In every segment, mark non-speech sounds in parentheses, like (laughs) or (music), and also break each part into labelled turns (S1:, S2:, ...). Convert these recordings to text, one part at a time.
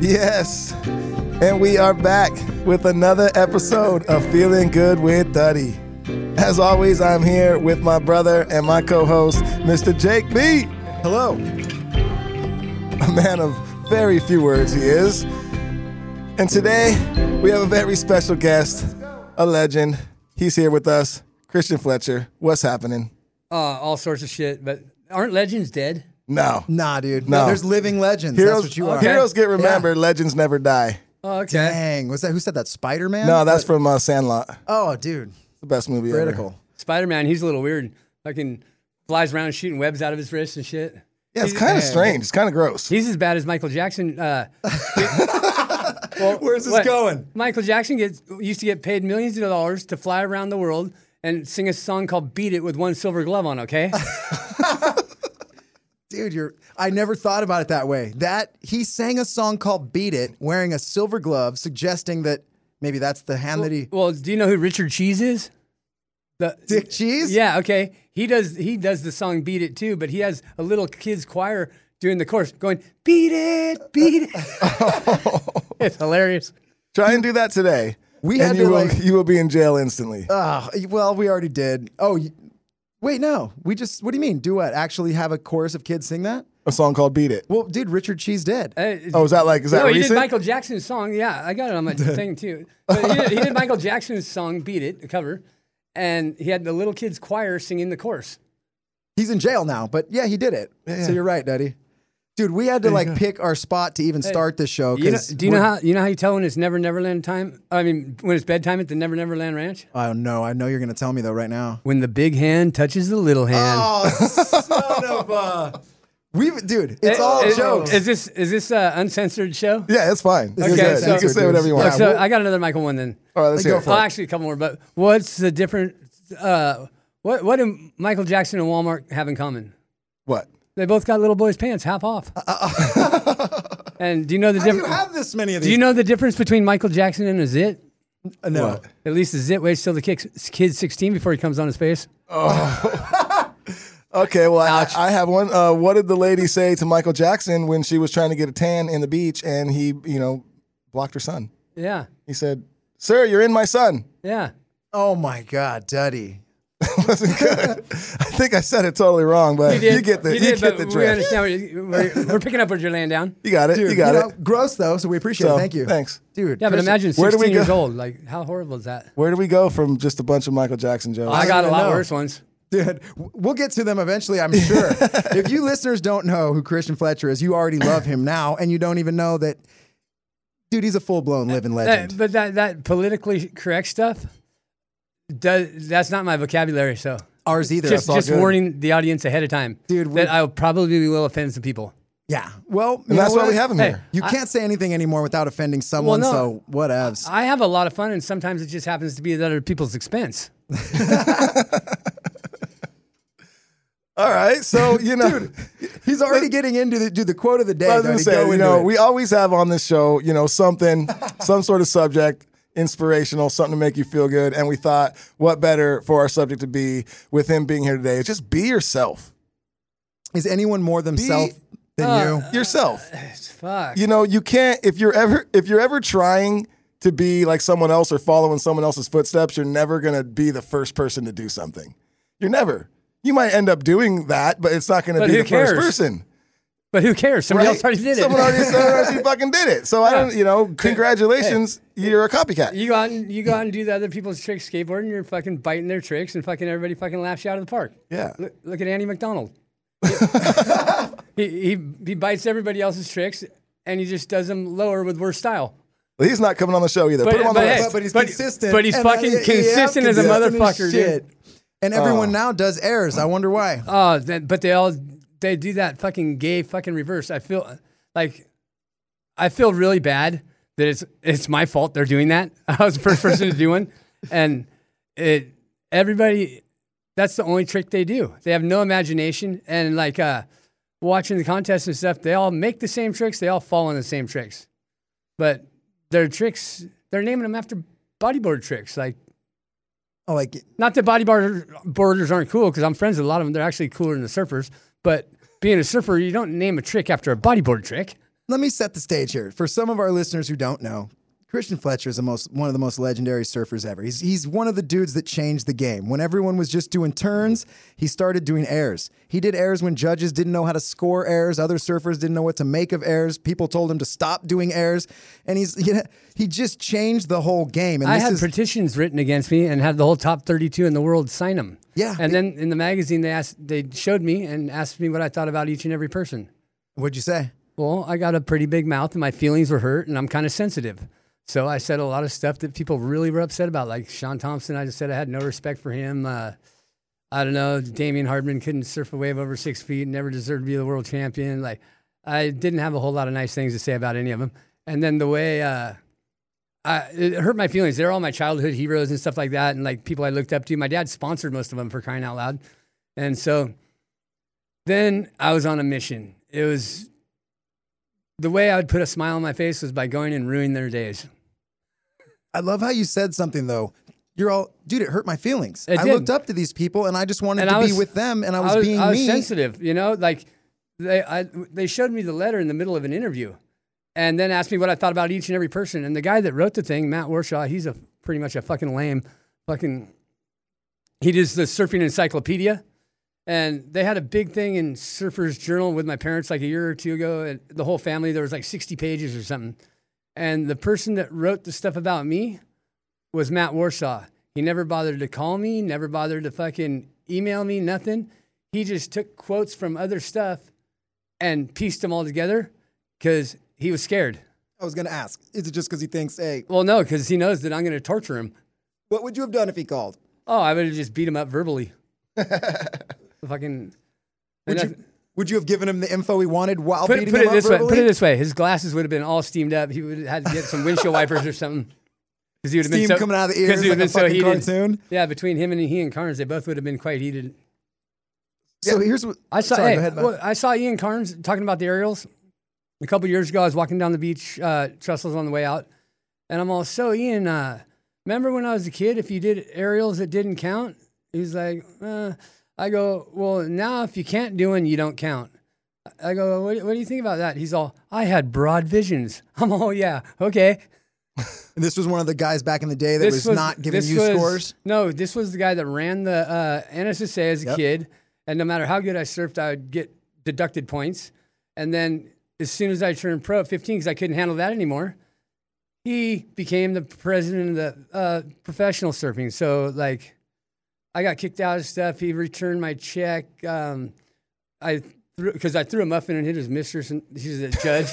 S1: Yes. And we are back with another episode of Feeling Good with Duddy. As always, I'm here with my brother and my co host, Mr. Jake B. Hello. A man of very few words, he is. And today, we have a very special guest, a legend. He's here with us, Christian Fletcher. What's happening?
S2: Uh, all sorts of shit, but aren't legends dead?
S1: No.
S3: Nah, dude.
S1: No.
S3: There's living legends.
S1: Heroes,
S3: that's what you are.
S2: Okay.
S1: Heroes get remembered, legends never die.
S2: Oh, okay.
S3: Dang. Was that who said that? Spider Man?
S1: No, that's from uh, Sandlot.
S3: Oh, dude.
S1: The best movie
S3: Critical.
S1: ever.
S2: Spider Man, he's a little weird. Fucking flies around shooting webs out of his wrist and shit.
S1: Yeah, it's kind of strange. It's kind of gross.
S2: He's as bad as Michael Jackson.
S3: (laughs)
S2: Uh,
S3: Where's this
S2: what?
S3: going?
S2: Michael Jackson gets used to get paid millions of dollars to fly around the world and sing a song called "Beat It" with one silver glove on.
S3: (laughs)
S2: Okay.
S3: Dude, you're I never thought about it that way. That he sang a song called Beat It wearing a silver glove, suggesting that maybe that's the hand that he
S2: well, do you know who Richard Cheese is? The
S3: Dick Cheese?
S2: Yeah, okay. He does he does the song Beat It too, but he has a little kids choir doing the chorus going beat it, beat
S3: (laughs)
S2: it. it's hilarious.
S1: (laughs) Try and do that today.
S3: We
S1: and
S3: had
S1: you
S3: to,
S1: will,
S3: like-
S1: you will be in jail instantly.
S3: Ah, well, we already did. Oh y- wait, no. We just what do you mean? Do what? Actually have a chorus of kids sing that?
S1: a song called "Beat It."
S3: Well, dude, Richard Cheese did.
S2: Uh,
S1: Oh, is that like is that
S2: no, he did
S1: recent?
S2: Michael Jackson's song. Yeah, I got it on
S3: (laughs)
S2: my thing too. But he, did, he did Michael Jackson's song "Beat It," a cover, and he had the little kids choir singing the chorus.
S3: He's in jail now, but yeah, he did it. So you're right, Daddy. Dude, we had to like pick our spot to even start this show.
S2: You know,
S3: 'cause
S2: do you know
S3: we're-
S2: how you know how you tell when it's Never Neverland time? I mean, when it's bedtime at the Never Neverland Ranch?
S3: Oh no, I know you're gonna tell me though right now.
S2: When the big hand touches the little hand.
S3: Oh, son of a. We've, dude, it's
S2: It-
S3: all
S2: it-
S3: jokes.
S2: Is this is this uh, uncensored show?
S1: yeah, it's fine. You're
S3: Okay,
S1: good.
S3: so-
S1: you can say whatever you
S3: Yeah,
S1: want.
S2: so I got another Michael one then.
S1: All right, let's hear
S3: go
S1: it.
S3: for
S2: Well, actually, a couple more. But what's the different? Uh, what what do Michael Jackson and Walmart have in common?
S1: What?
S2: They both got little boys' pants half off.
S1: (laughs)
S2: and do you know the
S3: How do you
S2: difference?
S3: have this many of
S2: Do
S3: these?
S2: you know the difference between Michael Jackson and a zit?
S3: no.
S2: At least the zit waits till the kid's kid's 16 before he comes on his face.
S1: Okay, well, I, I have one. Uh, what did the lady say to Michael Jackson when she was trying to get a tan in the beach and he, you know, blocked her son?
S2: Yeah,
S1: He said, "Sir, you're in my son." (laughs)
S2: yeah.
S3: Oh my God, Duddy.
S1: Wasn't good. I think I said it totally wrong, but you, get the you, get
S2: did, but
S1: the
S2: We
S1: drift.
S2: understand. What you, we're, we're picking up what you're
S1: (laughs)
S2: laying down.
S1: You got it.
S3: Dude,
S1: you got
S3: know,
S1: it.
S3: gross though, so we appreciate
S1: So,
S3: it. Thank you.
S1: thanks.
S3: Dude.
S2: Yeah, but
S3: Christian-
S2: imagine
S1: Where do
S2: 16
S1: we
S2: years
S1: go?
S2: old. Like, how horrible is that?
S1: Where do we go from just a bunch of Michael Jackson jokes?
S2: I got a
S3: even
S2: lot
S3: know.
S2: worse ones.
S3: Dude, w- we'll get to them eventually, I'm sure. if you listeners don't know who Christian Fletcher is, you already love him now, and you don't even know that, dude, he's a full blown living
S2: That,
S3: legend.
S2: but that that politically correct stuff, does, that's not my vocabulary. So
S3: Ours either.
S2: just
S3: that's all
S2: just
S3: good.
S2: warning the audience ahead of time,
S3: Dude, we-
S2: that I'll probably will offend some people.
S3: Yeah. Well, you
S1: and that's
S3: know
S1: why we
S3: what?
S1: have him
S2: Hey,
S1: here.
S3: You can't say anything anymore without offending someone,
S2: no.
S3: so whatevs.
S2: I have a lot of fun, and sometimes it just happens to be at other people's expense.
S1: All right, so you know.
S3: He's already getting into the do the quote of the day.
S1: I was
S3: though,
S1: gonna
S3: to
S1: say,
S3: go
S1: you
S3: into
S1: know,
S3: it.
S1: we always have on this show, you know, something, (laughs) some sort of subject, inspirational, something to make you feel good. And we thought, what better for our subject to be with him being here today? Just be yourself.
S3: is anyone more themselves than you?
S2: uh,
S1: Yourself.
S2: Fuck.
S1: You know, you can't if you're ever if you're ever trying to be like someone else or follow in someone else's footsteps, you're never going to be the first person to do something. You're never. You might end up doing that, but it's not going to
S2: But
S1: be
S2: who
S1: the first
S2: cares?
S1: person.
S2: But who cares? Somebody
S1: right?
S2: else already did it.
S1: Someone already, someone already fucking did it. So I
S2: Yeah.
S1: don't, you know, congratulations, you're a copycat. (laughs)
S2: (laughs) you go out and you go out and do the other people's tricks skateboarding. You're fucking biting their tricks, and fucking everybody fucking laughs you out of the park.
S1: yeah.
S2: Look, look at Andy McDonald. he, he he bites everybody else's tricks, and he just does them lower with worse style.
S1: Well, he's not coming on the show either. Put him on the
S2: hey,
S1: list.
S3: but- but he's consistent.
S2: But he's
S3: And
S2: fucking
S3: that- yeah,
S2: consistent as a
S3: consistent as
S2: motherfucker, dude.
S3: shit. And everyone now does airs. I wonder why.
S2: Oh, then, but they all they do that fucking gay fucking reverse. I feel like I feel really bad that it's it's my fault they're doing that. (laughs) I was the first person to do one, and it everybody that's the only trick they do. They have no imagination and like uh, watching the contests and stuff. They all make the same tricks. They all fall on the same tricks, but their tricks they're naming them after bodyboard tricks like
S3: Oh, like
S2: not that bodyboarders aren't cool because I'm friends with a lot of them. They're actually cooler than the surfers. But being a surfer, you don't name a trick after a bodyboard trick.
S3: let me set the stage here for some of our listeners who don't know. Christian Fletcher is the most, one of the most legendary surfers ever. He's, he's one of the dudes that changed the game. When everyone was just doing turns, he started doing airs. He did airs when judges didn't know how to score airs. Other surfers didn't know what to make of airs. People told him to stop doing airs. And he's (laughs) you know, he just changed the whole game. And
S2: I
S3: this
S2: had
S3: is,
S2: petitions written against me and had the whole top 32 in the world sign them.
S3: Yeah.
S2: And then in the magazine, they asked, they showed me and asked me what I thought about each and every person.
S3: what'd you say?
S2: Well, I got a pretty big mouth and my feelings were hurt and I'm kind of sensitive. So I said a lot of stuff that people really were upset about, like Sean Thompson. I just said I had no respect for him. Uh, I don't know. Damian Hardman couldn't surf a wave over six feet, never deserved to be the world champion. Like, I didn't have a whole lot of nice things to say about any of them. And then the way uh, I, it hurt my feelings. They're all my childhood heroes and stuff like that, and like people I looked up to. My dad sponsored most of them for crying out loud. And so then I was on a mission. It was the way I would put a smile on my face was by going and ruining their days.
S3: I love how you said something though. You're all, dude. It hurt my feelings.
S2: It
S3: I
S2: did.
S3: looked up to these people, and I just wanted
S2: And
S3: to
S2: I
S3: be
S2: was-
S3: with them, and I was, being
S2: I was
S3: me.
S2: sensitive, you know, like they I, they showed me the letter in the middle of an interview, and then asked me what I thought about each and every person. And the guy that wrote the thing, Matt Warshaw, he's a pretty much a fucking lame, fucking. He does the surfing encyclopedia, and they had a big thing in Surfers Journal with my parents like a year or two ago. And the whole family there was like sixty pages or something, and the person that wrote the stuff about me was Matt Warsaw. He never bothered to call me, never bothered to fucking email me, nothing. He just took quotes from other stuff and pieced them all together because he was scared.
S3: I was gonna ask. Is it just because he thinks, hey,
S2: Well, no, because he knows that I'm going to torture him.
S3: what would you have done if he called?
S2: Oh, I would have just beat him up (laughs) verbally. fucking.
S3: Would
S2: and
S3: you, would you have given him the info he wanted while
S2: put,
S3: beating
S2: put
S3: him
S2: it
S3: up
S2: this way.
S3: verbally?
S2: Put it this way. His glasses would have been all steamed up. He would have had to get some windshield wipers or something. Because he would have
S3: Steam
S2: been so,
S3: coming out of the
S2: (laughs) 'cause
S3: ears
S2: he would
S3: like a
S2: have been so
S3: fucking
S2: heated.
S3: cartoon.
S2: Yeah, between him and he and Carnes, they both would have been quite heated.
S3: So here's what
S2: I saw.
S3: Sorry,
S2: hey,
S3: go ahead, man.
S2: well, I saw Ian Carnes talking about the aerials a couple years ago. I was walking down the beach, uh, trestles on the way out, and I'm all, so Ian, uh, remember when I was a kid? If you did aerials, it didn't count. He's like, uh. I go, well, now if you can't do one, you don't count. I go, what, what do you think about that? He's all, I had broad visions. (laughs) I'm all, yeah, okay.
S3: And this was one of the guys back in the day that was, not giving
S2: this
S3: you
S2: was- (laughs)
S3: scores.
S2: No, this was the guy that ran the uh, NSSA as a kid, and no matter how good I surfed, I would get deducted points. And then as soon as I turned pro at 15, because I couldn't handle that anymore, he became the president of the uh, professional surfing. So like, I got kicked out of stuff. He returned my check. Um, I because I threw a muffin and hit his mistress, and she's a
S1: (laughs)
S2: judge.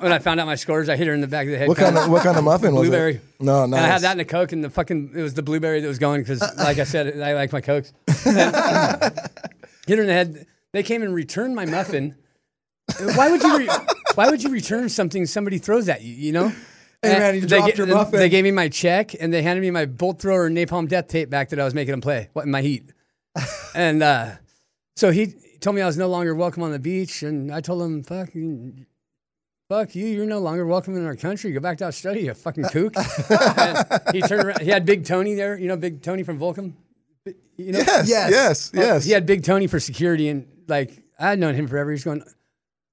S2: when I found out my scores, I hit her in the back of the head.
S1: What kind of what kind of muffin was
S2: Blueberry.
S1: it? No, no.
S2: And I had that in a Coke, and the fucking it was the blueberry that was going because, like I said, I like my cokes. (laughs) Hit her in the head. They came and returned my muffin. Why would you? Re- why would you return something somebody throws at you? You know.
S3: Hey,
S2: And
S3: man, you
S2: they
S3: dropped
S2: ga-
S3: your muffin.
S2: They gave me my check, and they handed me my bolt thrower and napalm death tape back that I was making them play. What in my
S3: (laughs)
S2: heat? and uh, so he told me I was no longer welcome on the beach, and I told him, "Fuck, you- fuck you! You're no longer welcome in our country. Go back to Australia, you fucking
S3: (laughs)
S2: kook." And he turned around. He had Big Tony there, you know, Big Tony from Volcom. You know,
S1: Yes,
S3: Yes.
S1: yes, yes.
S2: Uh, he had Big Tony for security, and like I had known him forever. He's going,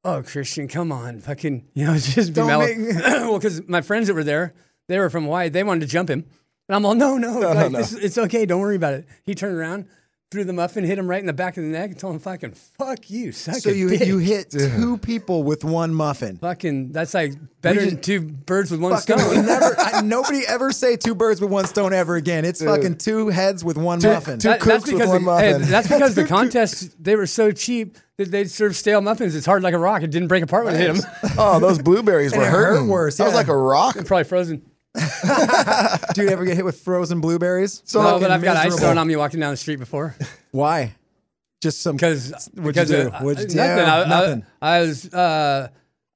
S2: "Oh, Christian, come on, fucking, (laughs) you know, just be
S3: Don't
S2: mellow." (clears throat)
S3: make-
S2: well, because my friends that were there, They were from Hawaii. They wanted to jump him. And I'm all, no, no,
S1: No,
S2: like,
S1: no.
S2: This, it's okay. Don't worry about it. He turned around, threw the muffin, hit him right in the back of the neck, and told him, fucking, fuck you. Suck
S3: So
S2: a
S3: you
S2: dick."
S3: you hit two people with one muffin.
S2: Fucking, that's like better than
S3: just-
S2: two birds with one
S3: Fucking- we
S2: stone.
S3: never,
S2: (laughs)
S3: I, nobody ever say two birds with one stone ever again. It's fucking two heads with one (laughs) muffin.
S1: two-
S2: That- that's
S1: cooks with
S2: because
S1: one
S2: the, hey,
S1: muffin.
S2: that's (laughs) because the contests they were so cheap that they served stale muffins. It's hard like a rock. It didn't break apart when it hit them. (laughs)
S1: Oh, those blueberries
S3: And
S1: were
S3: it hurt
S1: hurting.
S3: worse,
S1: I was
S3: yeah.
S1: like a rock.
S2: Probably frozen.
S3: (laughs) Do you ever get hit with frozen blueberries?
S1: So
S2: No, but I've got ice
S3: miserable.
S2: thrown on me walking down the street before. (laughs)
S3: Why? Just some
S2: Because
S3: (laughs) What'd you
S2: because
S3: do?
S2: uh,
S3: What'd you do?
S2: Nothing. I, I-
S3: Nothing.
S2: I, was uh,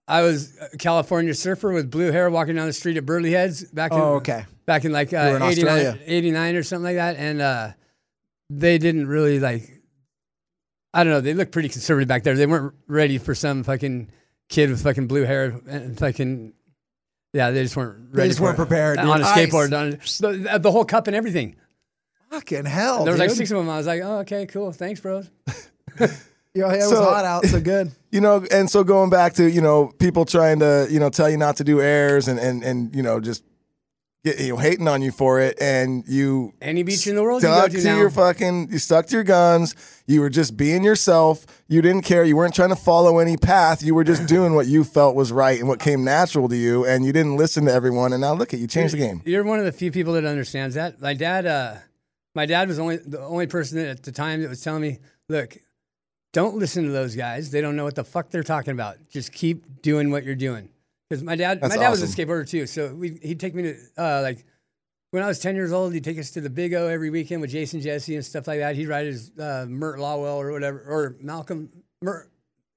S2: I was a California surfer with blue hair walking down the street at Burley Heads back. In,
S3: Oh, okay.
S2: Back in like
S3: were
S2: uh,
S3: in
S2: 89,
S3: Australia.
S2: 89 or something like that, and uh, they didn't really like. I don't know. They looked pretty conservative back there. They weren't ready for some fucking kid with fucking blue hair and fucking. Yeah, they just weren't ready.
S3: just
S2: for
S3: weren't
S2: it.
S3: prepared, dude.
S2: on a
S3: Ice.
S2: skateboard. On the, the whole cup and everything.
S3: fucking hell.
S2: There was
S3: dude.
S2: like six of them. I was like, oh, okay, cool, thanks, bros.
S3: Yeah, it was
S1: So-
S3: hot out, so good.
S1: you know, and so going back to, you know, people trying to, you know, tell you not to do airs and, and, and you know, just get, you know, hating on you for it. And you
S2: Any beach in the world you go
S1: stuck
S2: to
S1: to
S2: now.
S1: your fucking, you stuck to your guns. You were just being yourself. You didn't care. You weren't trying to follow any path. You were
S2: (laughs)
S1: just doing what you felt was right and what came natural to you. And you didn't listen to everyone. And now look at you, changed the game.
S2: You're one of the few people that understands that. My dad, uh, my dad was only the only person that at the time that was telling me, "Look, don't listen to those guys. They don't know what the fuck they're talking about. Just keep doing what you're doing." Because my dad,
S1: That's
S2: my dad was a
S1: awesome.
S2: skateboarder too, so we, he'd take me to uh, like when I was ten years old. He'd take us to the Big O every weekend with Jason Jesse and stuff like that. He'd ride his uh, Mert Lawwell or whatever, or Malcolm, Mert,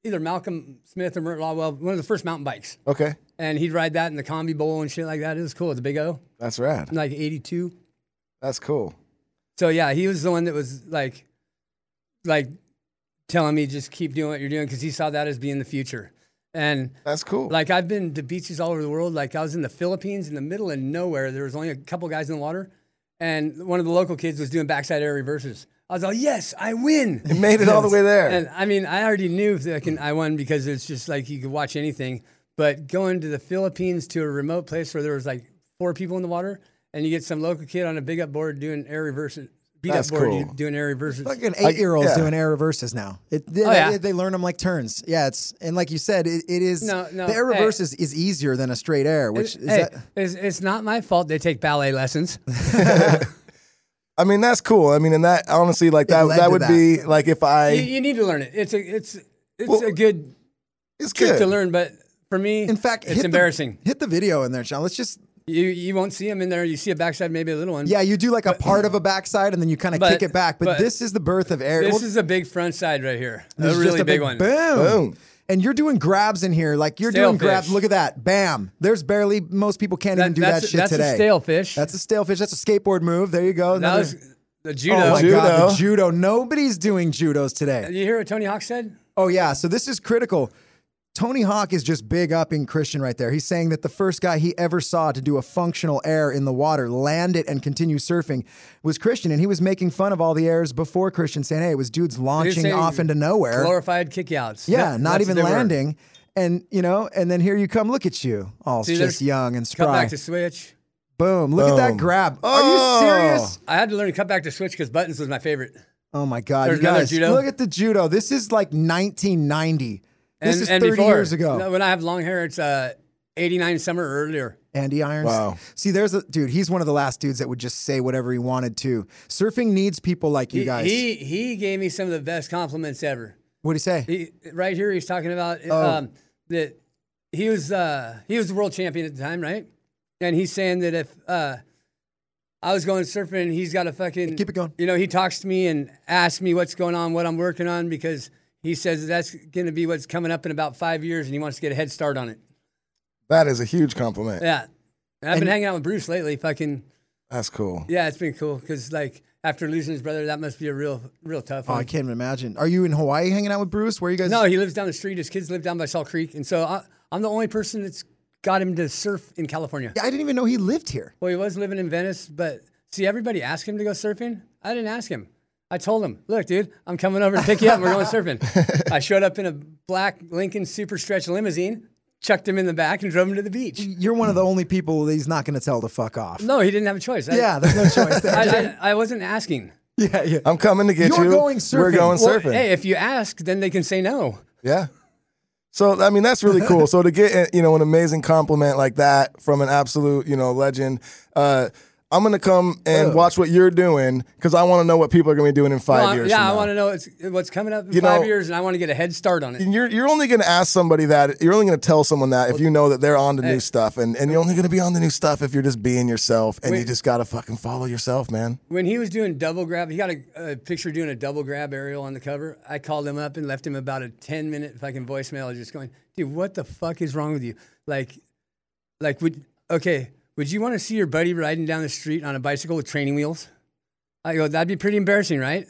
S2: either Malcolm Smith or Mert Lawwell, one of the first mountain bikes,
S1: Okay.
S2: and he'd ride that in the combi bowl and shit like that. It was cool. The Big O
S1: That's rad.
S2: like 82.
S1: That's cool.
S2: So yeah, he was the one that was like, like telling me just keep doing what you're doing because he saw that as being the future. And
S1: That's cool.
S2: like I've been to beaches all over the world. Like I was in the Philippines in the middle of nowhere. There was only a couple guys in the water, and one of the local kids was doing backside air reverses. I was like, yes, I win.
S1: it made it all the way there.
S2: And I mean, I already knew that I, can, I won because it's just like you could watch anything. But going to the Philippines to a remote place where there was like four people in the water, and you get some local kid on a big up board doing air reverses, beat
S1: That's
S2: up board
S1: cool.
S2: you- doing air reverses.
S3: Fucking eight year olds
S1: yeah.
S3: doing air reverses now. It, they,
S2: Oh, yeah.
S3: they, they learn them like turns. Yeah, it's and like you said, it, it is
S2: No, no,
S3: the air
S2: hey.
S3: reverse is, is easier than a straight air, which is
S2: hey,
S3: that,
S2: it's, it's not my fault they take ballet
S3: (laughs)
S2: lessons.
S1: I mean, that's cool. I mean, and that honestly, like that,
S3: led
S1: that
S3: to
S1: would
S3: that.
S1: be like if I,
S2: you, you need to learn it. It's a it's it's
S1: Well,
S2: a good
S1: it's
S2: trick
S1: good.
S2: to learn, but for me,
S3: in fact hit
S2: it's
S3: the-
S2: embarrassing.
S3: hit the video in there, Sean. Let's just
S2: You you won't see them in there. You see a backside, maybe a little one.
S3: yeah, you do like a part of a backside and then you kind of
S2: But-
S3: kick it back. But,
S2: but-
S3: this is the birth of air.
S2: This
S3: well,
S2: is a big front side right here.
S3: this
S2: A
S3: is
S2: really
S3: just a
S2: big, one.
S3: Boom.
S1: Boom.
S3: And you're doing grabs in here, like you're doing
S2: Stale
S3: grabs.
S2: fish.
S3: Look at that, bam! There's barely most people can't even do
S2: that's
S3: that
S2: a,
S3: shit
S2: that's
S3: today.
S2: a stale fish.
S3: That's a stale fish. That's a skateboard move. There you go.
S2: That
S3: Another-
S2: was the
S3: Oh
S2: judo.
S3: my
S1: Judo.
S3: god, the judo. Nobody's doing judos today.
S2: You hear what Tony Hawk said?
S3: Oh yeah, so this is critical. Tony Hawk is just big upping Christian right there. He's saying that the first guy he ever saw to do a functional air in the water, land it, and continue surfing was Christian. And he was making fun of all the airs before Christian, saying, hey, it was dudes launching
S2: saying
S3: off into nowhere.
S2: Glorified kickouts.
S3: yeah,
S2: That-
S3: not
S2: that's
S3: even
S2: the word.
S3: landing. And, you know, and then here you come. Look at you. All
S2: See,
S3: just
S2: there's-
S3: young and
S2: Cut
S3: spry.
S2: back to switch.
S3: Boom. Look at that
S1: Boom.
S3: grab.
S1: Oh.
S3: Are you serious?
S2: I had to learn to cut back to switch because buttons was my favorite.
S3: Oh my God.
S2: There's
S3: you
S2: another
S3: guys,
S2: judo.
S3: look at the judo. This is like 1990. This
S2: and,
S3: is
S2: and
S3: 30
S2: before,
S3: years ago.
S2: no, When I have long hair, it's uh, 89 summer or earlier.
S3: Andy Irons.
S1: Wow.
S3: See, there's a dude. He's one of the last dudes that would just say whatever he wanted to. Surfing needs people like you
S2: He-
S3: guys.
S2: He, he gave me some of the best compliments ever.
S3: What'd he say?
S2: He, right here, he's talking about
S3: Oh.
S2: um, that he was uh, he was the world champion at the time, right? And he's saying that if uh, I was going surfing, and he's got a fucking
S3: Keep it going.
S2: You know, he talks to me and asks me what's going on, what I'm working on, because he says that's going to be what's coming up in about five years, and he wants to get a head start on it.
S1: That is a huge compliment.
S2: Yeah, and I've been hanging out with Bruce lately. Fucking
S1: That's cool.
S2: yeah, it's been cool because like after losing his brother, that must be a real real tough.
S3: oh,
S2: one.
S3: I can't even imagine. Are you in Hawaii hanging out with Bruce? Where are you guys?
S2: No, he lives down the street. His kids live down by Salt Creek, and so I, I'm the only person that's got him to surf in California.
S3: I didn't even know he lived here.
S2: Well, he was living in Venice, but see, everybody asked him to go surfing. I didn't ask him. I told him, "Look, dude,
S1: (laughs)
S2: I'm coming over to pick you up. and We're going surfing." I showed up in a black Lincoln Super Stretch limousine. chucked him in the back and drove him to the beach.
S3: You're one of the only people that he's not going to tell to fuck off.
S2: No, he didn't have a choice. I-
S3: Yeah, there's
S2: (laughs)
S3: no choice there.
S2: I, I, I wasn't asking.
S3: yeah, yeah.
S1: I'm coming to get
S3: You're
S1: you.
S3: going
S1: We're
S3: surfing.
S1: going
S2: Well,
S1: surfing.
S2: hey, if you ask, then they can say no.
S1: Yeah. So I mean that's really cool. So to get uh, you know an amazing compliment like that from an absolute you know legend, uh, I'm gonna come
S3: Oh.
S1: and watch what you're doing because I want to know what people are gonna be doing in five
S2: Well, I-
S1: years.
S2: yeah,
S1: from
S2: I
S1: now.
S2: want to know it's, what's coming up in
S1: You
S2: five
S1: know-
S2: years, and I want to get a head start on it.
S1: And You're you're only gonna ask somebody that. You're only gonna tell someone that if you know that they're on to
S3: eh.
S1: new stuff, and and you're only gonna be on the new stuff if you're just being yourself, and you just gotta fucking follow yourself, man.
S2: When he was doing double grab, he got a, a picture doing a double grab aerial on the cover. I called him up and left him about a ten minute fucking voicemail, just going, "Dude, what the fuck is wrong with you? Like, like would okay, would you want to see your buddy riding down the street on a bicycle with training wheels?" I go, "That'd be pretty embarrassing, right?"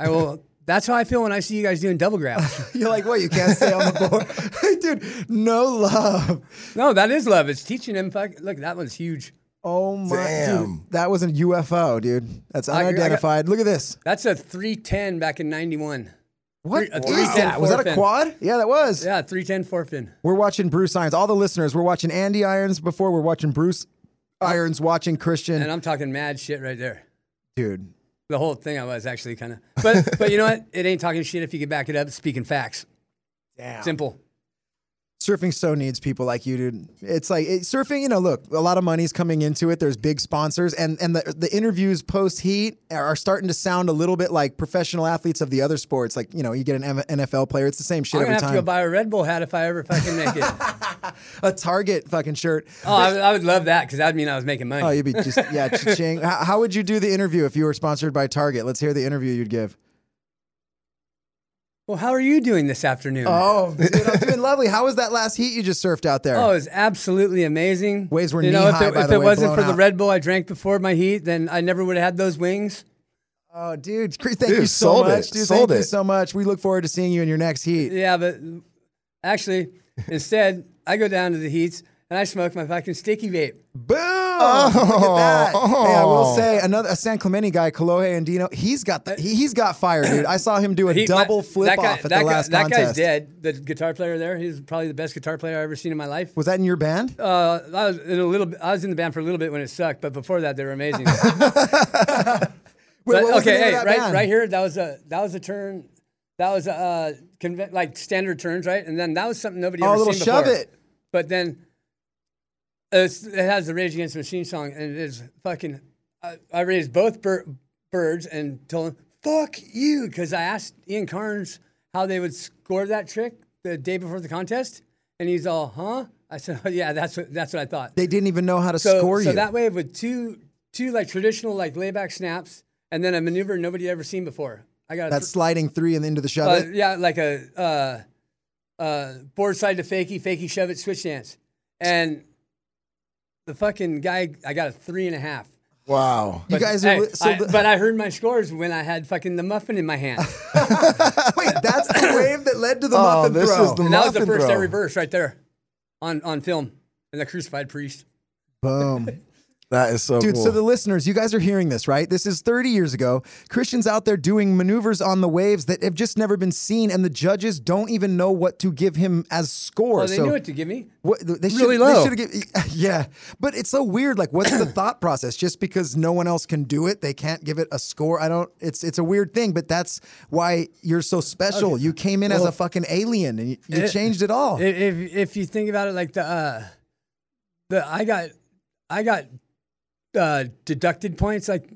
S2: I go, "That's how I feel when I see you guys doing double grabs."
S3: You're like, what? You can't stay on
S2: (laughs)
S3: the board, (laughs) dude. No love.
S2: No, that is love. It's teaching him. Fuck, look, that one's huge.
S3: Oh my,
S1: Damn.
S3: dude, that was a UFO, dude. That's
S2: I- I got-
S3: unidentified. Look at this.
S2: That's a three ten back in ninety one.
S3: What
S2: Three- a
S3: is
S2: 310
S3: that? Was that a
S2: forefin.
S3: quad? Yeah, that was.
S2: Yeah, three ten four fin.
S3: We're watching Bruce Irons. All the listeners, we're watching Andy Irons before. We're watching Bruce Irons, watching
S2: And
S3: Christian.
S2: I'm talking mad shit right there.
S3: Dude,
S2: The whole thing I was actually kind of, but but you know what? It ain't talking shit if you can back it up. It's Speaking facts,
S3: damn.
S2: simple.
S3: surfing so needs people like you, dude. It's like it, surfing. You know, look, a lot of money's coming into it. There's big sponsors, and and the the interviews post heat are starting to sound a little bit like professional athletes of the other sports. Like you know, you get an M- NFL player, it's the same shit
S2: I'm gonna
S3: every
S2: have to go
S3: time.
S2: buy a Red Bull hat if I ever fucking make it. oh,
S3: (laughs) a Target fucking shirt.
S2: I, would- I would love that because that'd mean I was making money.
S3: Oh, you'd be just yeah, ching. How, how would you do the interview if you were sponsored by Target? Let's hear the interview you'd give.
S2: Well, how are you doing this afternoon?
S3: Oh, (laughs) dude, I'm doing lovely. How was that last heat you just surfed out there?
S2: Oh, it was absolutely amazing.
S3: Waves were
S2: you know, if
S3: knee-high,
S2: it,
S3: by
S2: if
S3: the
S2: it
S3: way,
S2: wasn't
S3: blown
S2: for the
S3: out.
S2: Red Bull I drank before my heat, then I never would have had those wings.
S3: Oh, dude, Cre- thank
S1: Dude,
S3: you so
S1: sold it,
S3: much. Dude,
S1: sold
S3: thank you
S1: it.
S3: so much. We look forward to seeing you in your next heat.
S2: Yeah, but actually, instead, I go down to the heats and I smoke my fucking sticky vape.
S3: Boom!
S2: Oh,
S3: Look at that. Hey, I will
S1: Oh.
S3: say another a San Clemente guy, Kolohe Andino. He's got the, he, he's got fire, dude. I saw him do a
S2: He- my-
S3: double flip
S2: that guy-
S3: off at
S2: that
S3: the
S2: guy-
S3: last
S2: That
S3: contest.
S2: guy's dead. The guitar player there, he's probably the best guitar player I've ever seen in my life.
S3: Was that in your band?
S2: Uh, I was in a little. bit- I was in the band for a little bit when it sucked, but before that, they were amazing.
S3: (laughs) Wait,
S2: But,
S3: what was the
S2: okay,
S3: name
S2: hey,
S3: of that
S2: right,
S3: band?
S2: right here. That was a that was a turn. That was a uh, conve- like standard turns, right? And then that was something nobody
S3: Oh,
S2: ever
S3: little
S2: seen
S3: shove
S2: before.
S3: it.
S2: But then it's, it has the Rage Against the Machine song, and it is fucking. I, I raised both bir- birds and told him "fuck you" because I asked Ian Carnes how they would score that trick the day before the contest, and he's all, "Huh?" I said, (laughs) oh, "Yeah, that's what that's what I thought."
S3: They didn't even know how to
S2: so,
S3: score
S2: so
S3: you.
S2: that wave with two two like traditional like layback snaps, and then a maneuver nobody ever seen before. I got a
S3: that
S2: thr-
S3: sliding three and into the shove
S2: uh,
S3: it.
S2: yeah, like a uh, uh, board side to fakie, fakie shove it, switch dance, and the fucking guy, I got a three and a half.
S1: Wow.
S3: You guys are
S2: Hey,
S3: li- so
S2: I-
S3: the-
S2: but I heard my scores when I had fucking the muffin in my
S3: (laughs)
S2: hand.
S3: wait,
S2: (laughs)
S3: that's the wave that led to the
S1: Oh,
S3: muffin
S1: this
S3: throw.
S1: is the
S3: (laughs)
S2: And that was the
S1: Muffin
S2: first I
S1: throw.
S2: reversed right there, on on film, and the crucified priest.
S3: Boom.
S1: That is so
S3: Dude,
S1: cool.
S3: so the listeners, you guys are hearing this, right? This is 30 years ago. Christians out there doing maneuvers on the waves that have just never been seen, and the judges don't even know what to give him as score.
S2: Well, they
S3: so
S2: knew what to give me.
S3: What, th- they
S2: Really
S3: should,
S2: low.
S3: They should have (laughs) yeah, but it's so weird. Like, what's the thought process? Just because no one else can do it, they can't give it a score. I don't. It's it's a weird thing, but that's why you're so special. You came in as a fucking alien, and you, you
S2: it-
S3: changed it all.
S2: If, if if you think about it, like the uh, the I got I got uh, deducted points. Like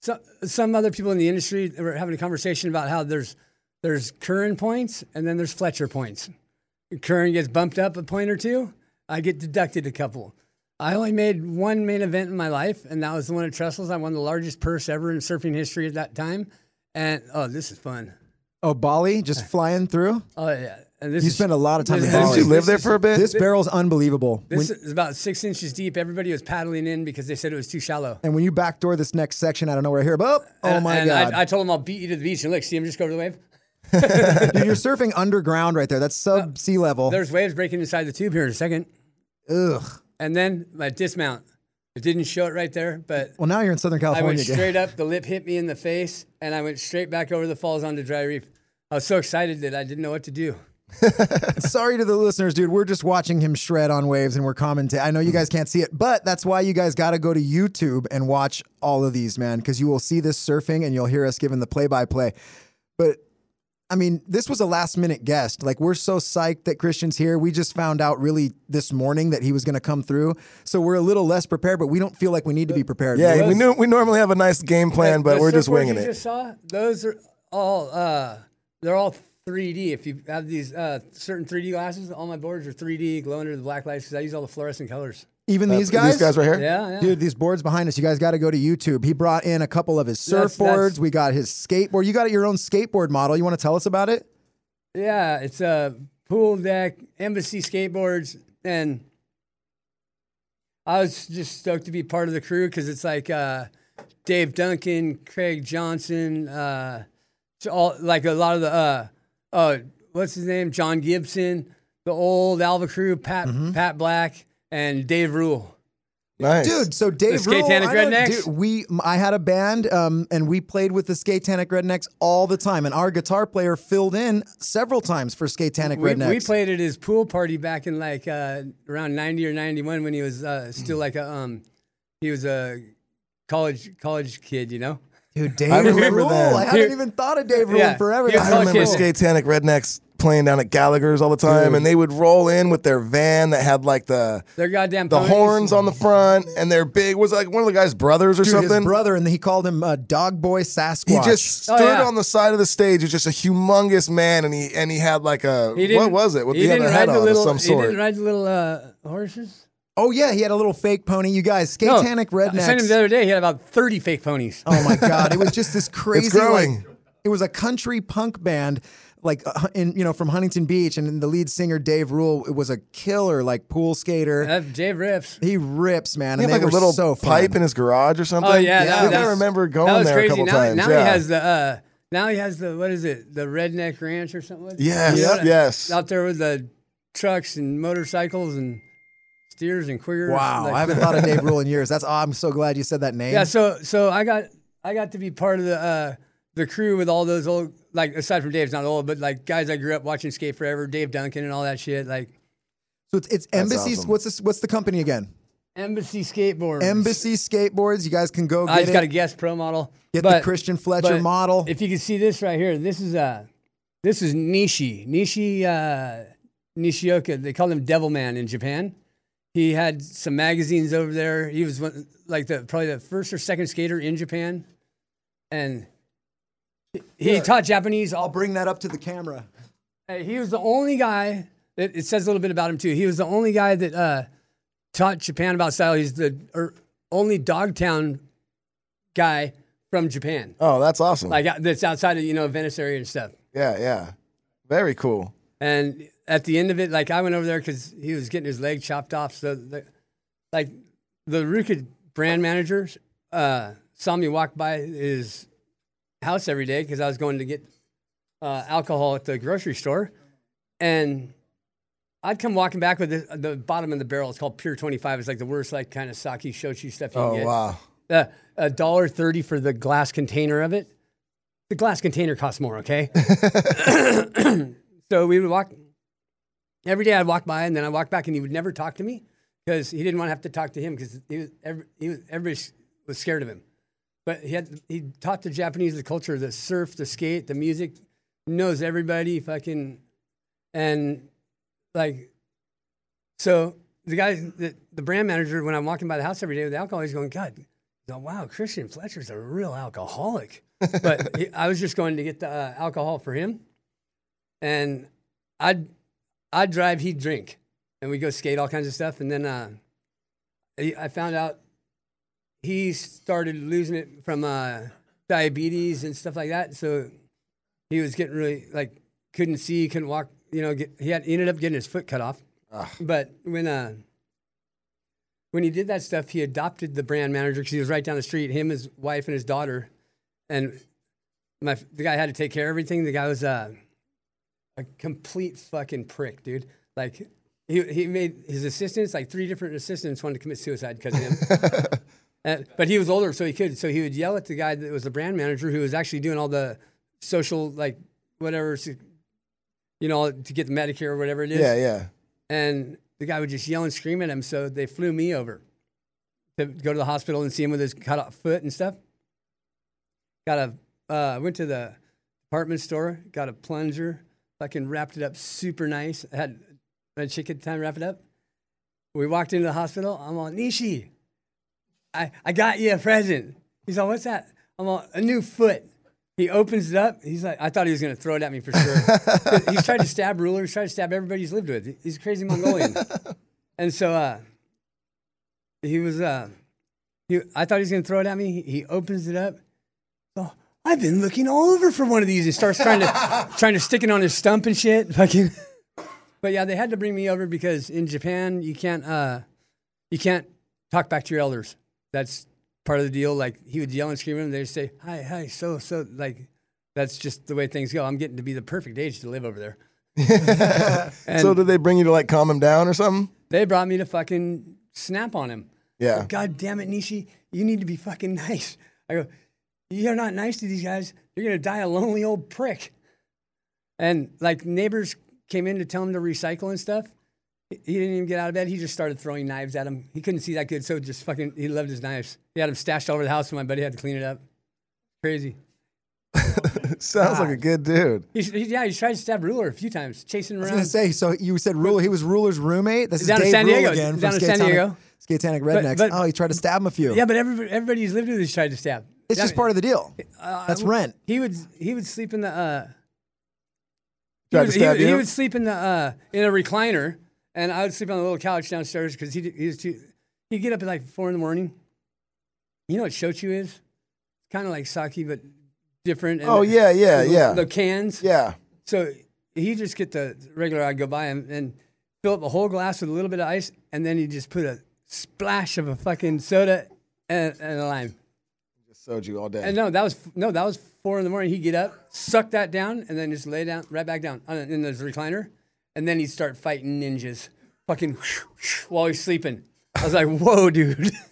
S2: some some other people in the industry they were having a conversation about how there's there's Curran points and then there's Fletcher points. Curran gets bumped up a point or two. I get deducted a couple. I only made one main event in my life, and that was the one at Trestles. I won the largest purse ever in surfing history at that time. And oh, this is fun.
S3: oh, Bali just (laughs) flying through.
S2: Oh yeah, and this
S3: You
S2: is-
S3: spent a lot of time.
S2: this
S3: in
S2: is-
S1: Didn't
S3: Bali.
S1: you live
S2: this
S1: there
S2: is-
S1: for a bit?
S3: This barrel's unbelievable. When-
S2: This is about six inches deep. Everybody was paddling in because they said it was too shallow.
S3: and when you backdoor this next section, I don't know where I hear about. Oh my
S2: and
S3: god!
S2: I, I told them I'll beat you to the beach. And look, see him just go over the wave.
S3: Dude, you're surfing underground right there. That's sub sea level.
S2: There's waves breaking inside the tube here in a second.
S3: Ugh.
S2: And then my dismount. It didn't show it right there, but
S3: Well, now you're in
S2: I
S3: Southern California.
S2: went
S3: again.
S2: straight up. The lip hit me in the face, and I went straight back over the falls onto dry reef. I was so excited that I didn't know what to do.
S3: Sorry to the listeners, dude. We're just watching him shred on waves and we're commenting. I know you guys can't see it, but that's why you guys got to go to YouTube and watch all of these, man, because you will see this surfing and you'll hear us giving the play by play. But I mean, this was a last minute guest. Like, we're so psyched that Christian's here. We just found out really this morning that he was going to come through. So we're a little less prepared, but we don't feel like we need to be prepared.
S1: Yeah, we
S2: Those-
S1: knew we normally have a nice game plan,
S2: The
S1: but we're just
S2: surfboards
S1: winging
S2: you
S1: it.
S2: Just saw those are all uh, they're all 3D. If you have these uh, certain 3D glasses, all my boards are 3D, glow under the black lights. 'cause I use all the fluorescent colors.
S3: Even these guys?
S1: These guys right here.
S2: Yeah, yeah.
S3: Dude, these boards behind us, you guys got to go to YouTube. He brought in a couple of his
S2: That's-
S3: surfboards.
S2: that's-
S3: we got his skateboard. You got your own skateboard model. You want to tell us about it?
S2: Yeah, it's a pool deck, embassy skateboards, and I was just stoked to be part of the crew because it's like uh, Dave Duncan, Craig Johnson, uh, it's all like a lot of the uh, uh, what's his name, John Gibson, the old Alva crew, Pat Pat Black, and Dave Rule.
S1: Nice.
S3: Dude, so Dave
S2: The
S3: Rule,
S2: Skatanic
S3: I know-
S2: Rednecks?
S3: dude, we m- I had a band um, and we played with the Skatanic Rednecks all the time and our guitar player filled in several times for Skatanic
S2: We,
S3: Rednecks.
S2: we played at his pool party back in like uh, around ninety or ninety one when he was uh, still like a um, he was a college college kid, you know.
S3: dude, Dave
S1: I remember
S3: Rule.
S1: that.
S3: I haven't
S2: Dude.
S3: even thought of Dave Rule
S2: Yeah.
S3: in forever.
S2: He was
S3: That's
S1: I remember
S2: Fuck yeah.
S1: Skatanic rednecks playing down at Gallagher's all the time, and they would roll in with their van that had like the
S2: Their goddamn
S1: the
S2: ponies.
S1: horns on the front, and their big was like one of the guy's brothers or
S3: Dude,
S1: something.
S3: his brother and he called him uh, Dog Boy Sasquatch.
S1: He just stood
S2: Oh, yeah.
S1: on the side of the stage. He was just a humongous man, and he and he had like a
S2: He
S1: what
S2: didn't-
S1: was it? What- He had
S2: didn't
S1: a head
S2: ride
S1: on
S2: the
S1: of
S2: little,
S1: some
S2: He
S1: sort.
S2: didn't ride the little uh, horses.
S3: Oh yeah, he had a little fake pony. You guys,
S2: No.
S3: Skatanic Rednecks.
S2: I sent him the other day. He had about thirty fake ponies.
S3: Oh my god, it was just
S1: (laughs)
S3: this crazy.
S1: growing.
S3: like- it was a country punk band, like uh, in you know from Huntington Beach, and the lead singer Dave Rule was a killer, like pool skater.
S2: That's Dave rips.
S3: He rips, man.
S1: He
S3: and
S1: had
S3: they
S1: like a
S3: were
S1: little
S3: so fun.
S1: pipe in his garage or something.
S2: Oh yeah,
S1: I
S2: that,
S1: think I
S2: that's-
S1: remember
S2: that
S1: going
S2: was
S1: there
S2: crazy.
S1: a couple
S2: now,
S1: times.
S2: Now
S1: yeah.
S2: he has the uh, now he has the what is it? The Redneck Ranch or something.
S1: Yes,
S2: You know what-
S1: yes.
S2: Out there with the trucks and motorcycles and steers and queers.
S3: Wow,
S2: like-
S1: (laughs)
S3: I haven't thought of Dave Rule in years. That's aw- I'm so glad you said that name.
S2: Yeah, so so I got I got to be part of the uh, the crew with all those old like aside from Dave's not old, but like guys I grew up watching skate forever, Dave Duncan and all that shit. Like
S3: so it's, it's Embassy.
S1: awesome.
S3: What's this, what's the company again?
S2: Embassy Skateboards.
S3: Embassy Skateboards. You guys can go get
S2: I just
S3: it.
S2: got a guest pro model.
S3: Get the Christian Fletcher
S2: but
S3: model.
S2: If you can see this right here, this is uh this is Nishi. Nishi uh Nishioka. They call him Devil Man in Japan. He had some magazines over there. He was one, like the probably the first or second skater in Japan. And he- he taught Japanese all
S3: I'll bring that up to the camera.
S2: uh, he was the only guy. It, it says a little bit about him too. He was the only guy that uh, taught Japan about style. He's the er, only Dogtown guy from Japan,
S1: oh, that's awesome.
S2: like uh, that's outside of you know Venice area and stuff.
S1: yeah, yeah, very cool.
S2: And at the end of it, like I went over there because he was getting his leg chopped off. So, the, like the Ruka brand manager uh, saw me walk by his house every day because I was going to get uh, alcohol at the grocery store, and I'd come walking back with the, the bottom of the barrel. It's called Pure Twenty Five. It's like the worst like kind of sake shochu stuff you
S1: Oh
S2: can get
S1: wow.
S2: uh, a dollar thirty for the glass container of it. The glass container costs more, okay? (clears throat) so we would walk every day. I'd walk by, and then I walk back, and he would never talk to me because he didn't want to have to talk to him because he was, every, he was everybody was scared of him. But he had he taught the Japanese the culture, the surf, the skate, the music, knows everybody, fucking, and like so the guy, the, the brand manager, when I'm walking by the house every day with alcohol, he's going, God, he's going, wow, Christian Fletcher's a real alcoholic. But he, I was just going to get the uh, alcohol for him, and I'd I'd drive, he'd drink, and we would go skate, all kinds of stuff. And then uh, he- I found out he started losing it from uh, diabetes and stuff like that. So he was getting really like couldn't see, couldn't walk. You know, get, he had he ended up getting his foot cut off. But when uh, when he did that stuff, he adopted the brand manager because he was right down the street. Him, his wife, and his daughter, and my the guy had to take care of everything. The guy was uh, a complete fucking prick, dude. Like he he made his assistants like three different assistants wanted to commit suicide because of him.
S1: (laughs)
S2: And- but he was older, so he could. So he would yell at the guy that was the brand manager who was actually doing all the social like whatever. se- you know, to get the Medicare or whatever it is.
S1: Yeah,
S2: (laughs)
S1: yeah.
S2: And the guy would just yell and scream at him. So they flew me over to go to the hospital and see him with his cut off foot and stuff. Got a, uh, went to the department store, got a plunger, fucking wrapped it up super nice. I had a chick at the time wrap it up. We walked into the hospital. I'm all, Nishi, I, I got you a present. He's all, what's that? I'm all, a new foot. He opens it up. He's like, I thought he was going to throw it at me for sure. 'Cause he's tried to stab rulers, tried to stab everybody he's lived with. He's a crazy Mongolian. and so uh, he was, uh, he, I thought he was going to throw it at me. He, he opens it up. Oh, I've been looking all over for one of these. He starts trying to, trying to stick it on his stump and shit. (laughs) Fucking. But yeah, they had to bring me over because in Japan you can't uh, you can't talk back to your elders. That's part of the deal. Like he would yell and scream at them, they'd say, Hi, hi, so so like that's just the way things go. I'm getting to be the perfect age to live over there. And
S1: so did they bring you to like calm him down or something? (laughs)
S2: they brought me to fucking snap on him.
S1: Yeah.
S2: God damn it, Nishi, you need to be fucking nice. I go, You're not nice to these guys. You're gonna die a lonely old prick. And like neighbors came in to tell him to recycle and stuff. He he didn't even get out of bed. He just started throwing knives at him. He couldn't see that good, so just fucking he loved his knives. He had them stashed all over the house, and my buddy had to clean it up. Crazy.
S1: Sounds like a good dude.
S2: He, he, yeah, he tried to stab Ruler a few times, chasing him
S3: I was
S2: around.
S3: gonna say. So you said ruler. He was ruler's roommate. This is
S2: Down in
S3: Dave
S2: San
S3: Rule
S2: Diego.
S3: again
S2: Down
S3: from
S2: in San
S3: Skatonic-
S2: Diego.
S3: Skatonic rednecks.
S2: but-
S3: oh, he tried to stab him a few.
S2: yeah, but everybody, everybody he's lived with, he's tried to stab.
S3: it's
S2: Down-
S3: just part of the deal.
S2: Uh,
S3: That's rent.
S2: He would he would sleep in the uh, he,
S1: Tried
S2: would,
S1: to
S2: he
S1: stab
S2: would- he
S1: you?
S2: would sleep in the uh, in a recliner, and I would sleep on the little couch downstairs because he he was too. He'd get up at like four in the morning. You know what shochu is? Kind of like sake, but different. and
S1: Oh
S2: the-
S1: yeah, yeah,
S2: the-
S1: yeah.
S2: The cans.
S1: yeah.
S2: So he just get the regular. I'd go by him and fill up a whole glass with a little bit of ice, and then he just put a splash of a fucking soda and, and a lime.
S1: Soju all day.
S2: And no, that was no, that was four in the morning. He'd get up, suck that down, and then just lay down, right back down on, in his recliner, and then he'd start fighting ninjas, fucking (laughs) while he's sleeping. I was like, "Whoa, dude!" (laughs)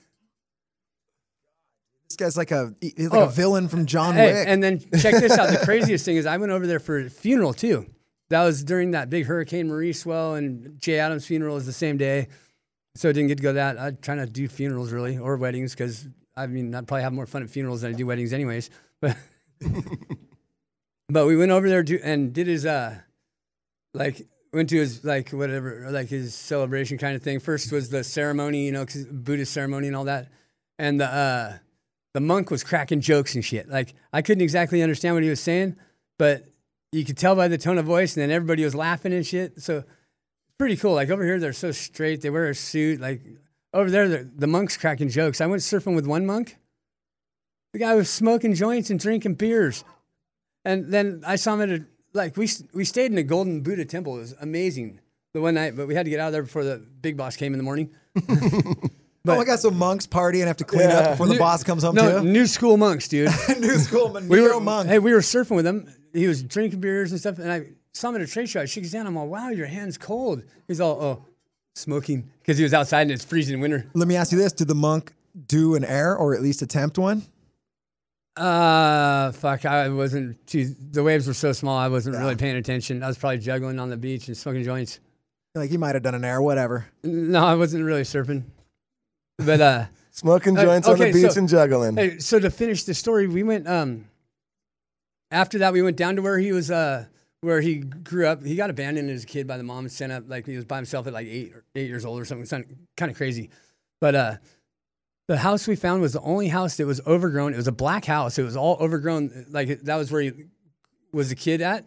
S3: This guy's like a he's like
S2: Oh.
S3: a villain from John
S2: hey,
S3: Wick.
S2: and then check this out. The
S3: (laughs)
S2: craziest thing is, I went over there for a funeral too. That was during that big Hurricane Marie swell, and Jay Adams' funeral is the same day, so I didn't get to go to that. I try not to do funerals really or weddings because I mean I'd probably have more fun at funerals than I do weddings, anyways. But (laughs) But we went over there to, and did his uh, like went to his like whatever like his celebration kind of thing. First was the ceremony, you know, 'cause Buddhist ceremony and all that, and the uh, the monk was cracking jokes and shit. Like I couldn't exactly understand what he was saying, but you could tell by the tone of voice, and then everybody was laughing and shit. So pretty cool. Like over here, they're so straight. They wear a suit. Like over there, the, the monk's cracking jokes. I went surfing with one monk. The guy was smoking joints and drinking beers. And then I saw him at a, like, we, we stayed in a Golden Buddha temple. It was amazing the one night, but we had to get out of there before the big boss came in the morning.
S3: oh my god, so monks party and have to clean up before the boss comes home
S2: No,
S3: too.
S2: new school monks, dude.
S3: (laughs) New school
S2: (laughs) we were,
S3: monk.
S2: Hey, we were surfing with him. He was drinking beers and stuff. And I saw him at a trade show. I shook his hand. I'm all, wow, your hand's cold. He's all, oh, smoking. Because he was outside and it's freezing winter.
S3: Let me ask you this: Did the monk do an air or at least attempt one?
S2: Uh, fuck. I wasn't too, the waves were so small, I wasn't really paying attention. I was probably juggling on the beach and smoking joints.
S3: Like he might have done an air, whatever.
S2: No, I wasn't really surfing. But, uh,
S1: Smoking
S2: Uh,
S1: joints on
S2: okay,
S1: the beach
S2: so-
S1: and juggling.
S2: Hey, so to finish the story, we went um after that we went down to where he was uh where he grew up. He got abandoned as a kid by the mom and sent up like he was by himself at like eight or eight years old or something. It's kind of crazy. But uh the house we found was the only house that was overgrown. It was a black house. It was all overgrown. Like that was where he was a kid at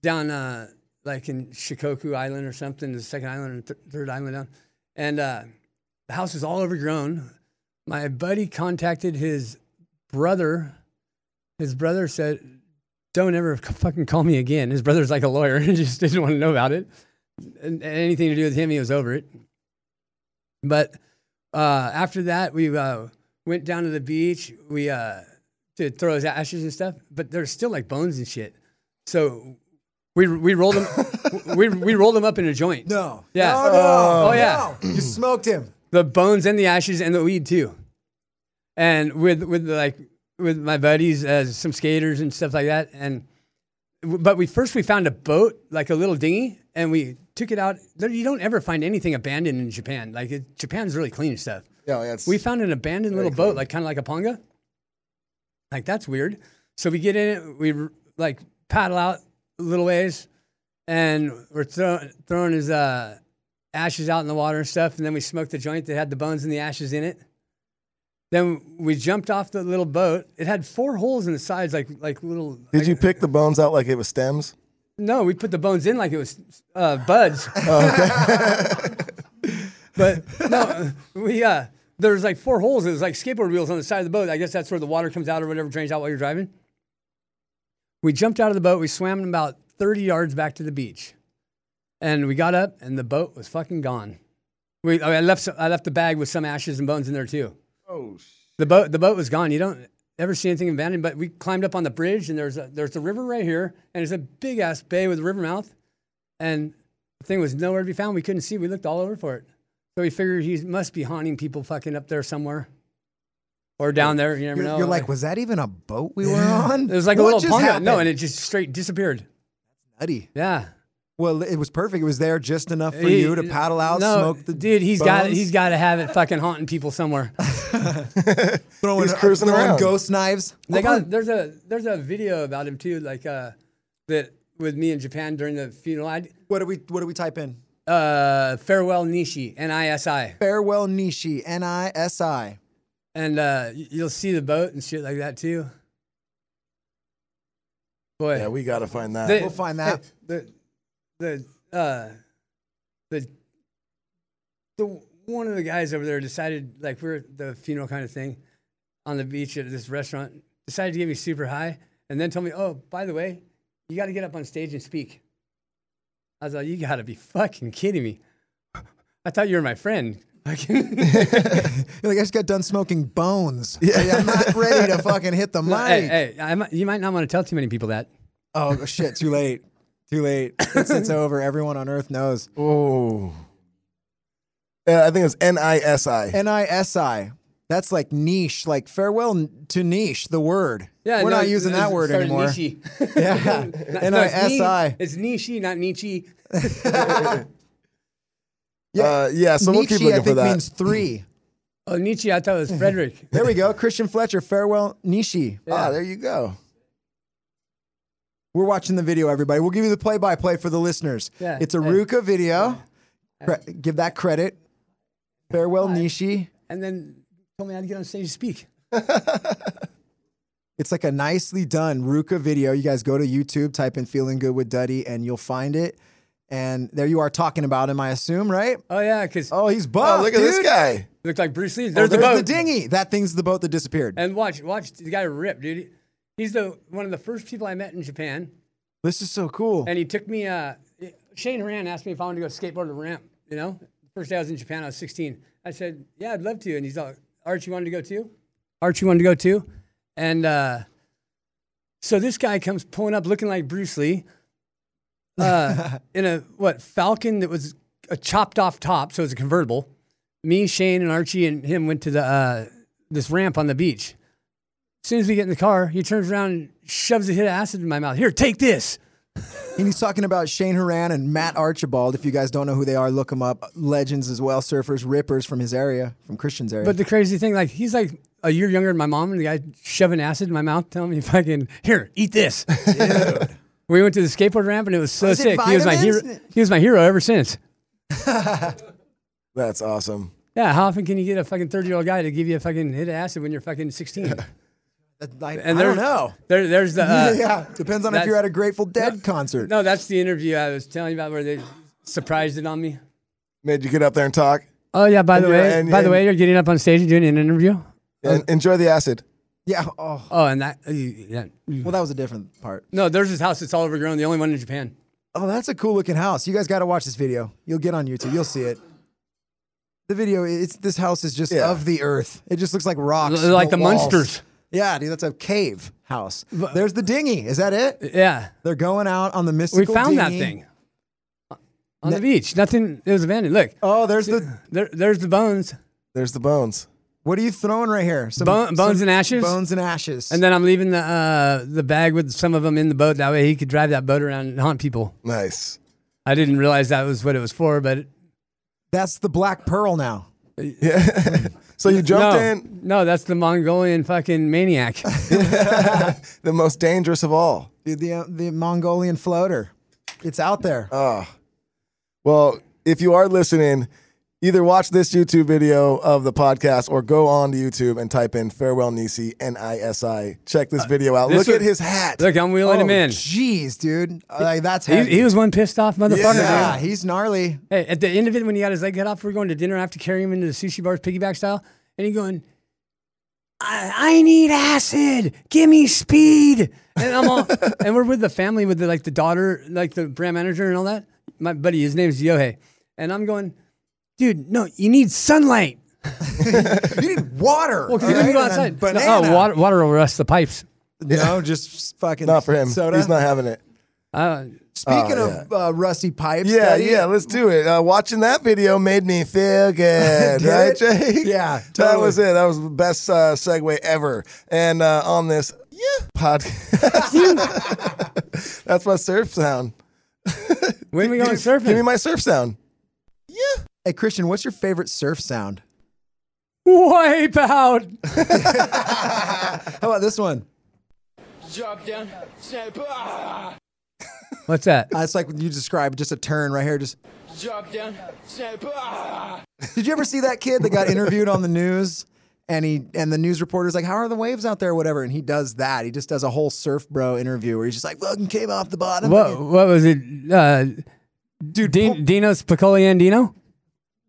S2: down uh like in Shikoku Island or something, the second island and th- third island down. And uh the house was all overgrown my buddy contacted his brother. His brother said, "Don't ever c- fucking call me again." His brother's like a lawyer (laughs) and just didn't want to know about it. And and anything to do with him, he was over it. But uh, after that, we uh, went down to the beach. We uh, to throw his ashes and stuff, but there's still like bones and shit. So we we rolled them (laughs) we we rolled them up in a joint.
S3: No.
S2: Yeah.
S3: No, no,
S2: Oh, yeah.
S3: no. You smoked him.
S2: the bones and the ashes and the weed too. And with with like with my buddies as some skaters and stuff like that, and but we first we found a boat, like a little dinghy, and we took it out. There- You don't ever find anything abandoned in Japan. Like it, Japan's really clean and stuff.
S1: Yeah, that's
S2: We found an abandoned little boat, like kind of like a ponga. Like that's weird. So we get in it, we r- like paddle out a little ways, and we're throw, throwing his uh, ashes out in the water and stuff. And then we smoked the joint that had the bones and the ashes in it. Then we jumped off the little boat. It had four holes in the sides, like like little.
S1: Did you pick the bones out like it was stems?
S2: No, we put the bones in like it was uh, buds. (laughs) but no, we uh, there was like four holes. It was like skateboard wheels on the side of the boat. I guess that's where the water comes out or whatever drains out while you're driving. We jumped out of the boat. We swam about 30 yards back to the beach, and we got up, and the boat was fucking gone. We I, mean, I left some, I left the bag with some ashes and bones in there too.
S1: Oh,
S2: The boat, the boat was gone. You don't ever see anything abandoned. But we climbed up on the bridge, and there's a there's a river right here, and it's a big ass bay with a river mouth, and the thing was nowhere to be found. We couldn't see. We looked all over for it, so we figured he must be haunting people fucking up there somewhere, or down there. You never
S3: You're,
S2: know.
S3: you're like, was that even a boat
S2: (laughs)
S3: we were on?
S2: it was like a
S3: What
S2: little
S3: just
S2: ponga. No,
S3: happened?
S2: and it just straight disappeared.
S3: Nutty.
S2: Yeah.
S3: Well, it was perfect. It was there just enough for
S2: He-
S3: you to paddle out,
S2: no,
S3: smoke the
S2: dude. He's got
S3: bones,
S2: he's got to have it fucking haunting people
S3: (laughs)
S2: somewhere.
S3: throwing,
S1: He's cruising
S3: throwing
S1: around.
S3: ghost knives.
S2: They got there's a there's a video about him too, like uh, that with me in Japan during the funeral. I
S3: (laughs) What do we what do we type in?
S2: uh, farewell Nishi N I S I,
S3: Farewell Nishi, N I S I.
S2: and uh, y- you'll see the boat and shit like that too. Boy,
S1: yeah, we gotta find that.
S2: They-
S3: We'll find that.
S2: the the uh, the the one of the guys over there decided like we we're at the funeral kind of thing on the beach at this restaurant decided to get me super high and then told me oh by the way you got to get up on stage and speak i was like you got to be fucking kidding me i thought you were my
S3: (laughs)
S2: friend Fucking-
S3: You're like, I just got done smoking bones. Yeah. I'm not ready to fucking hit
S2: (laughs)
S3: the mic.
S2: hey, hey I might, you might not want to tell too many people
S3: (laughs)
S2: that
S3: Oh shit, too late. Too late. It's, it's over. Everyone on earth knows.
S1: oh, yeah, I think it's N I S I.
S3: N I S I. That's like niche, like farewell n- to niche, the word.
S2: Yeah,
S3: We're
S2: no,
S3: not
S2: it-
S3: using
S2: it
S3: that
S2: was-
S3: word
S2: started
S3: anymore.
S2: Nishi.
S3: (laughs) Yeah.
S2: (laughs) Not- no, it's Ni-
S3: N-I-S-I.
S2: It's Nishi, not Nietzsche.
S1: Yeah, uh, yeah. So we'll keep
S3: Nietzsche, I
S1: looking for
S3: think,
S1: that.
S3: means three.
S2: Oh, Nietzsche, I thought it (laughs) was Frederick.
S3: There we go. Christian Fletcher, farewell Nishi.
S1: Ah, there you go.
S3: We're watching the video, everybody. We'll give you the play-by-play for the listeners.
S2: Yeah.
S3: It's a
S2: Hey.
S3: Ruka video. Cre- give that credit. Farewell Nishi.
S2: And then told me I had to get on stage to speak.
S3: It's like a nicely done Ruka video. You guys go to YouTube, type in "Feeling Good with Duddy," and you'll find it. And there you are talking about him, I assume, right?
S2: Oh, yeah, because
S3: Oh, he's buff.
S1: Oh, look at
S3: dude.
S1: this guy.
S2: looked like Bruce Lee.
S3: Oh,
S2: There's, the boat.
S3: the dinghy. That thing's the boat that disappeared.
S2: And watch, watch the guy rip, dude. He's the one of the first people I met in Japan.
S3: this is so cool.
S2: And he took me, uh, Shane Horan asked me if I wanted to go skateboard the ramp, you know? First day I was in Japan, I was 16. I said, yeah, I'd love to. And he's like, Archie wanted to go too? Archie wanted to go too. And uh, so this guy comes pulling up looking like Bruce Lee uh, in a, what, Falcon that was a chopped off top. So it was a convertible. Me, Shane, and Archie and him went to the, uh, this ramp on the beach. As soon as we get in the car, he turns around and shoves a hit of acid in my mouth. Here, take this.
S3: And he's talking about Shane Horan and Matt Archibald. If you guys don't know who they are, look them up. Legends as well, surfers, rippers from his area, from Christian's area.
S2: But the crazy thing, like he's like a year younger than my mom, and the guy shoving acid in my mouth, telling me if I can here eat
S3: (laughs)
S2: this. we went to the skateboard ramp, and it was so
S3: Was it
S2: sick. He was my hero.
S3: vitamins?
S2: He was my hero ever since.
S1: That's awesome.
S2: Yeah, how often can you get a fucking thirty-year-old guy to give you a fucking hit of acid when you're fucking
S3: (laughs)
S2: sixteen?
S3: I,
S2: And
S3: I don't
S2: there's-
S3: know.
S2: There, there's
S3: (laughs)
S2: the uh,
S3: Yeah, yeah, depends on if
S2: that's-
S3: you're at a Grateful Dead concert.
S2: no. That's the interview I was telling you about where they surprised it on me.
S1: Made you get up there and talk
S2: Oh yeah, by the
S1: And you're-
S2: way,
S1: and-
S2: by the
S1: and-
S2: way, you're getting up on stage and doing an interview.
S1: and enjoy the acid.
S3: Yeah. Oh,
S2: Oh, and that yeah.
S3: well, that was a different part.
S2: no, there's this house that's all overgrown, the only one in Japan.
S3: Oh, that's a cool looking house. You guys got to watch this video. You'll get on YouTube. You'll see it. The video. It's this house is just
S1: Yeah.
S3: of the earth. It just looks like rocks.
S2: L- like the
S3: walls.
S2: Munsters.
S3: Yeah, dude, that's a cave house. There's the dinghy. Is that it?
S2: Yeah,
S3: They're going out on the
S2: we
S3: mystical.
S2: found that
S3: dinghy.
S2: thing on the beach. Nothing. It was abandoned. Look,
S3: Oh, there's the
S2: there, there's the bones.
S1: There's the bones.
S3: What are you throwing right here? Some,
S2: Bone- bones and ashes?
S3: Bones and ashes.
S2: And then I'm leaving the uh, the bag with some of them in the boat. That way he could drive that boat around and haunt people.
S1: Nice.
S2: I didn't realize that was what it was for, but
S3: that's the black pearl now.
S1: Yeah. (laughs) so you jumped
S2: no,
S1: in
S2: no, that's the Mongolian fucking maniac.
S1: (laughs) the most dangerous of all.
S3: Dude, the uh, the Mongolian floater. It's out there.
S1: Well, if you are listening, either watch this YouTube video of the podcast or go on to YouTube and type in Farewell Nisi, N I S I. Check this video out.
S2: Uh, this
S1: Look
S2: was-
S1: at his hat.
S2: Look, I'm wheeling him in.
S3: Oh, Jeez, dude. Uh, Like, that's
S2: He,
S3: heavy.
S2: he was one pissed off motherfucker.
S3: yeah,
S2: dude.
S3: he's gnarly.
S2: Hey, at the end of it, when he got his leg cut off, we're going to dinner. I have to carry him into the sushi bars, piggyback style, and he going, I, "I need acid. Give me speed." And I'm
S3: (laughs)
S2: all, and we're with the family, with the, like the daughter, like the brand manager and all that. My buddy, his name's Yohei, and I'm going, "Dude, no, you need sunlight."
S3: You need water.
S2: Well, 'cause then you
S3: alright?
S2: go
S3: And
S2: outside. No,
S3: Banana.
S2: oh, water, water will rust the pipes.
S3: No, just fucking
S1: Not for him.
S3: Soda.
S1: He's not having it.
S2: Uh,
S3: Speaking
S1: Oh,
S3: of uh, rusty pipes.
S1: Yeah,
S3: Daddy,
S1: yeah, let's do it. Uh, watching that video made me
S3: (laughs)
S1: feel good,
S3: Did
S1: right,
S3: it? (laughs)
S1: Jake?
S3: Yeah,
S1: That
S3: totally.
S1: was it. That was the best uh, segue ever. And uh, on this yeah, podcast, (laughs) that's my surf sound.
S2: when we going surfing?
S1: Give me my surf sound. (laughs)
S3: Hey, Christian, what's your favorite surf sound?
S2: Wipe out.
S3: How about this one?
S2: What's
S3: (laughs)
S2: that?
S3: Uh, it's like you described, just a turn right here. Just Did you ever see that kid that
S1: (laughs)
S3: got interviewed on the news? And he and the news reporter's like, "How are the waves out there, or whatever?" And he does that. He just does a whole surf bro interview where he's just like, "Fucking came off the bottom."
S2: What what was it? Uh, Dude, Dino's Picoliandino.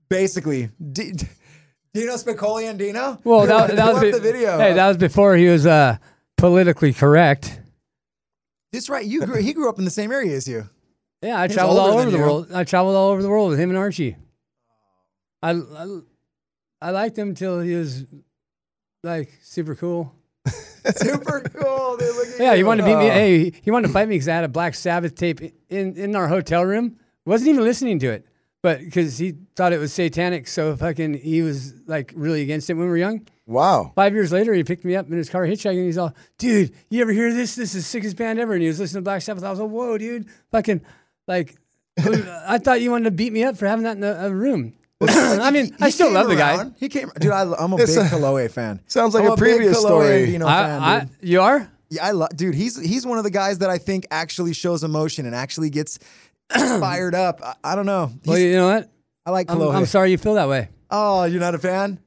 S3: Basically, D- (laughs) Dino Spicoli and Dino.
S2: Well, that, that
S3: Pull
S2: was
S3: up
S2: be-
S3: the video.
S2: Hey, that was before he was uh, politically correct.
S3: That's right. You grew, he grew up in the same area as you.
S2: Yeah, I
S3: He's
S2: traveled
S3: older
S2: all
S3: than
S2: over the
S3: you.
S2: world. I traveled all over the world with him and Archie. I I, I liked him till he was like super cool.
S3: Super cool. Dude, look at
S2: Yeah, he
S3: you.
S2: wanted to beat
S1: Oh.
S2: me. Hey, he wanted to fight me because I had a Black Sabbath tape i- in in our hotel room. Wasn't even listening to it, but because he thought it was satanic, so fucking he was like really against it when we were young.
S1: Wow.
S2: Five years later, he picked me up in his car hitchhiking. And he's all, dude, you ever hear this? This is the sickest band ever. And he was listening to Black Sabbath. I was like, whoa, dude, fucking, like,
S3: (laughs)
S2: who- I thought you wanted to beat me up for having that in the, a room. (laughs) I mean, I
S3: He
S2: still
S3: came
S2: love the guy.
S3: around. He came, dude. I, am a big
S1: This, uh,
S3: Kaloe
S2: (laughs)
S3: fan.
S1: sounds like
S3: I'm
S1: a
S3: big
S1: previous
S3: Kaloe
S1: story.
S3: Dino
S2: I,
S3: fan,
S2: I,
S3: dude.
S2: you are?
S3: Yeah, I love, dude. He's he's one of the guys that I think actually shows emotion and
S2: (clears throat)
S3: actually gets fired up. I, I don't know.
S2: Well,
S3: He's-
S2: you know what?
S3: I like
S2: I'm,
S3: Kalohe.
S2: I'm sorry you feel that way.
S3: Oh, you're not a fan?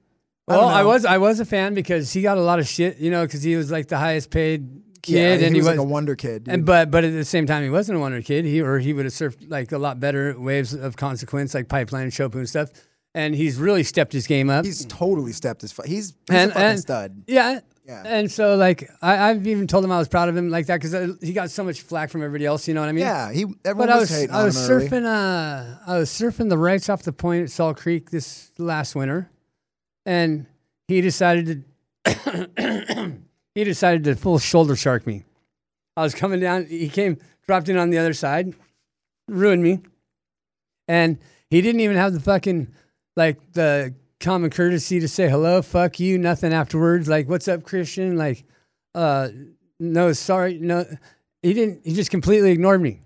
S2: Well,
S3: don't
S2: I
S3: know.
S2: was I was a fan because he got a lot of shit, you know, because he was like the highest paid kid,
S3: he,
S2: and
S3: was, like a wonder kid. dude.
S2: And but but at the same time, he wasn't a wonder kid. He or he would have surfed like a lot better waves of consequence, like pipeline and Chopu and stuff. And he's really stepped his game up.
S3: he's totally stepped his. Fu- he's he's
S2: and,
S3: a fucking
S2: and-
S3: stud.
S2: Yeah.
S3: Yeah.
S2: And so like I, I've even told him I was proud of him like that because he got so much flack from everybody else. You know what I mean?
S3: Yeah, he. Everyone
S2: But I
S3: was,
S2: was
S3: hating
S2: I
S3: on
S2: was
S3: him early.
S2: surfing uh I was surfing the rights off the point at Salt Creek this last winter, and he decided to (coughs) he decided to full shoulder shark me. I was coming down. He came dropped in on the other side, ruined me, and he didn't even have the fucking like the common courtesy to say hello, fuck you, nothing afterwards. Like what's up, Christian? Like uh no sorry no. He didn't. He just completely ignored me.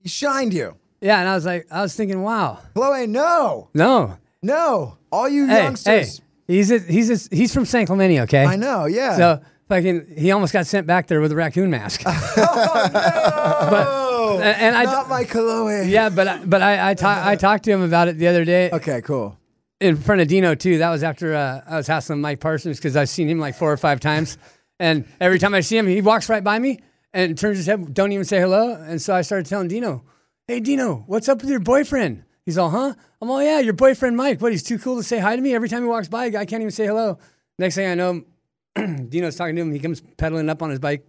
S3: He shined you.
S2: Yeah, and I was like, I was thinking, wow,
S3: Chloe, no,
S2: no,
S3: no, all you
S2: hey, hey,
S3: youngsters.
S2: he's a, he's a, he's from San Clemente, okay?
S3: I know. Yeah.
S2: So fucking, he almost got sent back there with a raccoon
S3: (laughs)
S2: mask.
S3: oh,
S2: and- and I-
S3: not my Chloe.
S2: yeah, but I, but I I, ta- I talked to him about it the other day
S3: Okay. Cool.
S2: in front of Dino too. That was after uh, I was hassling Mike Parsons because I've seen him like four or five times, and every time I see him, he walks right by me and turns his head, don't even say hello. And so I started telling Dino, "Hey Dino, what's up with your boyfriend?" He's all, "Huh?" I'm all, "Yeah, your boyfriend Mike. What? He's too cool to say hi to me. Every time he walks by, I can't even say hello." Next thing I know, (clears throat) Dino's talking to him. He comes pedaling up on his bike.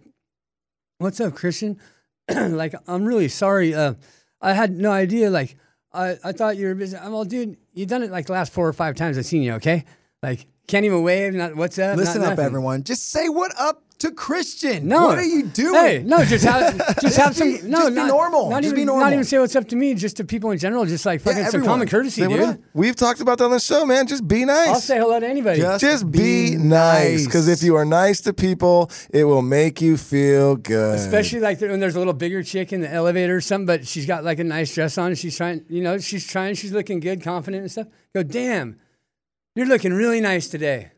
S2: What's up, Christian? (clears throat) like, I'm really sorry. Uh, I had no idea. Like, I, I thought you were busy. I'm all, dude, you done it like the last four or five times I've seen you, okay? Like, Can't even wave. Not what's up. not
S3: Listen up,
S2: nothing.
S3: everyone. Just say what up to Christian.
S2: No.
S3: What are you doing?
S2: Hey, no, just have,
S3: (laughs)
S2: just, have some.
S3: be-
S2: no,
S3: just be
S2: not-
S3: normal.
S2: Not
S3: Just
S2: even,
S3: be
S2: Not
S3: normal.
S2: even say what's up to me. Just to people in general. Just like fucking some
S3: everyone.
S2: common courtesy,
S1: Say what
S2: dude.
S1: up. We've talked about that on the show, man. Just be nice.
S2: I'll say hello to anybody.
S3: Just-
S1: just be
S3: Be
S1: nice
S3: nice.
S1: because if you are nice to people, it will make you feel good.
S2: Especially like when there's a little bigger chick in the elevator or something, but she's got like a nice dress on. And she's trying, you know, she's trying, she's looking good, confident and stuff. Go, damn, you're looking really nice today.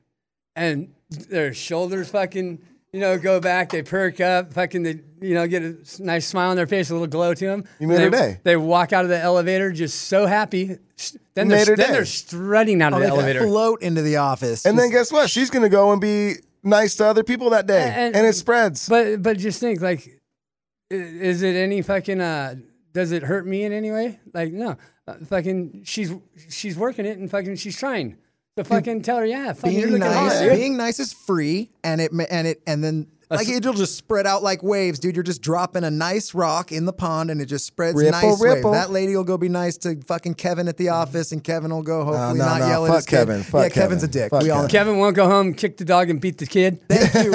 S2: And their shoulders fucking, you know, go back, they perk up, fucking, they, you know, get a s- nice smile on their face, a little glow to them.
S1: You made
S2: they,
S1: her day.
S2: They walk out of the elevator just so happy. S- Then,
S1: You
S2: they're,
S1: made her
S2: then
S1: day.
S2: they're strutting out of
S3: Oh,
S2: the
S3: they
S2: elevator.
S3: float into the office.
S1: and then
S3: Just-
S1: guess what? She's gonna go and be nice to other people that day, and,
S2: And-
S1: it spreads.
S2: But but just think like, i- is it any fucking? Uh, does it hurt me in any way? Like no, uh, fucking. She's she's working it and fucking she's trying. So fucking tell her yeah. Fucking you're
S3: being
S2: looking
S3: nice,
S2: hot, dude.
S3: being nice is free, and it ma- and it and then like it'll just spread out like waves, dude. You're just dropping a nice rock in the pond, and it just spreads
S1: Ripple,
S3: nice
S1: ripple.
S3: wave. That lady will go be nice to fucking Kevin at the office, and Kevin will go hopefully
S1: no,
S3: not
S1: no,
S3: yell at
S1: fuck
S3: his kid.
S1: Kevin, fuck
S3: yeah, Kevin's a
S1: Kevin,
S3: dick.
S1: fuck
S3: we all
S1: Kevin.
S2: Kevin won't go home, kick the dog and beat the kid.
S3: Thank you.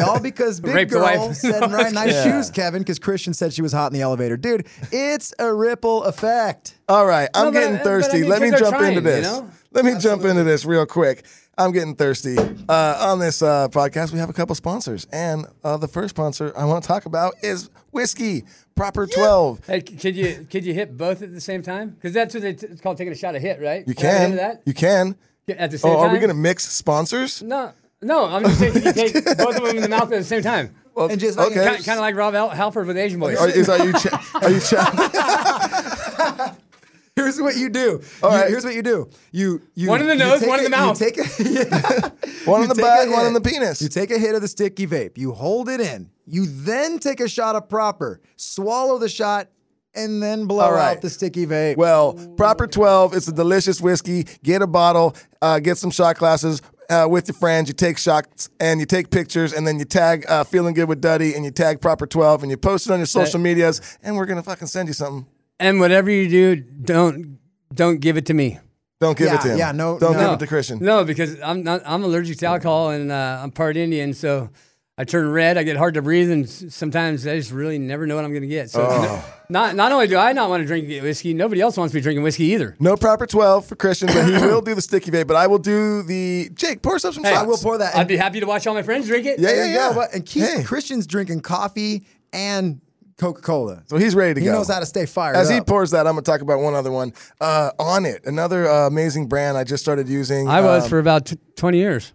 S1: (laughs)
S3: All because Big
S2: Rape the
S3: Girl
S2: wife.
S3: said right nice
S1: Yeah.
S3: shoes, Kevin, because Christian said she was hot in the elevator. Dude, it's a ripple effect.
S1: All right, I'm
S2: No, but I-
S1: getting
S2: but I
S1: thirsty.
S2: mean,
S1: Let me
S2: 'cause they're
S1: jump
S2: trying,
S1: into
S2: you
S1: this.
S2: know?
S1: Let me jump into this real quick. I'm getting thirsty. Uh, on this uh, podcast, we have a couple sponsors, and uh, the first sponsor I want to talk about is whiskey proper twelve.
S2: Hey, c- could you could you hit both at the same time? Because that's what it's it's called taking a shot at hit, right?
S1: You
S2: I hit
S1: can,
S2: that
S1: you can.
S2: at the same
S1: Oh,
S2: time.
S1: are we gonna mix sponsors?
S2: No, no. I'm just saying
S1: (laughs)
S2: you take both of them in the mouth at the same time.
S3: and just
S1: okay.
S2: Kind, kind of like Rob Al- Halford with Asian boys.
S1: Are, is, are you cha- are you
S2: (laughs)
S1: cha-
S3: Here's what you do. You-
S1: right.
S3: Here's what you do. You, you
S2: One in the
S3: you
S2: nose,
S3: take
S2: one in
S3: a- (laughs)
S2: the mouth.
S3: You take a,
S1: one in the
S3: you take a
S1: bag, one
S3: hit.
S1: in the penis?
S3: You take a hit of the sticky vape. You hold it in. You then take a shot of proper. Swallow the shot, and then blow
S1: All right.
S3: out the sticky vape.
S1: Well, Proper 12, it's a delicious whiskey. Get a bottle, uh, get some shot glasses uh, with your friends. You take shots and you take pictures, and then you tag uh, Feeling Good with Duddy and you tag Proper 12 and you post it on your social medias, and we're going to fucking send you something.
S2: and whatever you do, don't don't give it to me.
S1: Don't give
S3: Yeah,
S1: it to him.
S3: yeah, no-
S1: Don't
S3: no.
S1: give it to Christian.
S2: No, because I'm not. I'm allergic to alcohol, and uh, I'm part Indian, so I turn red. I get hard to breathe, and s- sometimes I just really never know what I'm going to get. So,
S1: Oh.
S2: not not only do I not want to drink whiskey, nobody else wants to be drinking whiskey either.
S1: No proper 12 for Christian, but he (coughs) will do the sticky vape. But I will do the. Jake, pour us up some shots.
S3: I will pour that.
S2: I'd be happy to watch all my friends drink it.
S1: Yeah,
S3: There
S1: yeah,
S3: you
S1: yeah.
S3: go. But, and Keith,
S1: Hey.
S3: Christian's drinking coffee and Coca Cola.
S1: So he's ready to
S3: He
S1: go.
S3: knows how to stay fired
S1: As he
S3: up.
S1: pours that, I'm going to talk about one other one. Uh, on it, another uh, amazing brand I just started using.
S2: I was
S1: um,
S2: for about t- 20 years.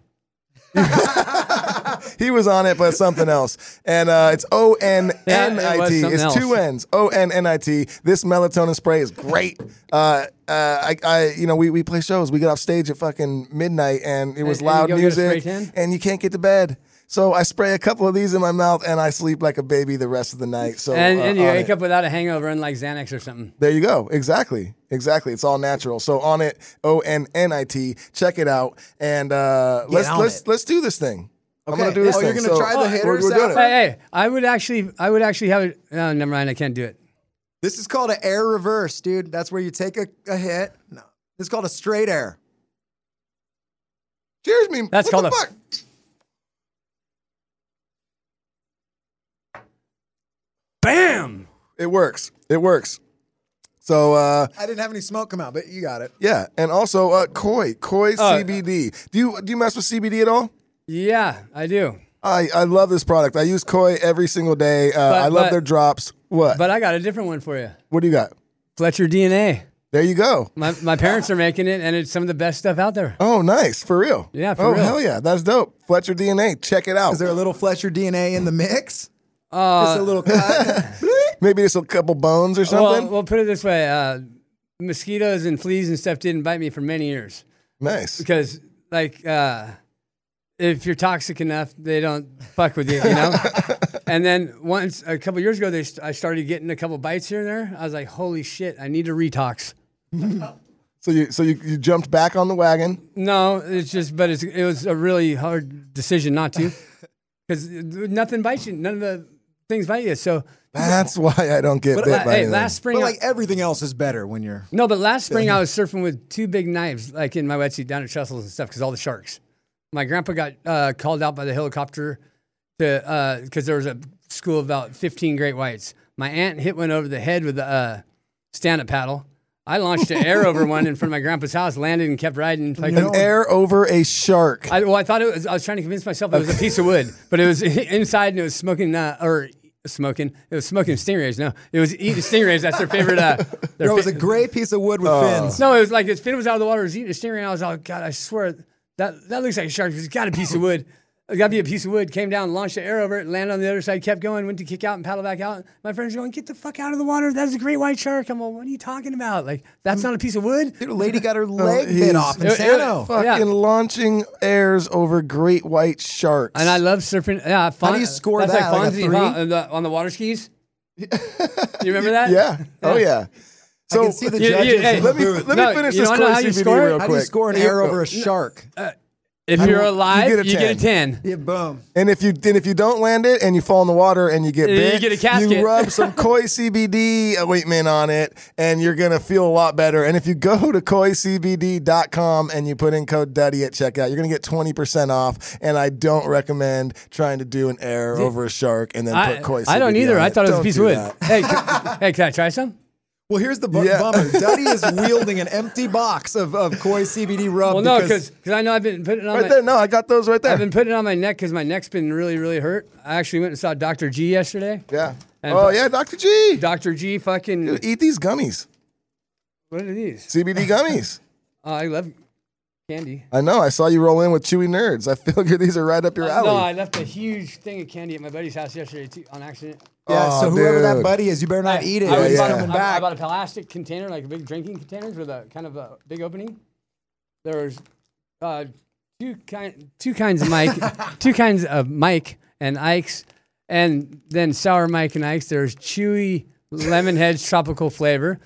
S1: He was on it, but something else. And uh, it's O N N
S2: Yeah,
S1: I
S2: it was
S1: T.
S2: something
S1: It's two
S2: else.
S1: N's. O N N I T. This melatonin spray is great. Uh, uh, I, I, you know, we, we play shows. We get off stage at fucking midnight, and it was
S2: And- and you
S1: loud
S2: go get a spray
S1: music,
S2: tan?
S1: and you can't get to bed. So I spray a couple of these in my mouth, and I sleep like a baby the rest of the night. So
S2: And,
S1: uh,
S2: and you
S1: on
S2: wake
S1: it.
S2: up without a hangover and like Xanax or something.
S1: There you go. Exactly. Exactly. It's all natural. So on it, O N N I T. Check it out, and uh, let's
S3: on
S1: let's
S3: it.
S1: let's do this thing. I'm
S3: Okay.
S1: gonna do this.
S3: Oh, you're
S1: thing.
S3: gonna
S1: So
S3: try the
S1: we're-
S3: hitters
S1: We're doing
S3: out?
S1: it.
S2: Hey, hey, I would actually, I would actually have it. No, never mind. I can't do it.
S3: This is called an air reverse, dude. That's where you take a, a hit. No, it's called a straight air.
S1: Cheers me.
S2: That's
S1: what the
S2: called a-
S1: fuck?
S2: Bam.
S1: It works. It works. So uh,
S3: I didn't have any smoke come out, but you got it.
S1: yeah, and also uh, koi, koi
S2: Uh,
S1: CBD. Do you do you mess with CBD at all?
S2: Yeah, I do.
S1: I, I love this product. I use koi every single day. Uh, I love
S2: but-
S1: their drops. What?
S2: But I got a different one for you.
S1: what do you got?
S2: Fletcher DNA.
S1: There you go.
S2: My, my parents are making it, and it's some of the best stuff out there.
S1: Oh, nice. For real.
S2: Yeah, for
S1: oh,
S2: real.
S1: hell yeah. That's dope. Fletcher DNA. Check it out.
S3: Is there a little Fletcher DNA in the mix?
S2: Uh,
S3: Just
S2: (laughs)
S3: a little. cut?
S1: Maybe it's a couple bones or
S2: well,
S1: something.
S2: well, put it this way: uh, mosquitoes and fleas and stuff didn't bite me for many years
S1: nice.
S2: because, like, uh, if you're toxic enough, they don't fuck with you, you (laughs) know. and then once a couple years ago, they st- I started getting a couple bites here and there. I was like, "Holy shit, I need to retox."
S1: So you so you, you jumped back on the wagon.
S2: No, it's just, but it's, it was a really hard decision not (laughs) to, because nothing bites you. None of the things bite you. So,
S1: That's why I don't get
S2: but
S1: bit by
S2: la- hey,
S1: anything.
S2: last spring,
S3: but
S2: I-
S3: like everything else is better when you're.
S2: No, but last spring I was surfing with two big knives, like in my wetsuit down at Trestles and stuff, because all the sharks. my grandpa got uh, called out by the helicopter to because there was a school of about 15 great whites. My aunt hit one over the head with a uh, stand-up paddle. I launched an air over one in front of my grandpa's house, landed, and kept riding. Like,
S1: An air over a shark.
S2: I, well, I thought it was. I was trying to convince myself it was a piece of wood, but it was (laughs) inside and it was smoking uh, or smoking. It was smoking stingrays. No, it was eating stingrays. That's their favorite. Uh, their
S3: There was a
S2: fa-
S3: gray piece of wood
S1: Oh.
S3: with fins.
S2: no, it was like its fin was out of the water. It was eating a stingray. And I was like, God, I swear that that looks like a shark. It's got a piece of wood. It's got to be a piece of wood. Came down, launched an arrow over it, landed on the other side, kept going, went to kick out and paddle back out. My friends going, get the fuck out of the water. That's a great white shark. I'm like, what are you talking about? Like, that's not a piece of wood.
S3: Dude, a lady got
S1: (laughs) Oh,
S3: her leg
S1: he's-
S3: bit off in
S2: It- it-
S3: Sano.
S1: Fucking
S2: Yeah.
S1: launching airs over great white sharks.
S2: And I love surfing. Yeah, Fon-
S3: do you score
S2: that's
S3: that?
S2: Like
S3: Like a
S2: Fonzie
S3: three?
S2: on the, on the water skis.
S1: (laughs)
S2: you remember that?
S1: Yeah. Oh yeah. So
S3: I can see the
S2: You- you-
S3: judges.
S2: hey,
S3: in the
S1: let me
S3: booth.
S1: let
S2: No,
S1: me finish
S2: you
S1: this
S2: wanna know how you
S1: Corey CBD
S2: score it?
S1: real
S3: How
S1: quick.
S3: do you score an air over a shark?
S2: If
S1: I
S2: you're
S1: don't- you
S2: alive, you
S1: get
S2: get
S1: a
S2: a 10.
S3: Yeah, boom.
S1: And if you and if you don't land it and you fall in the water and you get
S2: You
S1: bit,
S2: get a casket.
S1: you rub some
S2: (laughs)
S1: koi CBD ointment on it, and you're gonna feel a lot better. And if you go to koicbd.com and you put in code Duddy at checkout, you're gonna get twenty percent off. And I don't recommend trying to do an air over a shark and then
S2: I,
S1: put koi. CBD
S2: I don't either.
S1: on
S2: I thought it was a
S1: Don't
S2: piece
S1: do
S2: of wood. (laughs)
S1: that. (laughs)
S2: Hey, c- hey, can I try some?
S3: Well, here's the bu-
S1: Yeah.
S3: bummer.
S1: (laughs)
S3: Duddy is wielding an empty box of, of Koi CBD rub.
S2: Well, no, because I know I've been putting it on
S1: Right
S2: my,
S1: there. No, I got those right there.
S2: I've been putting it on my neck because my neck's been really, really hurt. I actually went and saw Dr. G yesterday.
S1: yeah.
S2: And-
S1: oh yeah, Doctor G.
S2: Dr. G fucking,
S1: Dude, eat these gummies,
S2: what are these?
S1: CBD gummies.
S2: Oh, I love candy.
S1: I know. I saw you roll in with Chewy Nerds. I (laughs) figure these are right up your alley.
S2: No, I left a huge thing of candy at my buddy's house yesterday too, on accident.
S3: yeah,
S1: Oh,
S3: so whoever that
S1: dude.
S3: buddy is, you better not eat it.
S2: I,
S3: or
S2: was
S3: He's
S2: bought a-
S3: coming
S2: I- I
S3: back.
S2: bought a plastic container, like a big drinking containers with a kind of a big opening. There's uh, two kind, two kinds of
S3: (laughs)
S2: Mike, two kinds of Mike and Ike's, and then sour Mike and Ike's. There's chewy lemon
S3: (laughs)
S2: heads tropical flavor.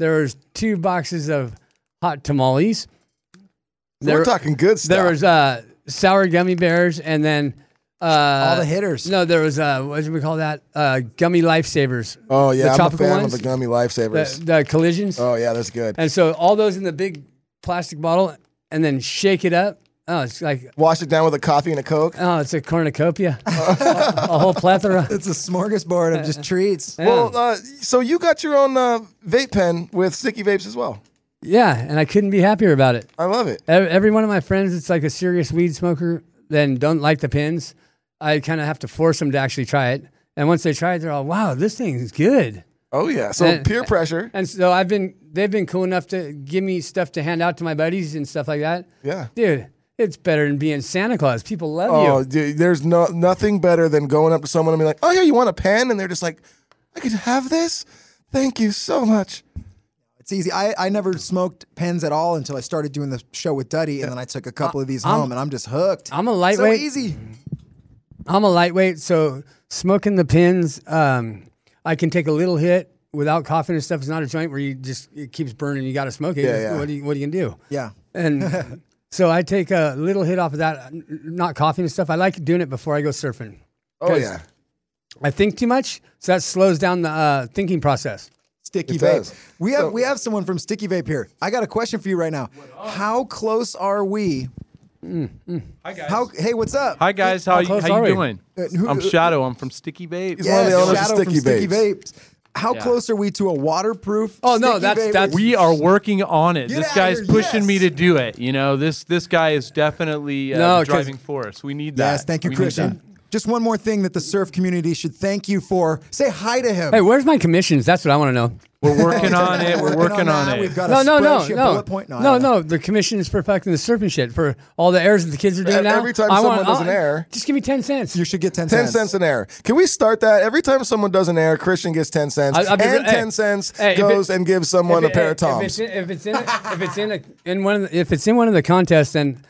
S2: There's two boxes of hot tamales.
S1: We're
S2: There-
S1: talking good stuff.
S2: there was uh, sour gummy bears, and then uh, all
S3: the hitters.
S2: No, there was uh, what do we call that? Uh, gummy lifesavers.
S1: Oh yeah,
S2: the
S1: I'm a
S2: tropical
S1: fan
S2: ones,
S1: of the gummy lifesavers.
S2: the, the collisions.
S1: oh yeah, that's good.
S2: And so all those in the big plastic bottle, and then shake it up. Oh, it's like
S1: Wash it down with a coffee and a coke.
S2: oh, it's
S1: (laughs)
S2: a cornucopia, a, a whole plethora.
S3: It's a smorgasbord of just treats.
S1: Well, uh, so you got your own uh, vape pen with sticky vapes as well.
S2: Yeah, and I couldn't be happier about it.
S1: I love it.
S2: Ev- Every one of my friends that's like a serious weed smoker, then don't like the pins. I kind of have to force them to actually try it. And once they try it, they're all, "Wow, this thing is good."
S1: Oh yeah. So
S2: And-
S1: peer pressure.
S2: And so I've been they've been cool enough to give me stuff to hand out to my buddies and stuff like that.
S1: Yeah.
S2: Dude, it's better than being Santa Claus. People love
S1: Oh,
S2: you.
S1: dude, there's no nothing better than going up to someone and being like, "Oh yeah, you want a pen?" And they're just like, "I could have this. Thank you so much."
S3: It's easy. I, I never smoked pens at all until I started doing the show with Duddy, and then I took a couple of these home, and I'm just hooked.
S2: I'm a lightweight.
S3: So easy.
S1: Oh.
S2: I'm a lightweight, so smoking the pins, um, I can take a little hit without coughing and stuff. It's not a joint where you just it keeps burning. You got to smoke it.
S1: Yeah, yeah.
S2: What do you What are you gonna do?
S3: Yeah.
S1: (laughs)
S2: And so I take a little hit off of that, n- not coughing and stuff. I like doing it before I go surfing.
S1: Oh
S2: 'Cause
S1: yeah.
S2: I think too much, so that slows down the uh, thinking process.
S3: Sticky
S1: It
S3: vape.
S1: does.
S3: We have we have someone from Sticky Vape here. I got a question for you right now. How close are we?
S4: Hi guys.
S3: How hey, what's up? Uh,
S4: Hi guys. How,
S2: close
S4: you- how
S2: are
S4: you
S2: we?
S4: doing?
S3: who-
S4: I'm Shadow. I'm from Sticky Babe.
S1: He's one of the owners of
S3: Shadow from
S1: Sticky
S3: Sticky
S1: Vapes.
S3: Vapes. How
S4: Yeah.
S3: close are we to a waterproof?
S2: Oh, no,
S3: Sticky
S2: that's-
S3: Vape?
S2: that's-
S4: We are working on it.
S3: Get
S4: this
S3: outta
S4: guy's
S3: here,
S4: pushing me
S3: yes.
S4: to do it. You know, this this guy is definitely uh,
S2: No,
S4: the
S2: 'cause-
S4: driving force. We need that.
S3: yes. Thank you,
S4: We need
S3: Christian. Just one more thing that the surf community should thank you for. Say hi to him.
S2: Hey, where's my commissions? That's what I want to know.
S4: that. We're working on it. We're working on
S3: that. We've
S4: it.
S3: got
S2: No,
S3: a
S2: no, no,
S3: spreadsheet,
S2: no,
S3: bullet point. I
S2: no,
S3: don't know.
S2: no. The commission is for fucking the serpent shit for all the errors that the kids are doing
S1: E-, Every
S2: now.
S1: time someone does an error-
S2: just give me ten cents.
S3: You should get ten,
S1: 10 cents an error. Can we start that? Every time someone does an error, Christian gets 10 cents.
S2: I- I've been-
S1: and
S2: hey,
S1: 10 cents
S2: hey, if
S1: goes
S2: it-
S1: and gives someone
S2: If
S1: a
S2: it-
S1: pair of
S2: If it's
S1: Toms.
S2: in, if it's in, if it's in, a, in one, of the, if it's in one of the contests, then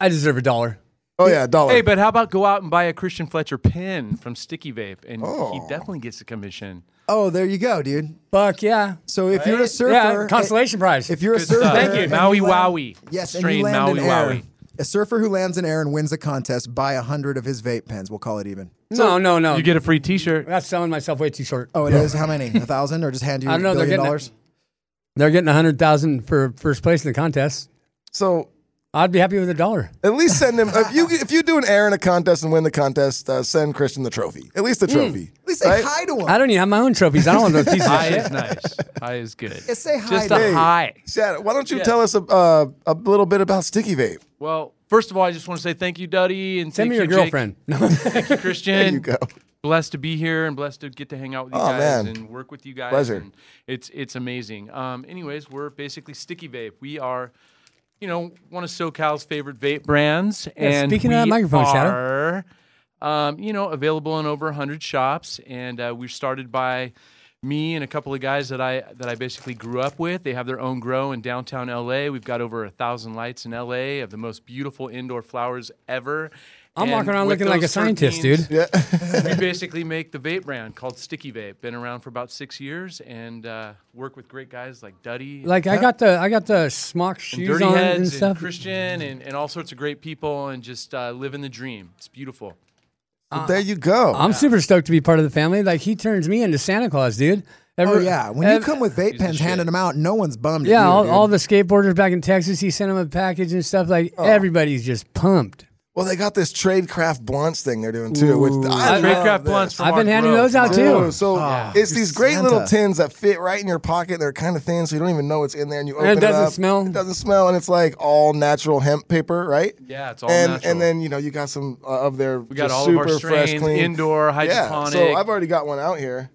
S2: I deserve a dollar.
S1: Oh, yeah, dollar.
S4: Hey, but how about go out and buy a Christian Fletcher pin from Sticky Vape, and he
S1: Oh.
S4: definitely gets a commission.
S3: Oh, there you go, dude.
S2: Fuck yeah,
S3: So if you're a surfer, eh,
S2: yeah, consolation prize.
S3: If you're a
S4: Good
S3: surfer,
S4: stuff. Thank you.
S3: and
S4: Maui
S3: land-
S4: Wowie.
S3: Yes, and
S4: Strain
S3: you land
S4: Maui
S3: an air.
S4: Wowie.
S3: A surfer who lands an air and wins a contest, buy a hundred of his vape pens. We'll call it even.
S2: no, no, no.
S4: You get a free T-shirt.
S2: That's selling myself way too short.
S3: Oh, it is how many? A thousand, or just hand you
S2: I
S3: a
S2: don't know. They're
S3: billion
S2: getting
S3: dollars?
S2: They're getting a hundred thousand for first place in the contest.
S1: So
S2: I'd be happy with a dollar.
S1: At least send him. If you if you do an errand a contest and win the contest, uh, send Christian the trophy. At
S4: Hmm.
S1: least the trophy.
S3: At least say
S1: Right?
S3: hi to him.
S2: I don't even have my own trophies. I don't want those pieces of
S4: High
S2: shit.
S4: is nice. High is good.
S3: Yeah, say hi
S4: Just
S2: uh,
S3: to
S4: a
S3: me.
S4: high.
S1: Shadow, why don't you tell us a, uh, a little bit about Sticky Vape?
S4: Well, first of all, I just want to say thank you, Duddy, and
S2: Send
S4: thank
S2: me
S4: you,
S2: your
S4: Jake.
S2: girlfriend. (laughs) No.
S4: Thank you, Christian.
S1: There you go.
S4: Blessed to be here and blessed to get to hang out with you
S1: Aw,
S4: guys
S1: man.
S4: and work with you guys.
S1: Pleasure.
S4: and It's it's amazing. Um, anyways, we're basically Sticky Vape. We are, you know, one of SoCal's favorite vape brands. and
S2: speaking of
S4: we
S2: that microphone, Shadow.
S4: are, um, you know, available in over 100 shops. And uh, we started by me and a couple of guys that I that I basically grew up with. They have their own grow in downtown LA. We've got over a thousand lights in LA of the most beautiful indoor flowers ever.
S2: I'm
S4: And
S2: walking around
S4: with
S2: looking like
S4: those
S2: a scientist,
S4: 13s,
S2: dude. Yeah.
S4: we basically make the vape brand called Sticky Vape. Been around for about six years and uh, work with great guys like Duddy,
S2: Like I got the I got the smock
S4: and
S2: shoes
S4: Dirty
S2: on
S4: Heads,
S2: and
S4: and,
S2: stuff.
S4: Christian, and, and all sorts of great people, and just uh, living the dream. It's beautiful.
S1: (laughs) Well,
S4: Uh,
S1: there you go.
S2: I'm super stoked to be part of the family. Like he turns me into Santa Claus, dude.
S3: Oh
S2: Every-
S3: yeah, when you
S2: ev-
S3: come with
S4: He's
S3: vape
S4: the
S3: pens handing
S4: shit.
S3: them out, no one's bummed. at
S2: yeah,
S3: you,
S2: all,
S3: dude.
S2: all the skateboarders back in Texas, he sent them a package and stuff. Like everybody's just pumped.
S1: well, they got this trade craft blunts thing they're doing too, which I
S4: Trade
S1: love
S4: craft
S1: this.
S4: blunts from Ah,
S2: I've been
S4: our
S2: handing
S4: grow.
S2: those out
S1: Dude,
S2: too.
S1: so it's these
S3: You're
S1: great little
S3: Santa.
S1: tins that fit right in your pocket. They're kind of thin, so you don't even know it's in there, and you open
S2: it doesn't
S1: up.
S2: smell.
S1: It doesn't smell, and it's like all natural hemp paper, right?
S4: Yeah, it's all
S1: and,
S4: natural.
S1: And then you know you got some uh, of their
S4: we got all of
S1: super
S4: our
S1: fresh,
S4: strains,
S1: clean
S4: indoor,
S1: Yeah,
S4: hydroponic.
S1: so I've already got one out here.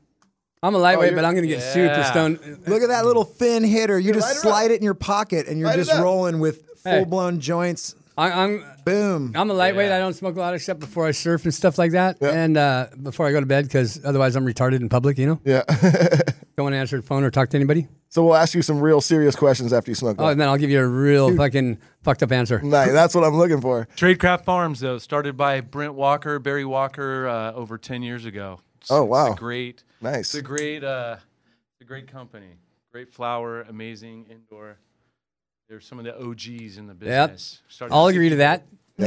S2: I'm a lightweight,
S1: Oh,
S2: but I'm gonna get super
S4: yeah.
S2: stoned.
S3: Look at that little thin hitter. You
S1: light it
S3: just
S1: up.
S3: slide it in your pocket, and you're
S1: Light it
S3: just
S1: up.
S3: rolling with
S2: Hey.
S3: full blown joints.
S2: I, I'm
S3: Boom.
S2: I'm a lightweight.
S4: Yeah.
S2: I don't smoke a lot except before I surf and stuff like that, and uh, before I go to bed because otherwise I'm retarded in public. You know,
S1: Yeah. (laughs)
S2: don't want to answer the phone or talk to anybody.
S1: so we'll ask you some real serious questions after you smoke.
S2: Oh,
S1: that.
S2: and then I'll give you a real fucking fucked up answer.
S1: Nice. That's what I'm looking for.
S4: Tradecraft Farms, though, started by Brent Walker, Barry Walker, uh, over 10 years ago. It's-
S1: Oh,
S4: it's
S1: wow.
S4: a great,
S1: Nice.
S4: It's a great, uh, it's a great company. Great flower, amazing indoor. They're some of the OGs in the business. Started
S2: I'll agree to that.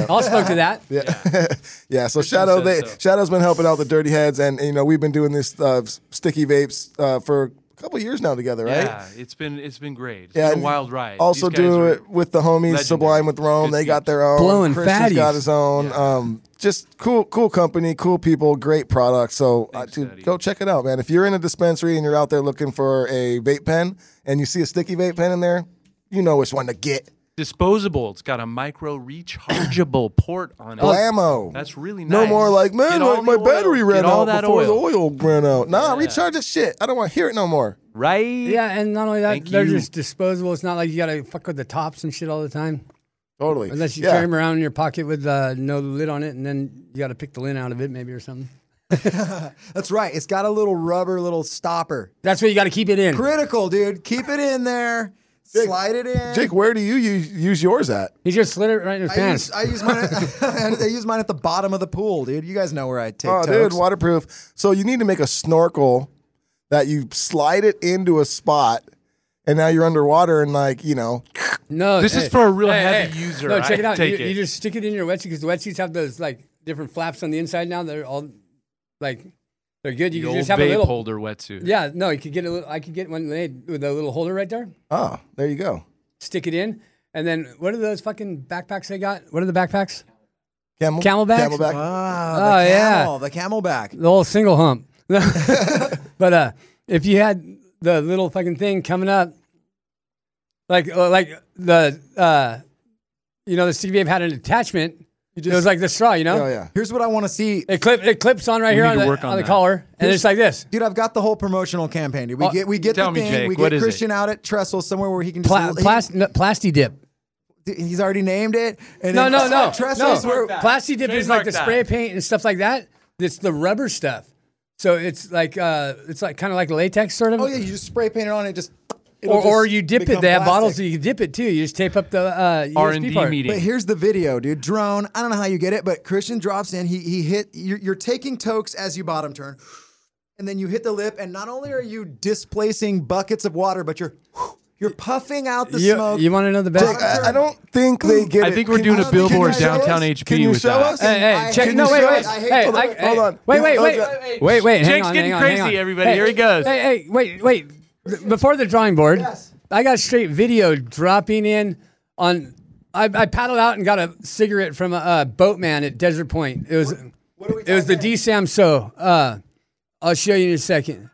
S2: I'll smoke to that.
S1: Yeah. yeah. So Shadow,
S4: said
S1: they,
S4: so.
S1: Shadow's been helping out the Dirty Heads, and, and, you know we've been doing this uh, s- sticky vapes uh, for a couple years now together, right?
S4: Yeah, it's been it's been great. It's
S1: Yeah,
S4: been
S1: and
S4: a wild ride.
S1: Also
S4: These guys
S1: do
S4: are-
S1: it with the homies,
S4: legendary.
S1: Sublime with Rome.
S4: Good
S1: they got
S4: dudes.
S1: their own.
S2: Blowing
S1: Christian's
S2: fatties.
S1: got his own. Um, just cool, cool company, cool people, great product. So uh, dude,
S4: Daddy.
S1: go check it out, man. If you're in a dispensary and you're out there looking for a vape pen and you see a sticky vape pen in there, you know which one to get.
S4: disposable. It's got a micro rechargeable port on it.
S1: Blammo.
S4: That's really nice.
S1: No more like,
S4: Get
S1: man,
S4: all
S1: my,
S4: the
S1: my
S4: oil.
S1: battery ran
S4: Get all
S1: out
S4: that
S1: before
S4: oil.
S1: the oil ran out. Nah, recharge that shit. I don't want to hear it no more.
S4: Right?
S2: Yeah, and not only that,
S4: Thank
S2: they're
S4: you.
S2: just disposable. It's not like you gotta fuck with the tops and shit all the time.
S1: Totally.
S2: Unless you
S1: Yeah.
S2: carry them around in your pocket with uh, no lid on it, and then you gotta pick the lid out of it maybe or something.
S3: That's right. It's got a little rubber, little stopper.
S2: That's what you gotta keep it in.
S3: Critical, dude. Keep it in there. Slide it in.
S1: Jake, where do you use, use yours at?
S2: He just slid it right in his
S3: I
S2: pants.
S3: use, I use mine.
S2: (laughs)
S3: At, (laughs) I use mine at the bottom of the pool, dude. You guys know where I take.
S1: Oh, dude,
S3: tokes.
S1: waterproof. So you need to make a snorkel that you slide it into a spot, and now you're underwater and like you know.
S2: no,
S4: This is for a real heavy user.
S2: No, check
S4: I
S2: it out.
S4: take
S2: you,
S4: it.
S2: you just stick it in your wetsuit because the wetsuits have those like different flaps on the inside now. They're all like they're good. You
S4: the
S2: can
S4: old
S2: just have a
S4: vape
S2: little.
S4: holder wetsuit.
S2: Yeah, no, you could get a little. I could get one made with a little holder right there.
S1: Oh, there you go.
S2: Stick it in, and then what are those fucking backpacks they got? What are the backpacks?
S1: Camel.
S2: Camelbacks?
S1: Camelback.
S3: Ah,
S2: Oh,
S3: the
S2: yeah.
S3: camel, the camelback.
S2: The whole single hump. (laughs) but uh, if you had the little fucking thing coming up, like uh, like the uh, you know, the CVM had an attachment. it was like the straw, you know.
S1: oh yeah.
S3: Here's what I want to see.
S2: It clip it clips on right here
S4: need
S2: on
S4: to
S2: the,
S4: work
S2: on
S4: on
S2: the
S4: that.
S2: collar, and it's like this.
S3: Dude, I've got the whole promotional campaign. Dude. We
S2: Oh,
S3: get we get
S4: tell
S3: the
S4: me,
S3: thing.
S4: Jake,
S3: we get
S4: what is it?
S3: Christian out at Trestle somewhere where he can just
S2: Pla-
S3: he-
S2: plas- no, plasti dip.
S3: he's already named it. And
S2: No,
S3: then-
S2: no, no, no.
S3: Trestle's where
S2: Plasti dip is like
S4: Trademark
S2: the
S4: that.
S2: spray paint and stuff like that. It's the rubber stuff. So it's like uh, it's like kind of like latex sort of.
S3: Oh yeah, you just spray paint it on it just it'll
S2: or, or
S3: just
S2: you dip it.
S3: become
S2: They have bottles that
S3: plastic.
S2: you can dip it too. You just tape up the uh, USB
S4: R and D
S2: part.
S4: meeting.
S3: But here's the video, dude. Drone. I don't know how you get it, but Christian drops in. He he hit. You're, you're taking tokes as you bottom turn, and then you hit the lip. And not only are you displacing buckets of water, but you're you're puffing out the
S2: You,
S3: smoke.
S2: you want to know the best?
S3: Jake,
S1: I, I don't think they get
S4: I
S1: it.
S4: think we're
S1: Can-
S4: doing a
S3: I don't think
S4: billboard
S3: you guys
S4: downtown
S3: show us.
S4: HP
S1: Can you
S4: with
S1: show
S4: that.
S1: us?
S2: Hey, hey,
S3: I-
S2: check.
S3: can
S2: No,
S3: you
S2: wait,
S3: show
S2: wait.
S3: us? I hate
S2: hey,
S3: to look-
S2: I,
S1: hold on.
S2: Wait,
S1: You-
S2: wait,
S1: oh,
S2: wait,
S1: God.
S2: wait, wait, wait. Hang
S4: Jake's
S2: on,
S4: getting
S2: hang on, hang
S4: crazy,
S2: on.
S4: everybody.
S2: Hey,
S4: Here he goes.
S2: Hey, hey, wait, wait. Before the drawing board, I got straight video dropping in on I, I paddled out and got a cigarette from a, uh boatman at Desert Point. It was it was the D Sam So. Uh, I'll show you in a second.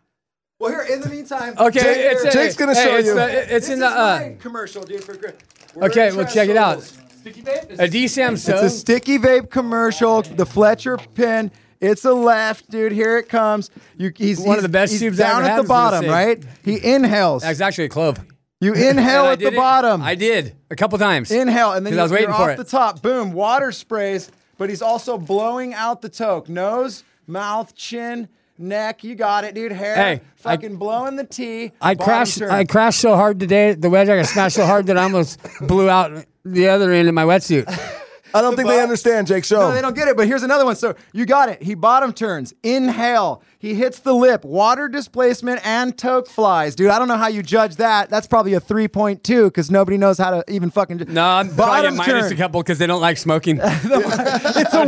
S5: Well, here in the meantime,
S2: Okay,
S5: Jake,
S2: it's
S5: here-
S1: Jake's gonna
S2: hey,
S1: show
S2: it's
S1: you.
S2: the- it's
S5: this
S2: in
S5: is
S2: the
S5: my
S2: uh,
S5: commercial, dude. For gr- we're
S2: okay.
S5: in
S2: Well, check it out.
S5: Trastles.
S4: Sticky vape? Is
S2: A D Sam
S3: It's
S2: So.
S3: a sticky vape commercial, the Fletcher pin. It's a left, dude. Here it comes. You, he's
S2: One of
S3: he's-
S2: the best
S3: he's
S2: tubes I
S3: down
S2: ever
S3: at
S2: had
S3: the
S2: was gonna
S3: bottom,
S2: say.
S3: right? He inhales.
S2: That's actually a clove.
S3: You inhale
S2: And (laughs) I
S3: at the
S2: did it-
S3: bottom.
S2: I did a couple times.
S3: Inhale, and then
S2: 'Cause
S3: you,
S2: I was waiting
S3: you're
S2: for it.
S3: off the top. Boom, water sprays, but he's also blowing out the toke. Nose, mouth, chin, neck. You got it, dude. Hair.
S2: Hey, I-
S3: fucking blowing the T.
S2: I
S3: bottom
S2: crashed.
S3: turn.
S2: I crashed so hard today. The wedge I got smashed so hard that I almost (laughs) blew out the other end of my wetsuit.
S1: I don't think they
S3: bot-
S1: understand, Jake. Show
S3: No,
S1: 'em.
S3: they don't get it, but here's another one. So you got it. He bottom turns, inhale, he hits the lip, water displacement, and toke flies. Dude, I don't know how you judge that. That's probably a 3.2 because nobody knows how to even fucking. ju-
S2: No,
S3: (laughs)
S2: I'm probably at
S3: bottom
S2: minus
S3: turn.
S2: a couple because they don't like
S3: (laughs)
S2: smoking.
S3: It's a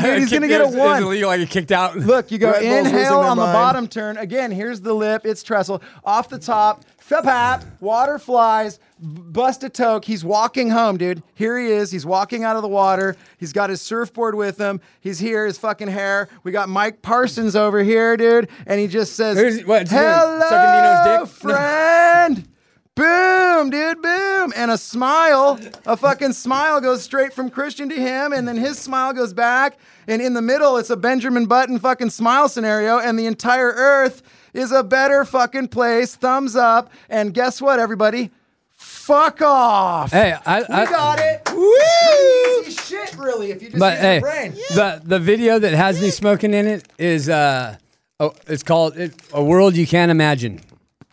S2: (laughs)
S3: dude. He's going to get a
S2: It's
S3: one.
S2: illegal. I get kicked out.
S3: Look, you go
S1: Red Bull's losing
S3: inhale
S1: their
S3: on the
S1: mind.
S3: bottom turn. Again, here's the lip. It's trestle. Off the top, fepap, water flies, b- bust a toke. He's walking home, dude. Here he is. He's walking out of the water. He's got his surfboard with him. He's here, his fucking hair. We got Mike Parsons over here, dude. And he just says,
S2: Who's- what's he doing?
S1: E.
S2: Sucking Dino's
S3: Hello,
S2: dick?"
S3: friend. Boom, dude, boom. And a smile, a fucking smile goes straight from Christian to him, and then his smile goes back. And in the middle, it's a Benjamin Button fucking smile scenario, and the entire earth is a better fucking place. Thumbs up. And guess what, everybody? Fuck off.
S2: Hey, I,
S3: we
S2: I
S3: got it. Woo! Easy shit, really, if you just
S2: But
S3: use
S2: hey,
S3: your brain.
S2: the the video that has me smoking in it is uh, oh, it's called it, "A World You Can't Imagine."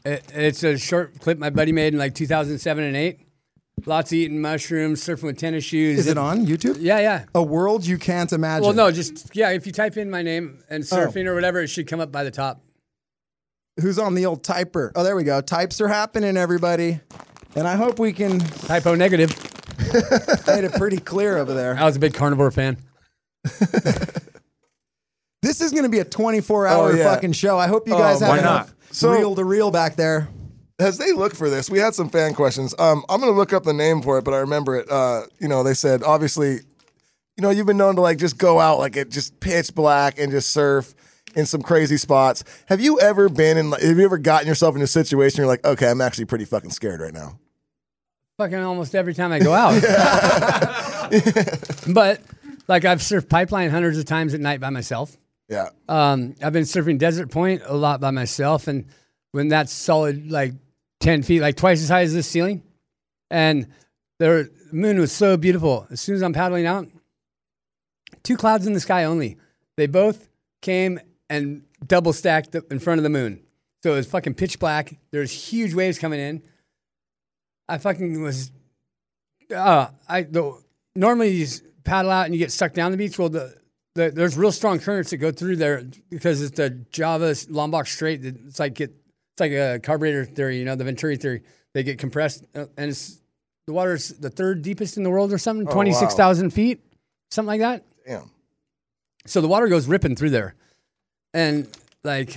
S2: It, it's a short clip my buddy made in like 2007 and eight. Lots of eating mushrooms, surfing with tennis shoes.
S3: Is it on YouTube?
S2: Yeah, yeah.
S3: A world you can't imagine.
S2: Well, no, just yeah. If you type in my name and
S3: Oh.
S2: surfing or whatever, it should come up by the top.
S3: Who's on the old typer? Oh, there we go. Types are happening, everybody. And I hope we can
S2: Typo negative.
S3: made it pretty clear over there.
S2: (laughs) I was a big carnivore fan.
S3: This is going to be a 24 hour
S1: Oh, yeah.
S3: fucking show. I hope you guys have
S4: why
S3: enough
S4: not?
S1: So-
S3: reel to reel back there.
S1: As they look for this, we had some fan questions. Um, I'm gonna look up the name for it, but I remember it. Uh, you know, they said obviously, you know, you've been known to like just go out like it just pitch black and just surf in some crazy spots. Have you ever been in? like, Have you ever gotten yourself in a situation where you're like, okay, I'm actually pretty fucking scared right now?
S2: Fucking almost every time I go
S3: (laughs)
S2: out. but like I've surfed pipeline hundreds of times at night by myself.
S1: Yeah,
S2: Um, I've been surfing Desert Point a lot by myself, and when that's solid, like ten feet, like twice as high as this ceiling, and the moon was so beautiful. As soon as I'm paddling out, two clouds in the sky only. They both came and double stacked up in front of the moon, so it was fucking pitch black. There's huge waves coming in. I fucking was. Uh, I the, normally you s- paddle out and you get sucked down the beach. Well, the, the there's real strong currents that go through there because it's the Java s- Lombok Strait. That it's like get it's like a carburetor theory, you know, the Venturi theory. They get compressed, uh, and it's the water's the third deepest in the world or something, twenty six thousand feet, something like that.
S1: damn.
S2: So the water goes ripping through there, and like,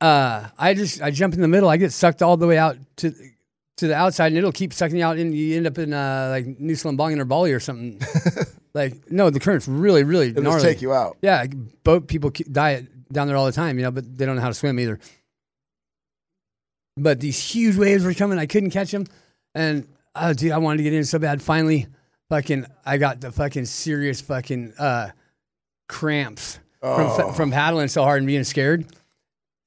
S2: uh, I just I jump in the middle. I get sucked all the way out to to the outside, and it'll keep sucking you out, and you end up in uh, like New Slambong or Bali
S1: (laughs)
S2: or something. like, no, the current's really, really
S1: It'll
S2: gnarly.
S1: just take you out.
S2: Yeah, like, boat people ki- die down there all the time, you know, but they don't know how to swim either. But these huge waves were coming. I couldn't catch them. And, oh, dude, I wanted to get in so bad. Finally, fucking, I got the fucking serious fucking uh, cramps from, f- from
S4: Oh.
S2: paddling so hard and being scared.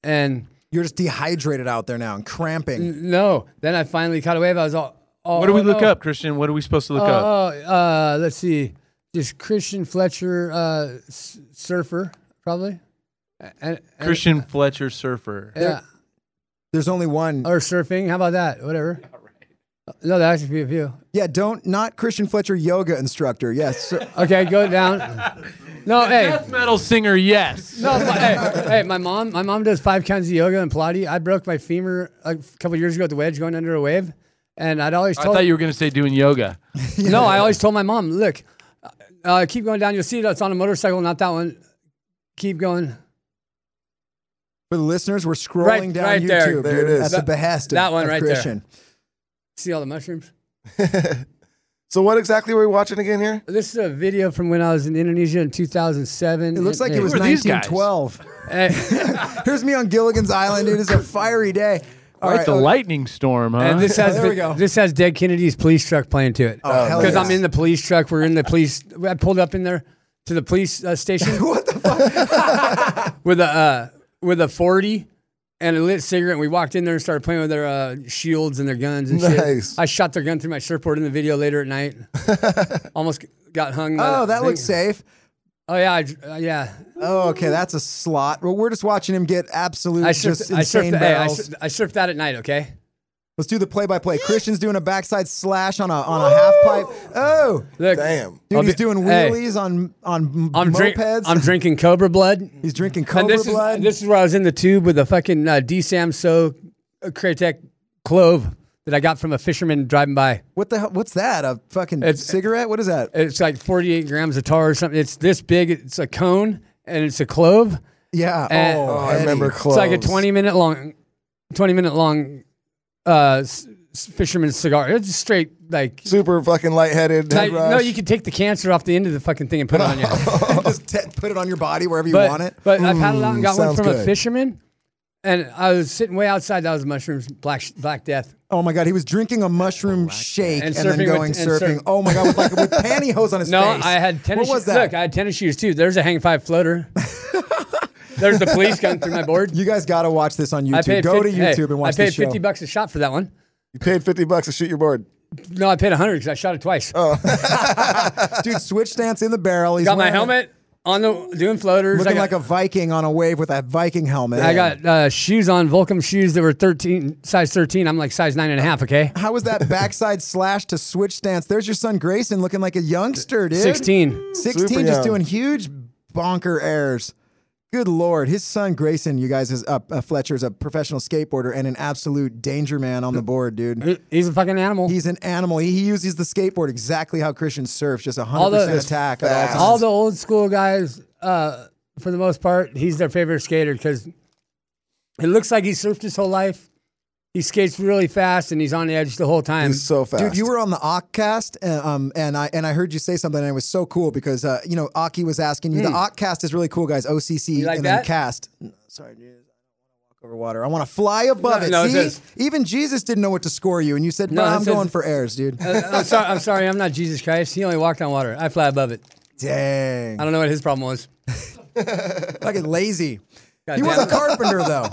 S2: And
S3: You're just dehydrated out there now and cramping.
S2: n- no, then I finally caught a wave. I was all, all
S4: What do we
S2: oh,
S4: look
S2: no.
S4: up, Christian? What are we supposed to look
S2: Oh,
S4: up?
S2: oh, uh, let's see. Just Christian Fletcher, uh, s- surfer, probably. And, and-
S4: Christian Fletcher Surfer.
S2: yeah,
S3: There's only one.
S2: or surfing. How about
S4: (laughs)
S2: that? Whatever. No, that actually be a few.
S3: Yeah, don't not Christian Fletcher yoga instructor. Yes. sir.
S2: Okay,
S4: (laughs)
S2: go down. No, hey,
S4: Death metal singer, yes.
S2: no, my- hey, hey, my mom, my mom does five kinds of yoga and Pilates. I broke my femur a couple years ago at the wedge going under a wave, and I'd always
S4: I
S2: told
S4: thought you were going to say doing yoga.
S2: (laughs) no, I always told my mom, look, uh, keep going down. You'll see that's on a motorcycle, not that one. Keep going.
S3: For the listeners, we're scrolling
S2: Right-
S3: down
S2: right
S3: YouTube
S2: there.
S3: dude,
S1: There it is.
S3: at the
S1: That-
S3: behest of,
S2: that one
S3: of
S2: right there.
S3: Christian.
S2: See all the mushrooms.
S1: So what exactly were we watching again here?
S2: This is a video from when I was in Indonesia in 2007.
S3: It looks like it was
S4: Who are these guys?
S3: 1912.
S2: Eh,
S3: (laughs) Here's me on Gilligan's Island, dude. It's a fiery day. All
S4: Quite
S3: right,
S4: the
S3: oh,
S4: lightning storm, huh?
S2: and
S3: (laughs)
S2: this
S3: Oh,
S2: has
S3: there we
S2: vi-
S3: go.
S2: this has Dead Kennedy's police truck playing to it.
S3: Oh, hell
S2: Because
S3: yeah.
S2: I'm in the police truck. We're in the police. I pulled up in there to the police uh,
S3: (laughs)
S2: station. what the fuck? (laughs) with a uh, with a 40 and a lit cigarette. And we walked in there and started playing with their uh, shields and their guns and
S1: Nice.
S2: shit. I shot their gun through my surfboard in the video later at
S3: (laughs)
S2: night. Almost got hung. by
S3: Oh,
S2: the
S3: that
S2: thing.
S3: looks safe.
S2: Oh yeah, I, dr- uh, yeah.
S3: Oh, okay, that's a slot. Well, we're just watching him get absolute
S2: I
S3: just
S2: surfed. I
S3: insane
S2: surfed. Hey, I,
S3: barrels.
S2: surfed I surfed that at night. Okay.
S3: Let's do the play-by-play. Christian's doing a backside slash on a on a half pipe. Oh,
S2: Look,
S1: Damn.
S3: dude,
S2: I'll
S3: he's
S2: be-
S3: doing
S2: hey.
S3: wheelies on on
S2: I'm
S3: mopeds.
S2: drink, I'm drinking Cobra Blood.
S3: (laughs) he's drinking
S2: And
S3: cobra
S2: this
S3: blood.
S2: is this is where I was in the tube with a fucking uh, D Samso Kratek clove that I got from a fisherman driving by.
S3: what the hell? What's that? A fucking
S2: It's-
S3: cigarette? What is that?
S2: It's like 48 grams of tar or something. It's this big. It's a cone and it's a clove.
S3: yeah.
S2: and-
S3: oh,
S2: Oh,
S1: I
S3: Eddie.
S1: remember
S2: It's
S1: close.
S2: like a (laughs) 20 minute long, 20 minute long, uh, s- s- fisherman's cigar. It's just straight like.
S1: Super fucking lightheaded.
S2: like,
S1: head
S2: no,
S1: rush.
S2: you can take the cancer off the end of the fucking thing and put it on you.
S3: (laughs) just te- put it on your body wherever you
S2: but,
S3: want it. Mm,
S2: But I paddled out and got one
S1: sounds
S2: from
S1: good.
S2: a fisherman, and I was sitting way outside. That was mushrooms, black black death.
S3: Oh my god, he was drinking a mushroom shake and,
S2: Oh, And
S3: then
S2: surfing with-
S3: going
S2: and
S3: surfing.
S2: surf-
S3: oh my god, with
S2: (laughs)
S3: like with pantyhose on his
S2: No,
S3: face.
S2: I had tennis.
S3: What was
S2: shoes.
S3: that?
S2: Look, I had tennis shoes too. There's a hang five
S3: (laughs)
S2: floater. There's the police gun through my board.
S3: you guys got to watch this on
S2: I
S3: YouTube.
S2: paid
S3: Go to
S2: 50 hey,
S3: YouTube and watch
S2: I paid
S3: this show.
S2: 50 bucks a shot for that one.
S1: You paid 50 bucks to shoot your board.
S2: No, I paid 100 because I shot it twice. Oh,
S3: (laughs) Dude, switch stance in the barrel. He's
S2: got my
S3: wearing-
S2: helmet on the doing floaters.
S3: Looking
S2: I got,
S3: like a Viking on a wave with a Viking helmet.
S2: I got uh, shoes on Volcom shoes that were 13 size 13. I'm like size nine and a half. Okay,
S3: How was
S2: (laughs)
S3: that backside slash to switch stance? There's your son Grayson looking like a youngster, dude.
S2: 16.
S3: 16
S1: Super
S3: just
S1: young.
S3: doing huge bonker errors. Good lord, his son Grayson, you guys, is up. Uh, Fletcher's a professional skateboarder and an absolute danger man on the board, dude.
S2: He- He's a fucking animal.
S3: He's an animal. He, he uses the skateboard exactly how Christian surfs, just 100%
S2: All the-
S3: attack at all times.
S2: All the old school guys, uh, for the most part, he's their favorite skater because it looks like he surfed his whole life. He skates really fast and he's on edge the whole time.
S1: He's so fast.
S3: Dude, you were on the Ockcast, uh, um, and I and I heard you say something, and it was so cool because uh, you know Aki was asking you. The Ockcast is really cool, guys. OCC
S2: Hmm. You like
S3: and then
S2: that?
S3: cast. No, sorry, dude. I don't want to walk over water. I want to fly above
S2: No,
S3: it.
S2: no, it
S3: See,
S2: says-
S3: even Jesus didn't know what to score you, and you said,
S2: No,
S3: "Bro,
S2: it
S3: "I'm
S2: says-
S3: going for
S2: (laughs)
S3: airs,
S2: (laughs)
S3: dude."
S2: Uh, I'm sorry. I'm sorry. I'm not Jesus Christ. He only walked on water. I fly above it.
S3: Dang,
S2: I don't know what his problem was.
S3: fucking lazy.
S2: God
S3: He was a
S2: damn.
S3: carpenter though.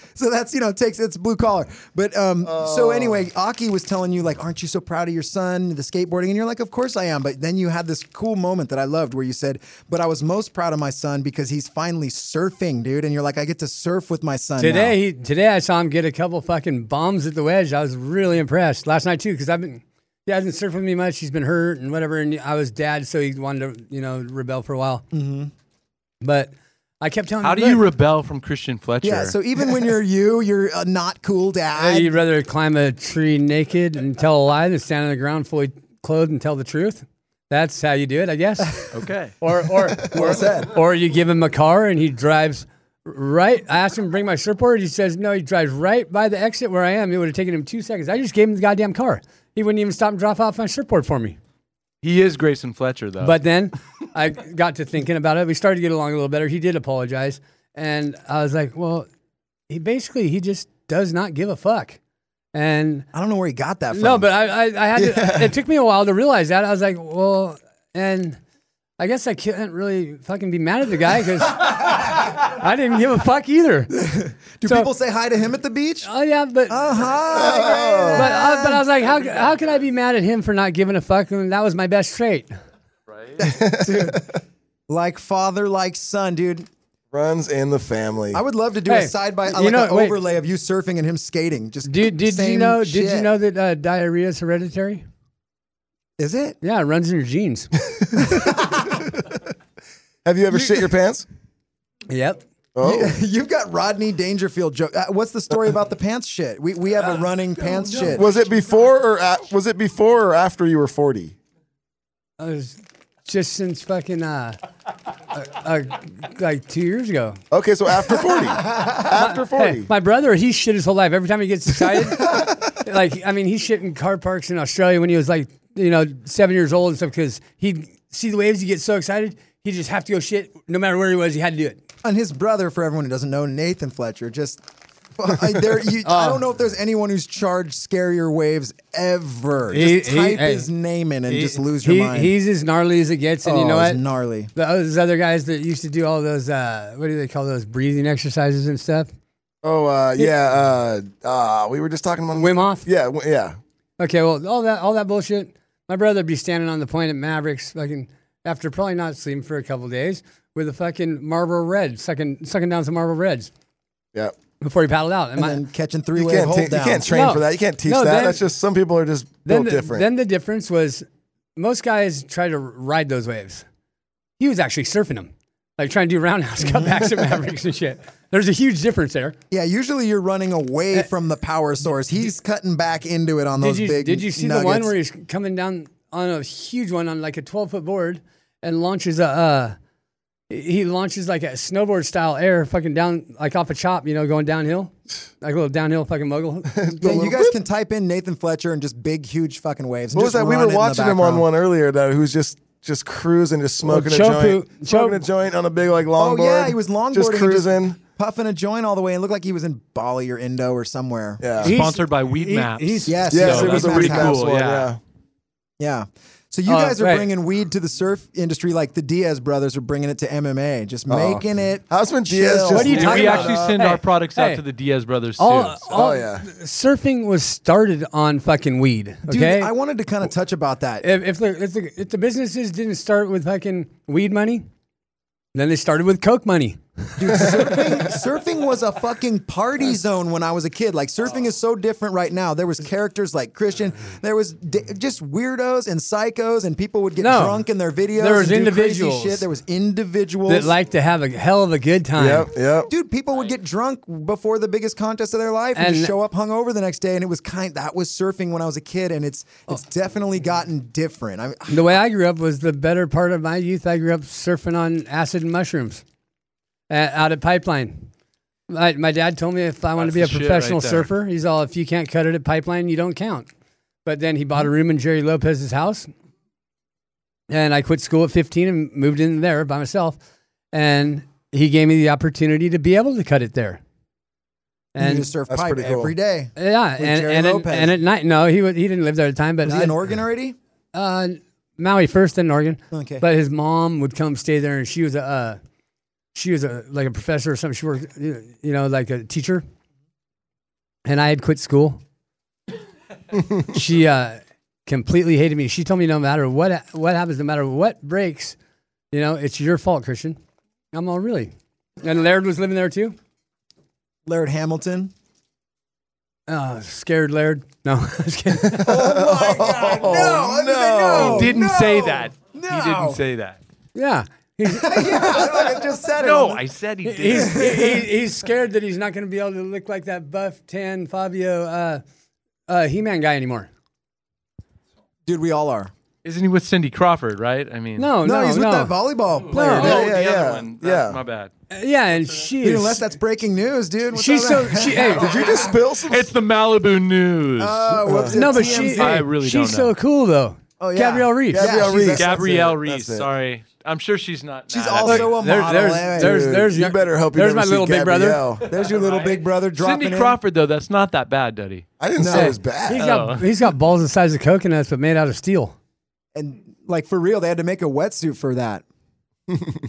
S3: (laughs) so that's you know takes it's blue collar. But um
S2: Oh.
S3: so anyway, Aki was telling you like aren't you so proud of your son the skateboarding and you're like of course I am, but then you had this cool moment that I loved where you said, "But I was most proud of my son because he's finally surfing, dude." And you're like I get to surf with my son now."
S2: today. He, today I saw him get a couple fucking bombs at the wedge. I was really impressed last night too because I've been. He hasn't surfed with me much. He's been hurt and whatever. And I was dad, so he wanted to, you know, rebel for a while. Mm-hmm. But I kept telling
S4: How
S2: him,
S4: do you
S2: "Look,
S4: rebel from Christian Fletcher?
S3: Yeah, so even when
S2: (laughs)
S3: you're you, you're a not cool
S2: Hey,
S3: dad.
S2: you'd rather climb a tree naked and tell a lie than stand on the ground fully clothed and tell the truth. That's how you do it, I
S4: (laughs)
S2: guess.
S4: okay.
S2: Or or or, or you give him a car and he drives right. I asked him to bring my surfboard. He says no. He drives right by the exit where I am. It would have taken him two seconds. I just gave him the goddamn car. He wouldn't even stop and drop off my surfboard for me.
S4: He is Grayson Fletcher, though.
S2: But then I got to thinking about it. We started to get along a little better. He did apologize, and I was like, well, he basically he just does not give a fuck. And
S3: I don't know where he got that from.
S2: no, but I, I, I
S3: (laughs)
S2: had to, it took me a while to realize that. I was like, well, and I guess I can't really fucking be mad at the guy
S3: (laughs)
S2: because I didn't give a fuck either.
S3: do
S2: so-
S3: people say hi to him at
S2: (laughs)
S3: the beach?
S2: Oh yeah, but
S3: Uh,
S2: but,
S3: hi.
S2: I, but I was like, how how can I be mad at him for not giving a fuck? And that was my best trait.
S3: like father, like son, dude.
S1: Runs in the family.
S3: I would love to do a
S2: Hey,
S3: side by
S2: you
S3: like
S2: know-
S3: an
S2: wait.
S3: overlay of you surfing and him skating. Just
S2: Did did you
S3: same
S2: know? Did you
S3: shit.
S2: know that uh, diarrhea is hereditary?
S3: Is it?
S2: Yeah, it runs in your genes.
S3: (laughs)
S1: Have you ever shit your pants?
S2: yep.
S1: Oh,
S3: (laughs) You've got Rodney Dangerfield joke. Uh, what's the story about the pants shit? We we have
S1: Ah,
S3: a running pants shit.
S1: was it before or a was it before or after you were 40?
S2: I was just since fucking uh, uh, uh like two years ago.
S1: Okay, so after
S2: (laughs)
S1: 40. after 40.
S2: Hey, my brother, he
S3: (laughs)
S2: shit his whole life. Every time he gets excited, like I mean, he shit in car parks in Australia when he was like you know, seven years old and stuff because he'd see the waves, he'd get so excited, he'd just have to go shit no matter where he was, he had to do it.
S3: And his brother, for everyone who doesn't know, Nathan Fletcher, just. (laughs) uh, I, there,
S2: (laughs)
S3: you,
S2: Oh.
S3: I don't know if there's anyone who's charged scarier waves ever. Just
S2: He- he-
S3: type
S2: hey.
S3: his name in and
S2: He-
S3: just lose your
S2: he-
S3: mind.
S2: He's as gnarly as it gets, and
S3: oh,
S2: you know
S3: it's
S2: what?
S3: gnarly.
S2: Those other guys that used to do all those, uh, what do they call those breathing exercises and stuff?
S1: Oh uh, yeah, uh, uh, we were just talking about
S2: Wim Hof.
S1: Yeah, w- yeah.
S2: Okay, well, all that all that bullshit. My brother'd be standing on the point at Mavericks, fucking after probably not sleeping for a couple days, with a fucking Marlboro Red, sucking sucking down some Marlboro Reds
S1: Yeah.
S2: before he paddled out.
S3: And
S2: my-
S3: then catching three
S1: You
S3: way
S1: can't,
S3: hold
S1: te- you
S3: down.
S1: can't train
S2: No.
S1: for that. You can't teach
S2: No,
S1: that.
S2: then-
S1: That's just some people are just built
S2: then the,
S1: different.
S2: Then the difference was most guys tried to ride those waves. He was actually surfing them, like trying to do roundhouse (laughs) cutbacks at Mavericks and shit. There's a huge difference there.
S3: Yeah, usually you're running away from the power source. He's cutting back into it on those
S2: did you
S3: big.
S2: did you see the one
S3: nuggets.
S2: where he's coming down on a huge one on like a 12 foot board and launches a uh he launches like a snowboard style air fucking down like off a chop you know going downhill like a little downhill fucking
S3: (laughs)
S2: mogul
S3: Yeah, you guys can type in Nathan Fletcher and just big, huge fucking waves. and
S1: what was
S3: just
S1: that? We
S3: run it
S1: were
S3: in the
S1: watching him on
S3: background.
S1: one earlier though, who's just just cruising, just smoking
S2: Chopu-
S1: a joint,
S2: Chop-
S1: smoking a joint on a big like
S3: Oh
S1: longboard.
S3: yeah, he was longboarding,
S1: just
S3: and
S1: cruising.
S3: puffing a joint all the way, and looked like he was in Bali or Indo or somewhere.
S1: yeah.
S2: He's-
S4: Sponsored by Weed
S2: he-
S4: Maps.
S2: he's-
S3: Yes,
S1: yes,
S3: yeah,
S1: it was
S3: that's
S1: a
S4: pretty
S1: weed
S3: fantastic.
S4: cool,
S1: cool, one.
S4: yeah.
S1: Yeah.
S3: Yeah. So you
S2: Oh,
S3: guys are
S2: right.
S3: bringing weed to the surf industry like the Diaz brothers are bringing it to MMA, just making it.
S1: Husband Diaz
S3: chill.
S1: just- What are you
S4: And
S2: talking
S4: we
S2: about?
S4: actually send
S2: Hey,
S4: our products out
S2: hey.
S4: to the Diaz brothers too.
S2: all,
S4: so-
S2: all-
S1: Oh, yeah.
S2: surfing was started on fucking weed
S3: Dude,
S2: okay
S3: I wanted to kind of touch about that.
S2: if, if, the, if, the, if the businesses didn't start with fucking weed money then they started with coke money
S3: Dude, surfing, surfing was a fucking party zone when I was a kid. Like surfing is
S2: Oh.
S3: so different right now. There was characters like Christian. There was d- just weirdos and psychos, and people would get
S2: No.
S3: drunk in their videos.
S2: There was
S3: and do crazy
S2: individuals.
S3: shit. There was individuals.
S2: that like to have a hell of a good time
S1: Yep, yep.
S3: Dude, people would get drunk before the biggest contest of their life and, just
S2: And-
S3: show up hungover the next day, and it was kind. That was surfing when I was a kid, and it's
S2: Oh.
S3: it's definitely gotten different. I mean,
S2: The way I grew up was the better part of my youth. I grew up surfing on acid and mushrooms uh, out at Pipeline. My, my dad told me if I want to
S4: That's
S2: be a
S4: the shit
S2: professional
S4: right there.
S2: surfer, he's all, if you can't cut it at Pipeline, you don't count. But then he bought a room in Jerry Lopez's house. And I quit school at 15 and moved in there by myself. And he gave me the opportunity to be able to cut it there.
S3: and
S2: And
S3: you just surf
S1: That's
S3: pipe
S1: pretty cool.
S3: every day.
S2: yeah, and,
S3: Jerry
S2: and, at,
S3: Lopez.
S2: and at night, no, he, wa- he didn't live there at the time, but
S3: Was he in
S2: I-
S3: Oregon already?
S2: uh, Maui first, then Oregon.
S3: Okay.
S2: But his mom would come stay there, and she was a uh, she was a like a professor or something. She worked, you know, like a teacher. And I had quit school. she uh, completely hated me. She told me no matter what what happens, no matter what breaks, you know, it's your fault, Christian. I'm all really. And Laird was living there too.
S3: Laird Hamilton.
S2: Uh, scared Laird. No, (laughs) I'm just kidding.
S3: Oh my God! No,
S1: no.
S4: He didn't
S3: no,
S4: say that. He
S3: no.
S4: didn't say that.
S3: (laughs)
S2: yeah. He's-
S3: I just said it.
S4: No, I said he
S2: he's,
S4: did.
S2: he,
S4: (laughs)
S2: he- he's scared that he's not going to be able to look like that buff, tan Fabio uh, uh, He Man guy anymore.
S3: dude, we all are.
S4: Isn't he with Cindy Crawford? Right? I mean,
S2: No, no,
S3: No,
S2: Oh, no.
S3: he's with that volleyball player.
S2: No.
S4: Oh,
S1: Yeah, yeah,
S4: the
S1: yeah.
S4: other one. That-
S1: Yeah.
S4: my bad.
S2: yeah, and she
S3: Dude,
S2: is.
S3: unless that's breaking news, dude. What's
S2: she's
S3: all
S2: so.
S3: that?
S2: She,
S3: (laughs)
S2: hey,
S1: Did you just spill some?
S4: It's the Malibu News.
S3: Uh, whoops,
S2: no,
S3: it's
S2: but she.
S3: TMZ.
S4: I
S2: hey,
S4: really
S2: she's
S4: don't
S2: so
S4: know.
S2: cool though.
S3: Oh, yeah.
S2: Gabrielle Reese.
S3: Yeah,
S1: Gabrielle
S3: she's
S1: Reese.
S3: a-
S4: Gabrielle
S1: That's it.
S4: Reese.
S1: That's it.
S4: Sorry, I'm sure she's not. nah,
S3: She's
S4: that's-
S3: also a model.
S2: There's, there's,
S3: eh?
S2: there's,
S1: Dude,
S2: there's,
S1: you better hope you
S2: there's
S1: never
S2: my
S1: see
S2: little big brother.
S1: Gabrielle. (laughs)
S3: There's your little big brother dropping
S4: Cindy
S3: in.
S4: Crawford though. That's not that bad, Duddy.
S1: I didn't
S3: No.
S1: say it was bad.
S2: He's
S4: Oh.
S2: got, he's got balls the size of coconuts, but made out of steel.
S3: And like for real, they had to make a wetsuit for that.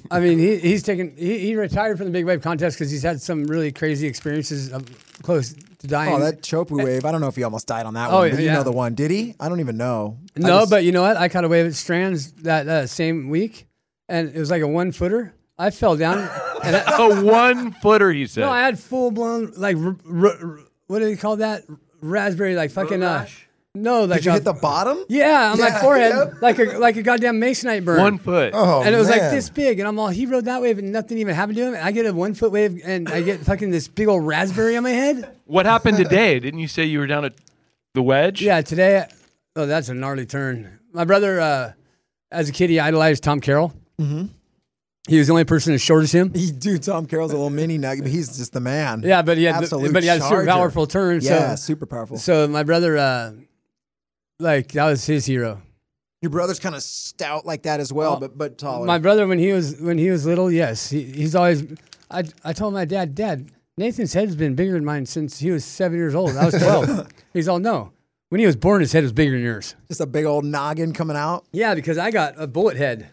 S2: I mean, he, he's taken. He, he retired from the big wave contest because he's had some really crazy experiences of close to dying.
S3: Oh, that Chopu wave. I don't know if he almost died on that
S2: Oh,
S3: one. but you
S2: yeah.
S3: know the one. Did he? I don't even know. I
S2: No,
S3: just-
S2: but you know what? I caught a wave at Strands that uh, same week, and it was like a one footer. I fell down. and I,
S4: A one footer, he said.
S2: no, I had full blown like r- r- r- what do they call that? Raspberry like fucking. Uh, no, like
S3: did you
S2: a-
S3: hit the bottom?
S2: Yeah, on my
S3: Yeah, (laughs)
S2: forehead,
S3: yep.
S2: like a like a goddamn masonite burn.
S4: one foot.
S1: Oh,
S2: and it was like
S1: man.
S2: this big, and I'm all he rode that wave, and nothing even happened to him. And I get a one foot wave, and I get fucking this big old raspberry on my head.
S4: What happened today? Didn't you say you were down at the wedge?
S2: Yeah, today. Oh, that's a gnarly turn. My brother, uh, as a kid, he idolized Tom Carroll. Mm-hmm. He was the only person as short as him.
S3: He, dude, Tom Carroll's a little mini nugget, but he's just the man.
S2: Yeah, but he had, the,
S3: Absolute
S2: but he had a super
S3: charger.
S2: powerful turn. so,
S3: Yeah, super powerful.
S2: so my brother, uh, like that was his hero.
S3: Your brother's kind of stout like that as well, but but taller.
S2: Oh, My brother, when he was when he was little, yes, he, he's always. I I told my dad, Dad, Nathan's head's been bigger than mine since he was seven years old. (laughs) I was twelve. he's all no. When he was born, his head was bigger than yours.
S3: Just a big old noggin coming out.
S2: Yeah, because I got a bullet head.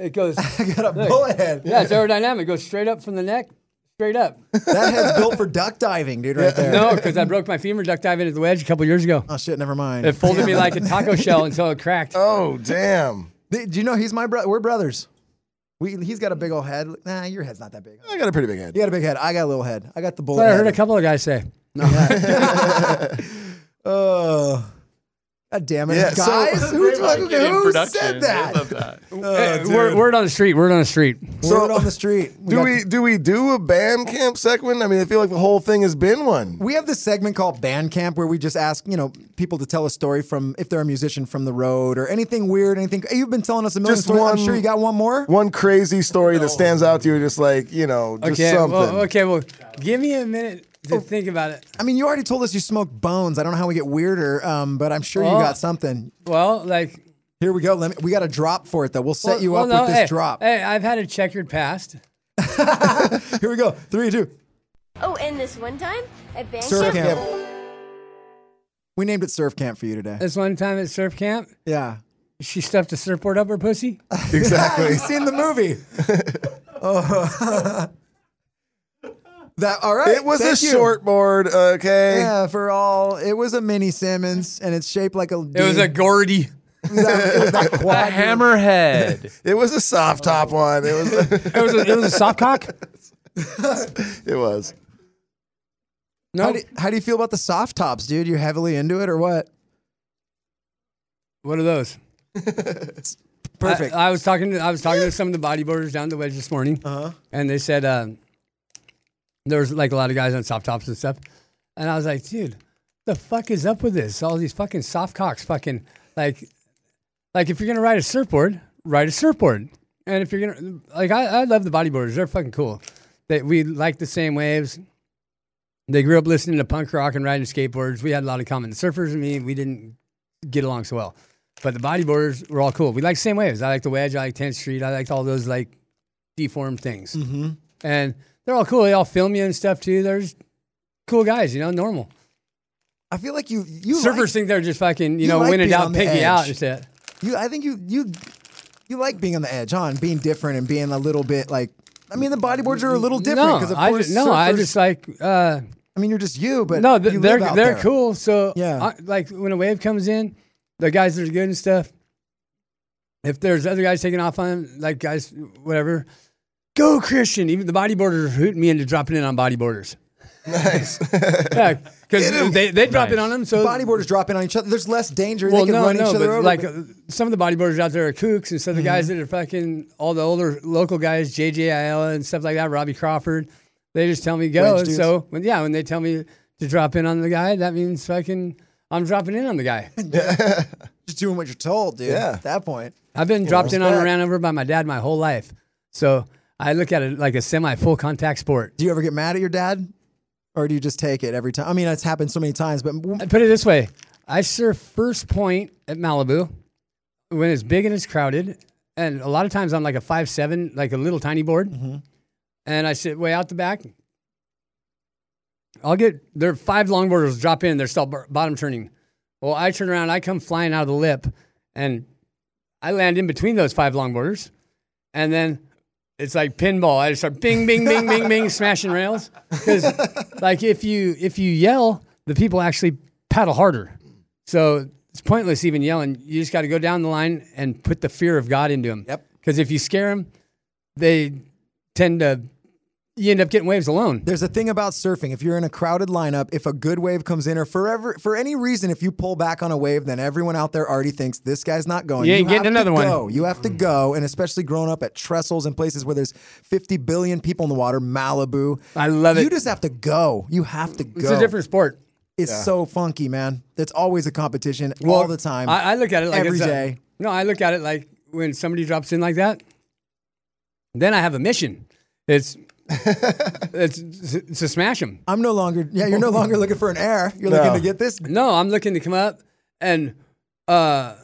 S2: It (laughs) goes.
S3: (laughs) I got a bullet head.
S2: yeah, it's aerodynamic. It goes straight up from the neck, straight up.
S3: That head's built for duck diving, dude, right there.
S2: (laughs) no, because I broke my femur duct diving at the wedge a couple years ago.
S3: Oh shit, never mind.
S2: It folded me
S3: (laughs)
S2: like a (laughs) taco shell until it cracked.
S1: Oh, damn.
S3: Th- Do you know he's my brother? We're brothers. We, he's got a big old head. Nah, your head's not that big.
S1: I got a pretty big head.
S3: You got a big head. I got a little head. I got the bullet.
S2: But I heard a
S3: head.
S2: couple of guys say. (laughs)
S3: Oh, God damn it,
S1: Yeah, so- (laughs)
S3: guys! who talk-
S4: Like in
S3: who
S4: production.
S3: said that?
S4: I love that.
S3: Oh, dude.
S2: Word, word on the street. Word on the street.
S1: So-
S3: Word on the street. We
S1: Do
S3: got-
S1: we do we do a band camp segment? I mean, I feel like the whole thing has been one.
S3: We have this segment called Bandcamp where we just ask, you know, people to tell a story from if they're a musician from the road or anything weird, anything. You've been telling us a million
S1: Just
S3: stories.
S1: one-
S3: I'm sure you got one more.
S1: One crazy story that stands out to you, just like you know, just
S2: Okay.
S1: something.
S2: Well,
S4: (laughs)
S2: okay. Well, give me a minute to
S3: Oh.
S2: think about it.
S3: I mean, you already told us you smoke bones. I don't know how we get weirder, um, but I'm sure
S2: Well-
S3: you got something.
S2: Well, like
S3: Here we go. Let me, we got a drop for it though. We'll set
S2: well,
S3: you
S2: well,
S3: up
S2: no,
S3: with this
S2: hey,
S3: drop.
S2: Hey, I've had a checkered past.
S3: (laughs) Here we go. Three, two.
S6: Oh, and this one time at band
S3: Surf
S6: camp,
S3: camp. We named it surf camp for you today.
S2: This one time at surf camp,
S3: Yeah.
S2: she stuffed a surfboard up her pussy.
S3: Exactly. You've seen the movie. (laughs) oh. (laughs) that all right.
S1: it was
S3: thank
S1: a
S3: you.
S1: short board. Okay.
S3: Yeah, for all it was a mini Simmons, and it's shaped like a.
S2: It was a Gordy.
S3: (laughs) it
S2: (laughs)
S3: was that
S4: A
S3: quad.
S4: hammerhead.
S1: It was a soft top one. It was. (laughs)
S2: It was a, it was a soft cock.
S1: it was.
S2: No.
S3: How do, how do you feel about the soft tops, dude? You heavily into it or what?
S2: what are those?
S3: Perfect.
S2: I, uh, I was talking to I was talking to some of the bodybuilders down the wedge this morning, and they said um, there was like a lot of guys on soft tops and stuff, and I was like, dude, the fuck is up with this? All these fucking soft cocks, fucking like, like if you're gonna ride a surfboard, ride a surfboard, and if you're gonna like, I, I love the bodybuilders, they're fucking cool. They we like the same waves. They grew up listening to punk rock and riding skateboards. We had a lot of common. The surfers and me, we didn't get along so well. But the bodyboarders were all cool. We like the same waves. I like the wedge. I like 10th Street. I liked all those like deformed things. Mm-hmm. And they're all cool. They all film you and stuff too. They're just cool guys, you know, normal.
S3: I feel like you you
S2: Surfers
S3: like,
S2: think they're just fucking, you,
S3: you
S2: know,
S3: like
S2: win it
S3: being
S2: out,
S3: on the
S2: piggy
S3: edge.
S2: out and shit.
S3: you. I think you you you like being on the edge, huh? And being different and being a little bit like. I mean, the bodyboards are a little different
S2: No,
S3: because of
S2: I
S3: course.
S2: just, no, I
S3: surfers-
S2: just like, uh,
S3: I mean, you're just you, but
S2: no, th-
S3: you
S2: they're
S3: live out
S2: they're
S3: there.
S2: cool. So
S3: Yeah.
S2: I- like when a wave comes in, the guys that are good and stuff. If there's other guys taking off on them, like guys, whatever, go Christian. Even the bodyboarders are hooting me into dropping in on bodyboarders.
S1: Nice.
S2: (laughs) Yeah, because they, they drop in
S4: Nice.
S2: on them. So
S3: Bodyboarders drop in on each other. There's less danger.
S2: well,
S3: they can
S2: no,
S3: run
S2: no,
S3: each
S2: but
S3: other over. Mm-hmm.
S2: like uh, some of the bodyboarders out there are kooks, and so the guys that are fucking all the older local guys, JJ Ayala and stuff like that, Robbie Crawford, they just tell me go.
S3: Wedge
S2: and
S3: dudes.
S2: so when, yeah, when they tell me to drop in on the guy, that means fucking I'm dropping in on the
S3: (laughs)
S2: guy.
S3: just doing what you're told, dude.
S1: Yeah.
S3: At that point.
S2: I've been dropped in on and
S1: respect.
S2: ran over by my dad my whole life, so I look at it like a semi full contact sport.
S3: Do you ever get mad at your dad? Or do you just take it every time? I mean, it's happened so many times, but w-
S2: I put it this way: I surf first point at Malibu when it's big and it's crowded, and a lot of times on like a five seven, like a little tiny board, and I sit way out the back. I'll get there. are Five longboarders drop in; they're still bar- bottom turning. Well, I turn around, I come flying out of the lip, and I land in between those five longboarders, and then it's like pinball. I just start bing, bing, bing, bing,
S3: (laughs)
S2: bing, smashing rails. Because like if you if you yell, the people actually paddle harder. So it's pointless even yelling. You just got to go down the line and put the fear of God into them.
S3: Yep.
S2: Because if you scare them, they tend to you end up getting waves alone.
S3: there's a thing about surfing. If you're in a crowded lineup, if a good wave comes in, or forever for any reason, if you pull back on a wave, then everyone out there already thinks this guy's not going.
S2: You ain't getting
S3: have to
S2: another one. Mm.
S3: go. You have to go, and especially growing up at trestles and places where there's 50 billion people in the water, Malibu.
S2: I love
S3: You
S2: it.
S3: just have to go. You have to go.
S2: It's a different sport.
S3: It's so funky, man. It's always a competition all the time.
S2: I, I look at it like
S3: every
S2: it's a-
S3: day.
S2: no, I look at it like when somebody drops in like that, then I have a mission. It's (laughs) it's, it's to smash them.
S3: I'm no longer. Yeah, you're no longer looking for an air. You're
S1: No.
S3: looking to get this.
S2: No, I'm looking to come up and uh,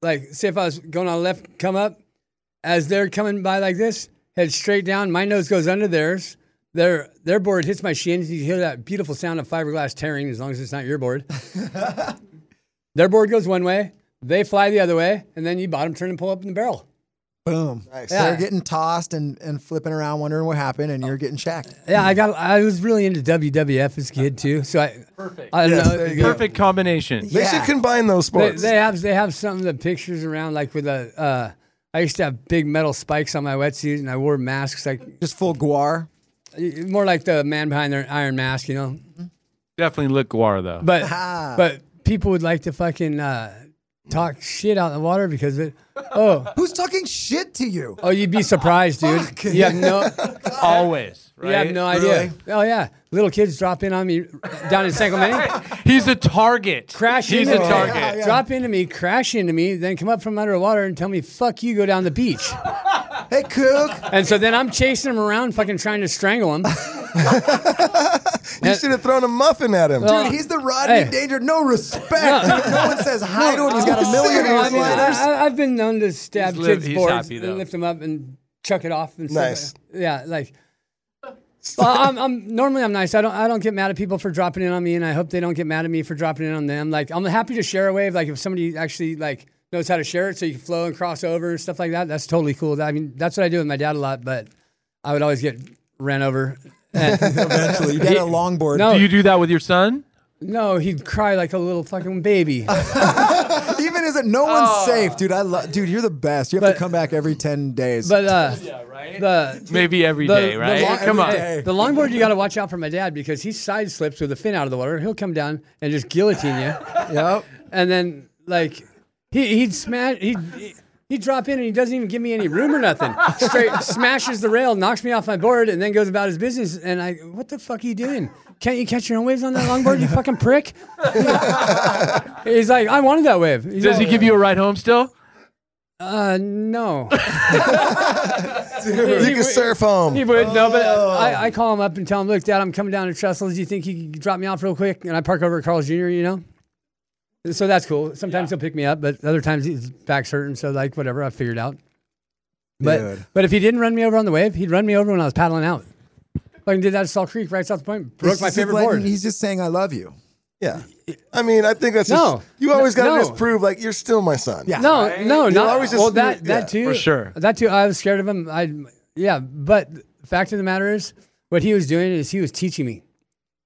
S2: like say if I was going on left, come up, as they're coming by like this, head straight down. My nose goes under theirs. Their their board hits my shin. You hear that beautiful sound of fiberglass tearing. As long as it's not your
S3: (laughs)
S2: board. their board goes one way. They fly the other way, and then you bottom turn and pull up in the barrel.
S3: Boom.
S2: Yeah.
S3: They're getting tossed and, and flipping around, wondering what happened, and you're getting shacked.
S2: Yeah, I got. I was really into WWF as a kid too. So I
S4: Perfect.
S2: I don't
S3: Yes,
S2: know.
S3: there you go.
S4: Perfect combination.
S3: They should combine those
S2: They,
S3: sports.
S2: they have they have some of the pictures around like with a. Uh, I used to have big metal spikes on my wetsuit, and I wore masks like
S3: Just full guar.
S2: more like the man behind the iron mask, you know.
S4: Definitely look guar though.
S2: But but people would like to fucking uh, talk shit out in the water because it. Oh
S3: Who's talking shit to you?
S2: oh, you'd be surprised, dude.
S3: Fuck.
S2: You have no
S4: (laughs) Always. Right?
S2: you have no idea.
S3: Really?
S2: Oh yeah, little kids drop in on me down in Sacramento.
S4: (laughs) He's a target.
S2: crash
S4: He's
S2: into
S4: a
S2: me,
S4: target.
S3: Yeah, yeah.
S2: drop into me, crash into me, then come up from underwater and tell me, fuck you, go down the beach.
S3: Hey, Cook.
S2: And so then I'm chasing him around, fucking trying to strangle him.
S1: You should have thrown a muffin at him.
S2: Well,
S3: Dude, he's the Rodney
S2: Hey.
S3: Danger. No respect. No, one says hi to him. He's got a million
S2: I mean,
S3: sliders.
S2: I, have been known to stab
S4: He's li-
S2: kids'
S4: he's
S2: boards,
S4: happy, though.
S2: and lift them up, and chuck it off. And stuff.
S1: Nice.
S2: Yeah, like. well, I'm, I'm normally I'm nice. I don't I don't get mad at people for dropping in on me, and I hope they don't get mad at me for dropping in on them. Like I'm happy to share a wave. Like if somebody actually like knows how to share it, so you can flow and cross over and stuff like that. That's totally cool. I mean, that's what I do with my dad a lot, but I would always get ran over.
S3: Eventually, you got a longboard.
S2: No,
S4: Do you do that with your son?
S2: no, he'd cry like a little fucking baby.
S3: Even is it? No one's safe, dude. I love, dude. You're the best. You have
S2: Oh. But-
S3: to come back every ten days.
S4: (laughs)
S2: But uh,
S4: right.
S2: the
S4: Maybe every
S2: the-
S4: day,
S2: the
S4: right?
S2: long-
S4: Come on.
S3: every day.
S2: Hey, the longboard you got to watch out for my dad because he side slips with a fin out of the water. He'll come down and just guillotine you,
S3: yep.
S2: and then like he he'd smash he. would He'd drop in and he doesn't even give me any room or nothing.
S1: (laughs)
S2: Straight smashes the rail, knocks me off my board, and then goes about his business. And I, what the fuck are you doing? Can't you catch your own waves on that longboard, you fucking
S1: (laughs)
S2: prick? He's like, I wanted that wave. He's
S4: Does he
S2: like,
S4: give you a ride home still?
S2: Uh,
S1: (laughs)
S2: no.
S1: you can surf home.
S2: He would no, but I, I call him up and tell him, "Look, Dad, I'm coming down to Trestles. Do you think you could drop me off real quick?" And I park over at Carl's Jr. You know, so that's cool. Sometimes he'll pick me up, but other times his back's hurting, so like whatever, I figured out. But
S3: Dude.
S2: but if he didn't run me over on the wave, he'd run me over when I was paddling out. Fucking did that at Salt Creek right south the point, broke
S3: He's
S2: my
S3: just
S2: favorite
S3: letting-
S2: board.
S3: He's just saying, "I love you."
S1: Yeah. I mean, I think that's
S2: No.
S1: just, you always got to
S2: No.
S1: just prove like you're still my son.
S3: Yeah.
S2: No, no,
S1: You
S2: not
S1: always just-
S2: well. That
S1: yeah,
S2: that too,
S4: for sure.
S2: That too, I was scared of him. I yeah, but the fact of the matter is, what he was doing is he was teaching me.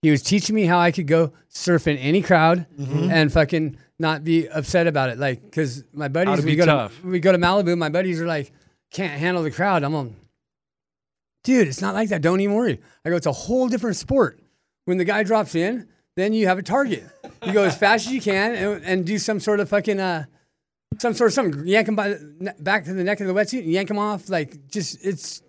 S2: He was teaching me how I could go surf in any crowd
S4: Mm-hmm.
S2: and fucking not be upset about it. Like, cause my buddies,
S4: to
S2: we
S4: be
S2: go
S4: tough.
S2: to we go to Malibu. My buddies are like, can't handle the crowd. I'm on, dude. It's not like that. Don't even worry. I go, it's a whole different sport. When the guy drops in, then you have a target. You go as fast as you can and, and do some sort of fucking uh, some sort of something. Yank him by the ne- back to the neck of the wetsuit and yank him off. Like just it's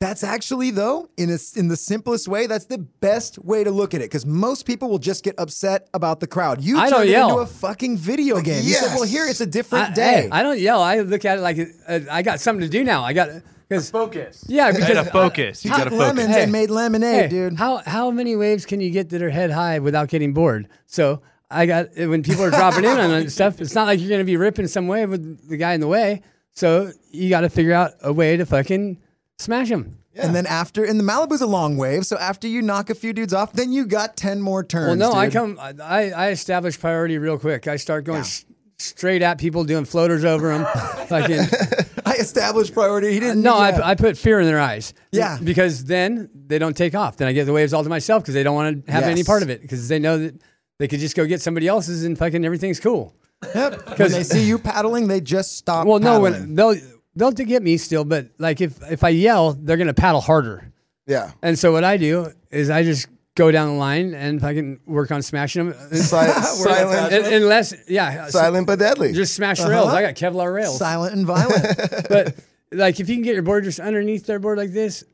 S3: That's actually though, in a, in the simplest way, that's the best way to look at it because most people will just get upset about the crowd. You
S2: I
S3: turned
S2: don't
S3: it
S2: yell.
S3: into a fucking video game. You said,
S1: yes.
S3: "Well, here it's a different
S2: I,
S3: day."
S2: hey, I don't yell. I look at it like uh, I got something to do now. I got because focus. Yeah,
S4: You
S2: because
S4: gotta focus. You
S3: Hot
S4: gotta
S3: lemons
S4: focus.
S2: Hey.
S3: and made lemonade,
S2: hey,
S3: dude.
S2: how how many waves can you get that are head high without getting bored? So. I got when people are dropping in on that stuff. It's not like you're gonna be ripping some wave with the guy in the way. So you got to figure out a way to fucking smash him.
S3: And then after, and the Malibu's a long wave, so after you knock a few dudes off, then you got ten more turns.
S2: Well, no, I
S3: dude.
S2: come. I- I I establish priority real quick. I start going s- straight at people, doing floaters over them. fucking,
S3: (laughs) I established priority. He didn't.
S2: no,
S3: yeah.
S2: I, I put fear in their eyes.
S3: Yeah.
S2: because then they don't take off. Then I get the waves all to myself because they don't want to have any
S3: Yes.
S2: part of it because they know that they could just go get somebody else's and fucking everything's cool. (laughs)
S3: Yep. When they see you paddling, they just stop.
S2: Well, no,
S3: paddling.
S2: when they'll they'll to get me still, but like if if I yell, they're gonna paddle harder.
S1: Yeah.
S2: And so what I do is I just go down the line and fucking work on smashing them. (laughs)
S1: Si- silent,
S2: Unless, yeah,
S1: silent but deadly.
S2: Just smash
S3: Uh-huh.
S2: rails. I got Kevlar rails.
S3: (laughs) silent and violent.
S2: But like if you can get your board just underneath their board like this,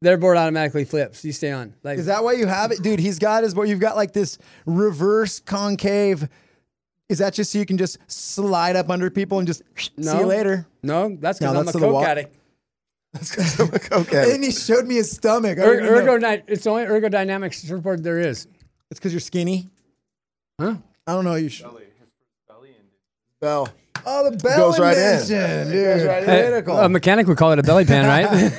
S2: their board automatically flips. You stay on. Like
S3: Is that why you have it, dude? He's got his board. You've got like this reverse concave. Is that just so you can just slide up under people and just see
S2: No.
S3: you later?
S2: no, that's
S3: No,
S2: because I'm
S3: that's
S2: a
S3: to the
S2: coke
S3: wall.
S2: addict.
S3: (laughs)
S1: okay.
S3: And he showed me his stomach. I
S2: Er-
S3: don't even know.
S2: ergodyne- it's the only ergodynamic surfboard there is.
S3: It's because you're skinny.
S2: Huh?
S3: I don't know. You should.
S1: Bell. Oh, the belly
S3: Goes right in.
S1: mention,
S3: It
S1: dude.
S3: goes right in.
S2: Hey,
S3: Critical.
S2: a mechanic would call it a belly pan,
S3: (laughs)
S2: right?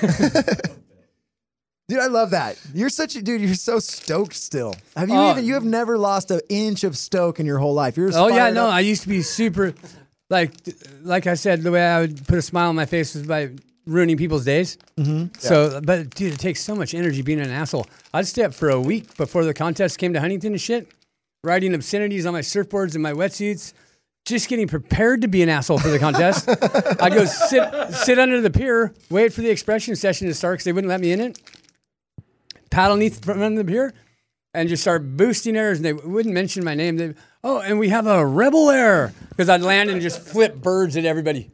S3: Dude, I love that. You're such a dude. You're so stoked still. Have you
S2: Oh.
S3: even? You have never lost an inch of stoke in your whole life. You're. as
S2: oh yeah,
S3: fired
S2: no,
S3: up-
S2: I used to be super, like, like I said, the way I would put a smile on my face was by ruining people's days.
S3: Mhm.
S2: So, but dude, it takes so much energy being an asshole. I'd stay up for a week before the contest came to Huntington and shit, writing obscenities on my surfboards and my wetsuits, just getting prepared to be an asshole for the
S3: (laughs)
S2: contest. I'd go sit sit under the pier, wait for the expression session to start because they wouldn't let me in it. Paddle neath from under the pier, and just start boosting errors. And they wouldn't mention my name. They oh, and we have a rebel error because I'd land and just flip birds at everybody.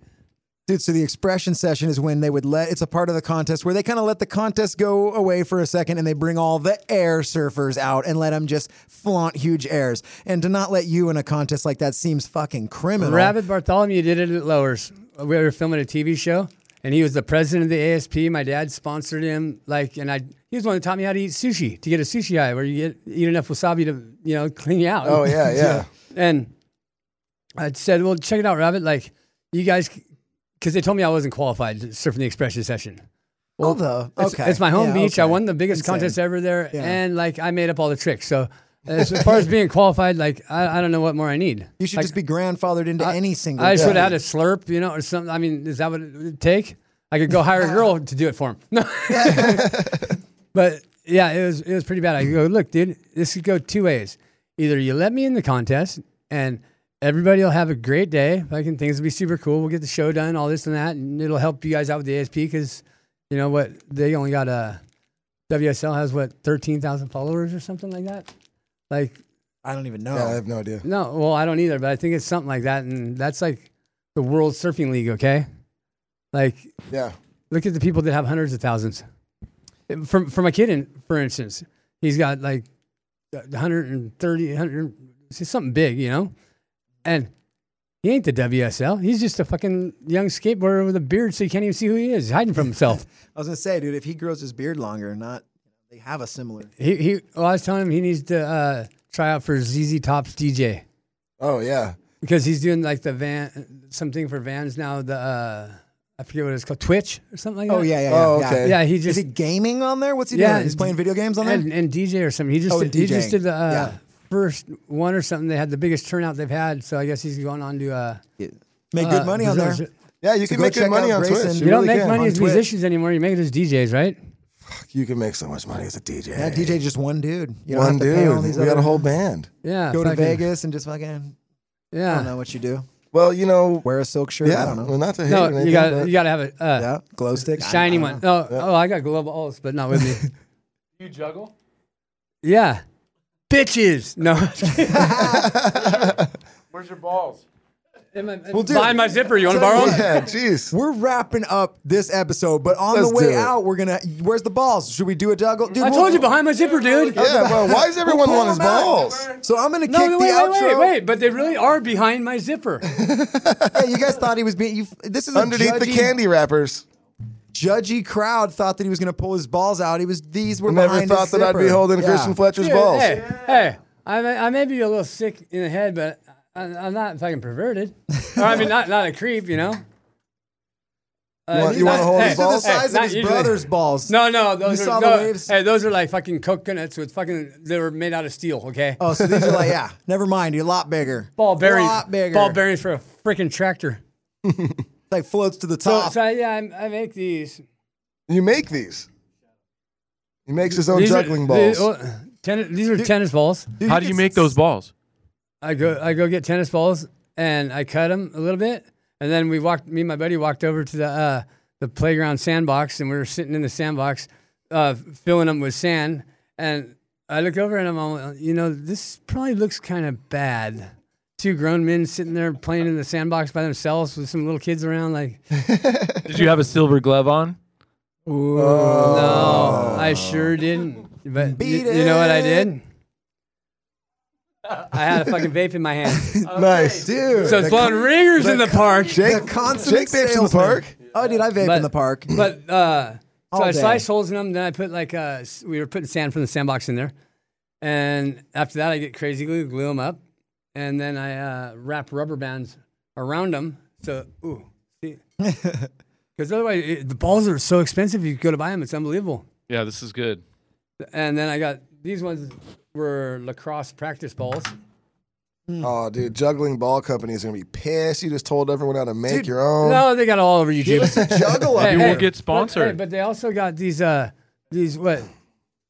S3: Dude, so the expression session is when they would let it's a part of the contest where they kind of let the contest go away for a second and they bring all the air surfers out and let them just flaunt huge airs. And to not let you in a contest like that seems fucking criminal.
S2: Rabbit Bartholomew did it at Lowers. We were filming a TV show, and he was the president of the ASP. My dad sponsored him, like, and I he was the one who taught me how to eat sushi to get a sushi eye, where you get eat enough wasabi to you know clean you out.
S1: Oh,
S2: (laughs)
S1: yeah, yeah.
S2: and I said, "Well, check it out, Rabbit. Like, you guys, because they told me I wasn't qualified to surfing the expression session.
S3: Well, Although,
S2: It's-
S3: okay.
S2: It's, my home
S3: Yeah,
S2: beach. I
S3: okay.
S2: won the biggest
S3: Insane.
S2: contest ever there,
S3: Yeah.
S2: and like I made up all the tricks. So as far as being qualified, like I, I don't know what more I need.
S3: You should
S2: Like,
S3: just be grandfathered into any single
S2: I just would
S3: thing.
S2: have had a slurp, you know, or something. I mean, is that what it would take? I could go hire a girl to do it for him. (laughs) No. but yeah, it was it was pretty bad. I go, look, dude, this could go two ways. Either you let me in the contest and everybody will have a great day. Fucking things will be super cool. We'll get the show done, all this and that, and it'll help you guys out with the ASP because you know what? They only got uh, a WSL has what thirteen thousand followers or something like that. Like
S3: I don't even know.
S1: Yeah, I have no idea.
S2: no, well, I don't either, but I think it's something like that, and that's like the World Surfing League. Okay, like
S1: Yeah.
S2: look at the people that have hundreds of thousands. From from a kid, in, for instance, he's got like 130, 100, something big, you know, and he ain't the WSL. He's just a fucking young skateboarder with a beard, so you can't even see who he is, hiding from
S3: (laughs)
S2: himself.
S3: I was gonna say, dude, if he grows his beard longer, not they have a similar.
S2: he he. Well, I was telling him he needs to uh, try out for ZZ Top's DJ.
S1: Oh yeah.
S2: because he's doing like the van something for vans now. The uh, I forget what it's called, Twitch or something like that.
S3: Oh yeah, yeah, yeah.
S1: Oh,
S3: yeah.
S1: okay.
S2: yeah. He
S3: Is
S2: just
S3: he gaming on there? What's he
S2: yeah,
S3: doing? He's playing video games on there.
S2: and, and DJ or something. He just
S3: Oh,
S2: did,
S3: and
S2: he just
S3: DJing.
S2: did the uh,
S3: Yeah.
S2: first one or something. They had the biggest turnout they've had, so I guess he's going on to uh,
S3: Make
S2: uh,
S3: good money on there.
S2: Brazil-
S1: Yeah, you
S3: So
S1: can
S3: go
S1: make
S3: check
S1: good money
S3: out
S1: on
S3: Grayson.
S1: Twitch.
S2: You, don't
S1: really
S2: make
S1: can.
S2: money
S3: on
S2: as
S3: Twitch.
S2: musicians anymore. You make it as DJs, right?
S1: You can make so much money as a DJ.
S3: Yeah, DJ, just one dude. You don't
S1: One
S3: have to Pay all
S1: dude. We
S3: these
S1: got
S3: other-
S1: a whole band.
S2: Yeah.
S3: Go to
S2: fucking-
S3: Vegas and just fucking. I don't know
S2: Yeah.
S3: what you do.
S1: Well, you know.
S3: Wear a silk shirt. I
S1: Yeah.
S3: don't know.
S1: Well, not to hate or
S2: No,
S1: anything,
S2: you got
S1: but-
S2: you got to have a uh,
S3: yeah, glow stick. I-
S2: shiny
S3: I don't
S2: one.
S3: know.
S2: No, oh, I got glove alls, but not with
S3: (laughs)
S2: me.
S4: You juggle?
S2: yeah. Bitches.
S3: (laughs)
S2: No.
S4: Where's your balls?
S2: Well, Behind Oh, my zipper. You want to
S3: Tell you
S2: borrow 'em?
S3: what.
S1: Yeah, jeez.
S3: We're wrapping up this episode, but on
S1: Let's
S3: the way
S1: do it.
S3: out, we're gonna. Where's the balls? Should we do a juggle? Dude,
S2: I
S3: we'll-
S2: told you behind my zipper, dude.
S1: Yeah, well, why does everyone
S3: pull
S1: want his
S3: them out.
S1: balls?
S3: So I'm gonna
S2: No,
S3: kick
S2: no,
S3: the
S2: wait, wait,
S3: outro.
S2: wait, wait. But they really are behind my
S3: (laughs)
S2: zipper.
S3: Hey, you guys thought he was being. You, this is a
S1: Underneath the
S3: judgy-
S1: candy wrappers.
S3: Judgy crowd thought that he was gonna pull his balls out. He was. These were.
S1: Never
S3: behind
S1: thought
S3: his
S1: that I'd be
S3: zipper.
S1: holding
S3: Yeah.
S1: Christian Fletcher's
S2: Dude,
S1: balls.
S2: Hey, hey. I may, I may be a little sick in the head, but I, I'm not fucking perverted. or, I mean, not not a creep, you
S3: (laughs)
S2: know. Uh,
S1: You want- you
S2: not-
S1: wanna hold
S2: hey,
S1: his
S3: These are the
S1: balls?
S2: hey,
S3: size
S2: not
S3: of his
S2: usually.
S3: brother's balls.
S2: No, no, those
S3: You
S2: are
S3: saw the
S2: no,
S3: waves?
S2: Hey, those are like fucking coconuts with fucking. They were made out of steel. Okay.
S3: Oh, so these are like, yeah. Never mind. You're a lot bigger.
S2: ball bearings.
S3: Lot bigger.
S2: Ball bearings for a freaking tractor.
S3: Like floats to the
S2: So,
S3: top.
S2: so yeah, I, I make these.
S1: You make these. He makes his own
S2: These are-
S1: juggling balls.
S2: These, oh, tenni- these are tennis balls.
S4: How do you make those balls?
S2: I go I go get tennis balls and I cut them a little bit, and then we walked. Me and my buddy walked over to the uh, the playground sandbox, and we were sitting in the sandbox, uh, filling them with sand. And I look over and I'm all, you know, this probably looks kind of bad. Two grown men sitting there playing in the sandbox by themselves with some little kids around. Like,
S4: (laughs) Did you have a silver glove on?
S2: no, I sure didn't. But y-
S3: Beat
S2: you know what I
S3: it.
S2: did? I had a fucking vape in my hand.
S1: (laughs) (laughs) nice, dude.
S2: So it's blowing ringers in the park.
S1: Jake,
S3: the consummate
S1: Jake vapes in the
S3: salesman.
S1: park.
S3: Oh, dude, I vape
S2: But-
S3: in the park.
S2: But uh, so
S3: All
S2: I
S3: day.
S2: sliced holes in them. Then I put like uh, s- we were putting sand from the sandbox in there, and after that I get crazy glue, glue them up, and then I uh, wrap rubber bands around them. So, ooh, see,
S3: (laughs)
S2: because otherwise it, the balls are so expensive. You go to buy them, it's unbelievable.
S4: Yeah, this is good.
S2: And then I got these ones were lacrosse practice balls.
S1: Oh, dude, juggling ball company is gonna be pissed. You just told everyone how to make
S2: Dude,
S1: your own.
S2: No, they got all over YouTube.
S1: Juggle up.
S2: (laughs) Hey,
S1: You
S2: hey,
S1: will get
S2: but-
S1: sponsored.
S2: hey, But, they also got these uh these what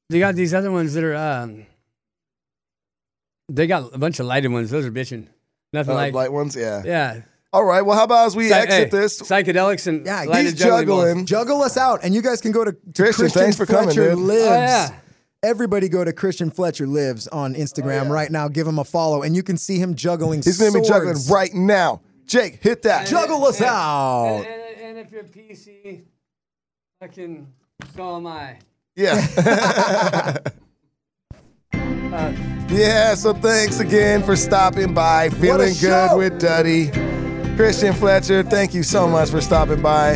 S2: they got these other ones that are um they got a bunch of lighted ones. Those are bitching. Nothing
S1: Uh,
S2: like
S1: light ones, yeah.
S2: Yeah.
S1: All right. Well, how about as we exit this?
S2: Psychedelics and
S1: Yeah, he's
S2: lighted juggling balls.
S1: juggling.
S3: Juggle us out, and you guys can go to
S1: Christian, thanks for coming,
S3: Fletcher
S1: dude.
S3: Lives.
S1: Oh, yeah.
S3: Everybody go to Christian Fletcher Lives on
S2: Oh,
S3: Instagram right now. Give him a follow, and you can see him juggling.
S1: He's gonna be juggling
S3: swords.
S1: right now. Jake, hit that.
S3: Juggle us
S2: And,
S3: out.
S2: and, and if you're PC, fucking so am I.
S1: Yeah. yeah, so thanks again for stopping by. Feeling good
S3: show.
S1: with Duddy. Christian Fletcher, thank you so much for stopping by.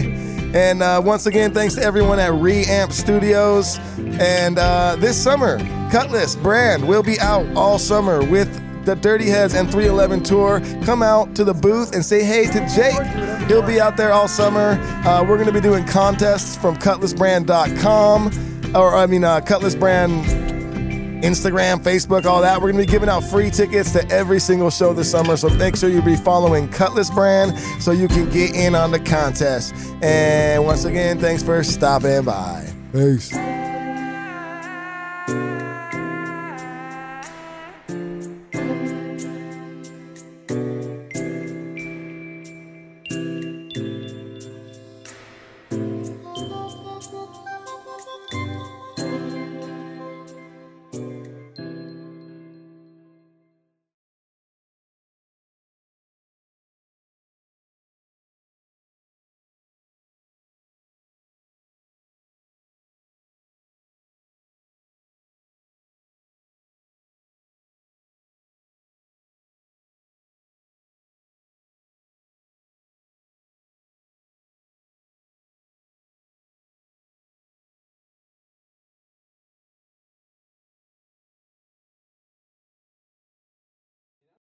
S1: And uh, once again, thanks to everyone at Reamp Studios. And uh, this summer, Cutlass brand will be out all summer with the Dirty Heads and 311 tour. Come out to the booth and say hey to Jake. He'll be out there all summer. Uh, we're going to be doing contests from cutlassbrand.com, or I mean, uh, Cutlass Brand Instagram, Facebook, all that. We're going to be giving out free tickets to every single show this summer. So make sure you be following Cutlass Brand so you can get in on the contest. And once again, thanks for stopping by. Peace.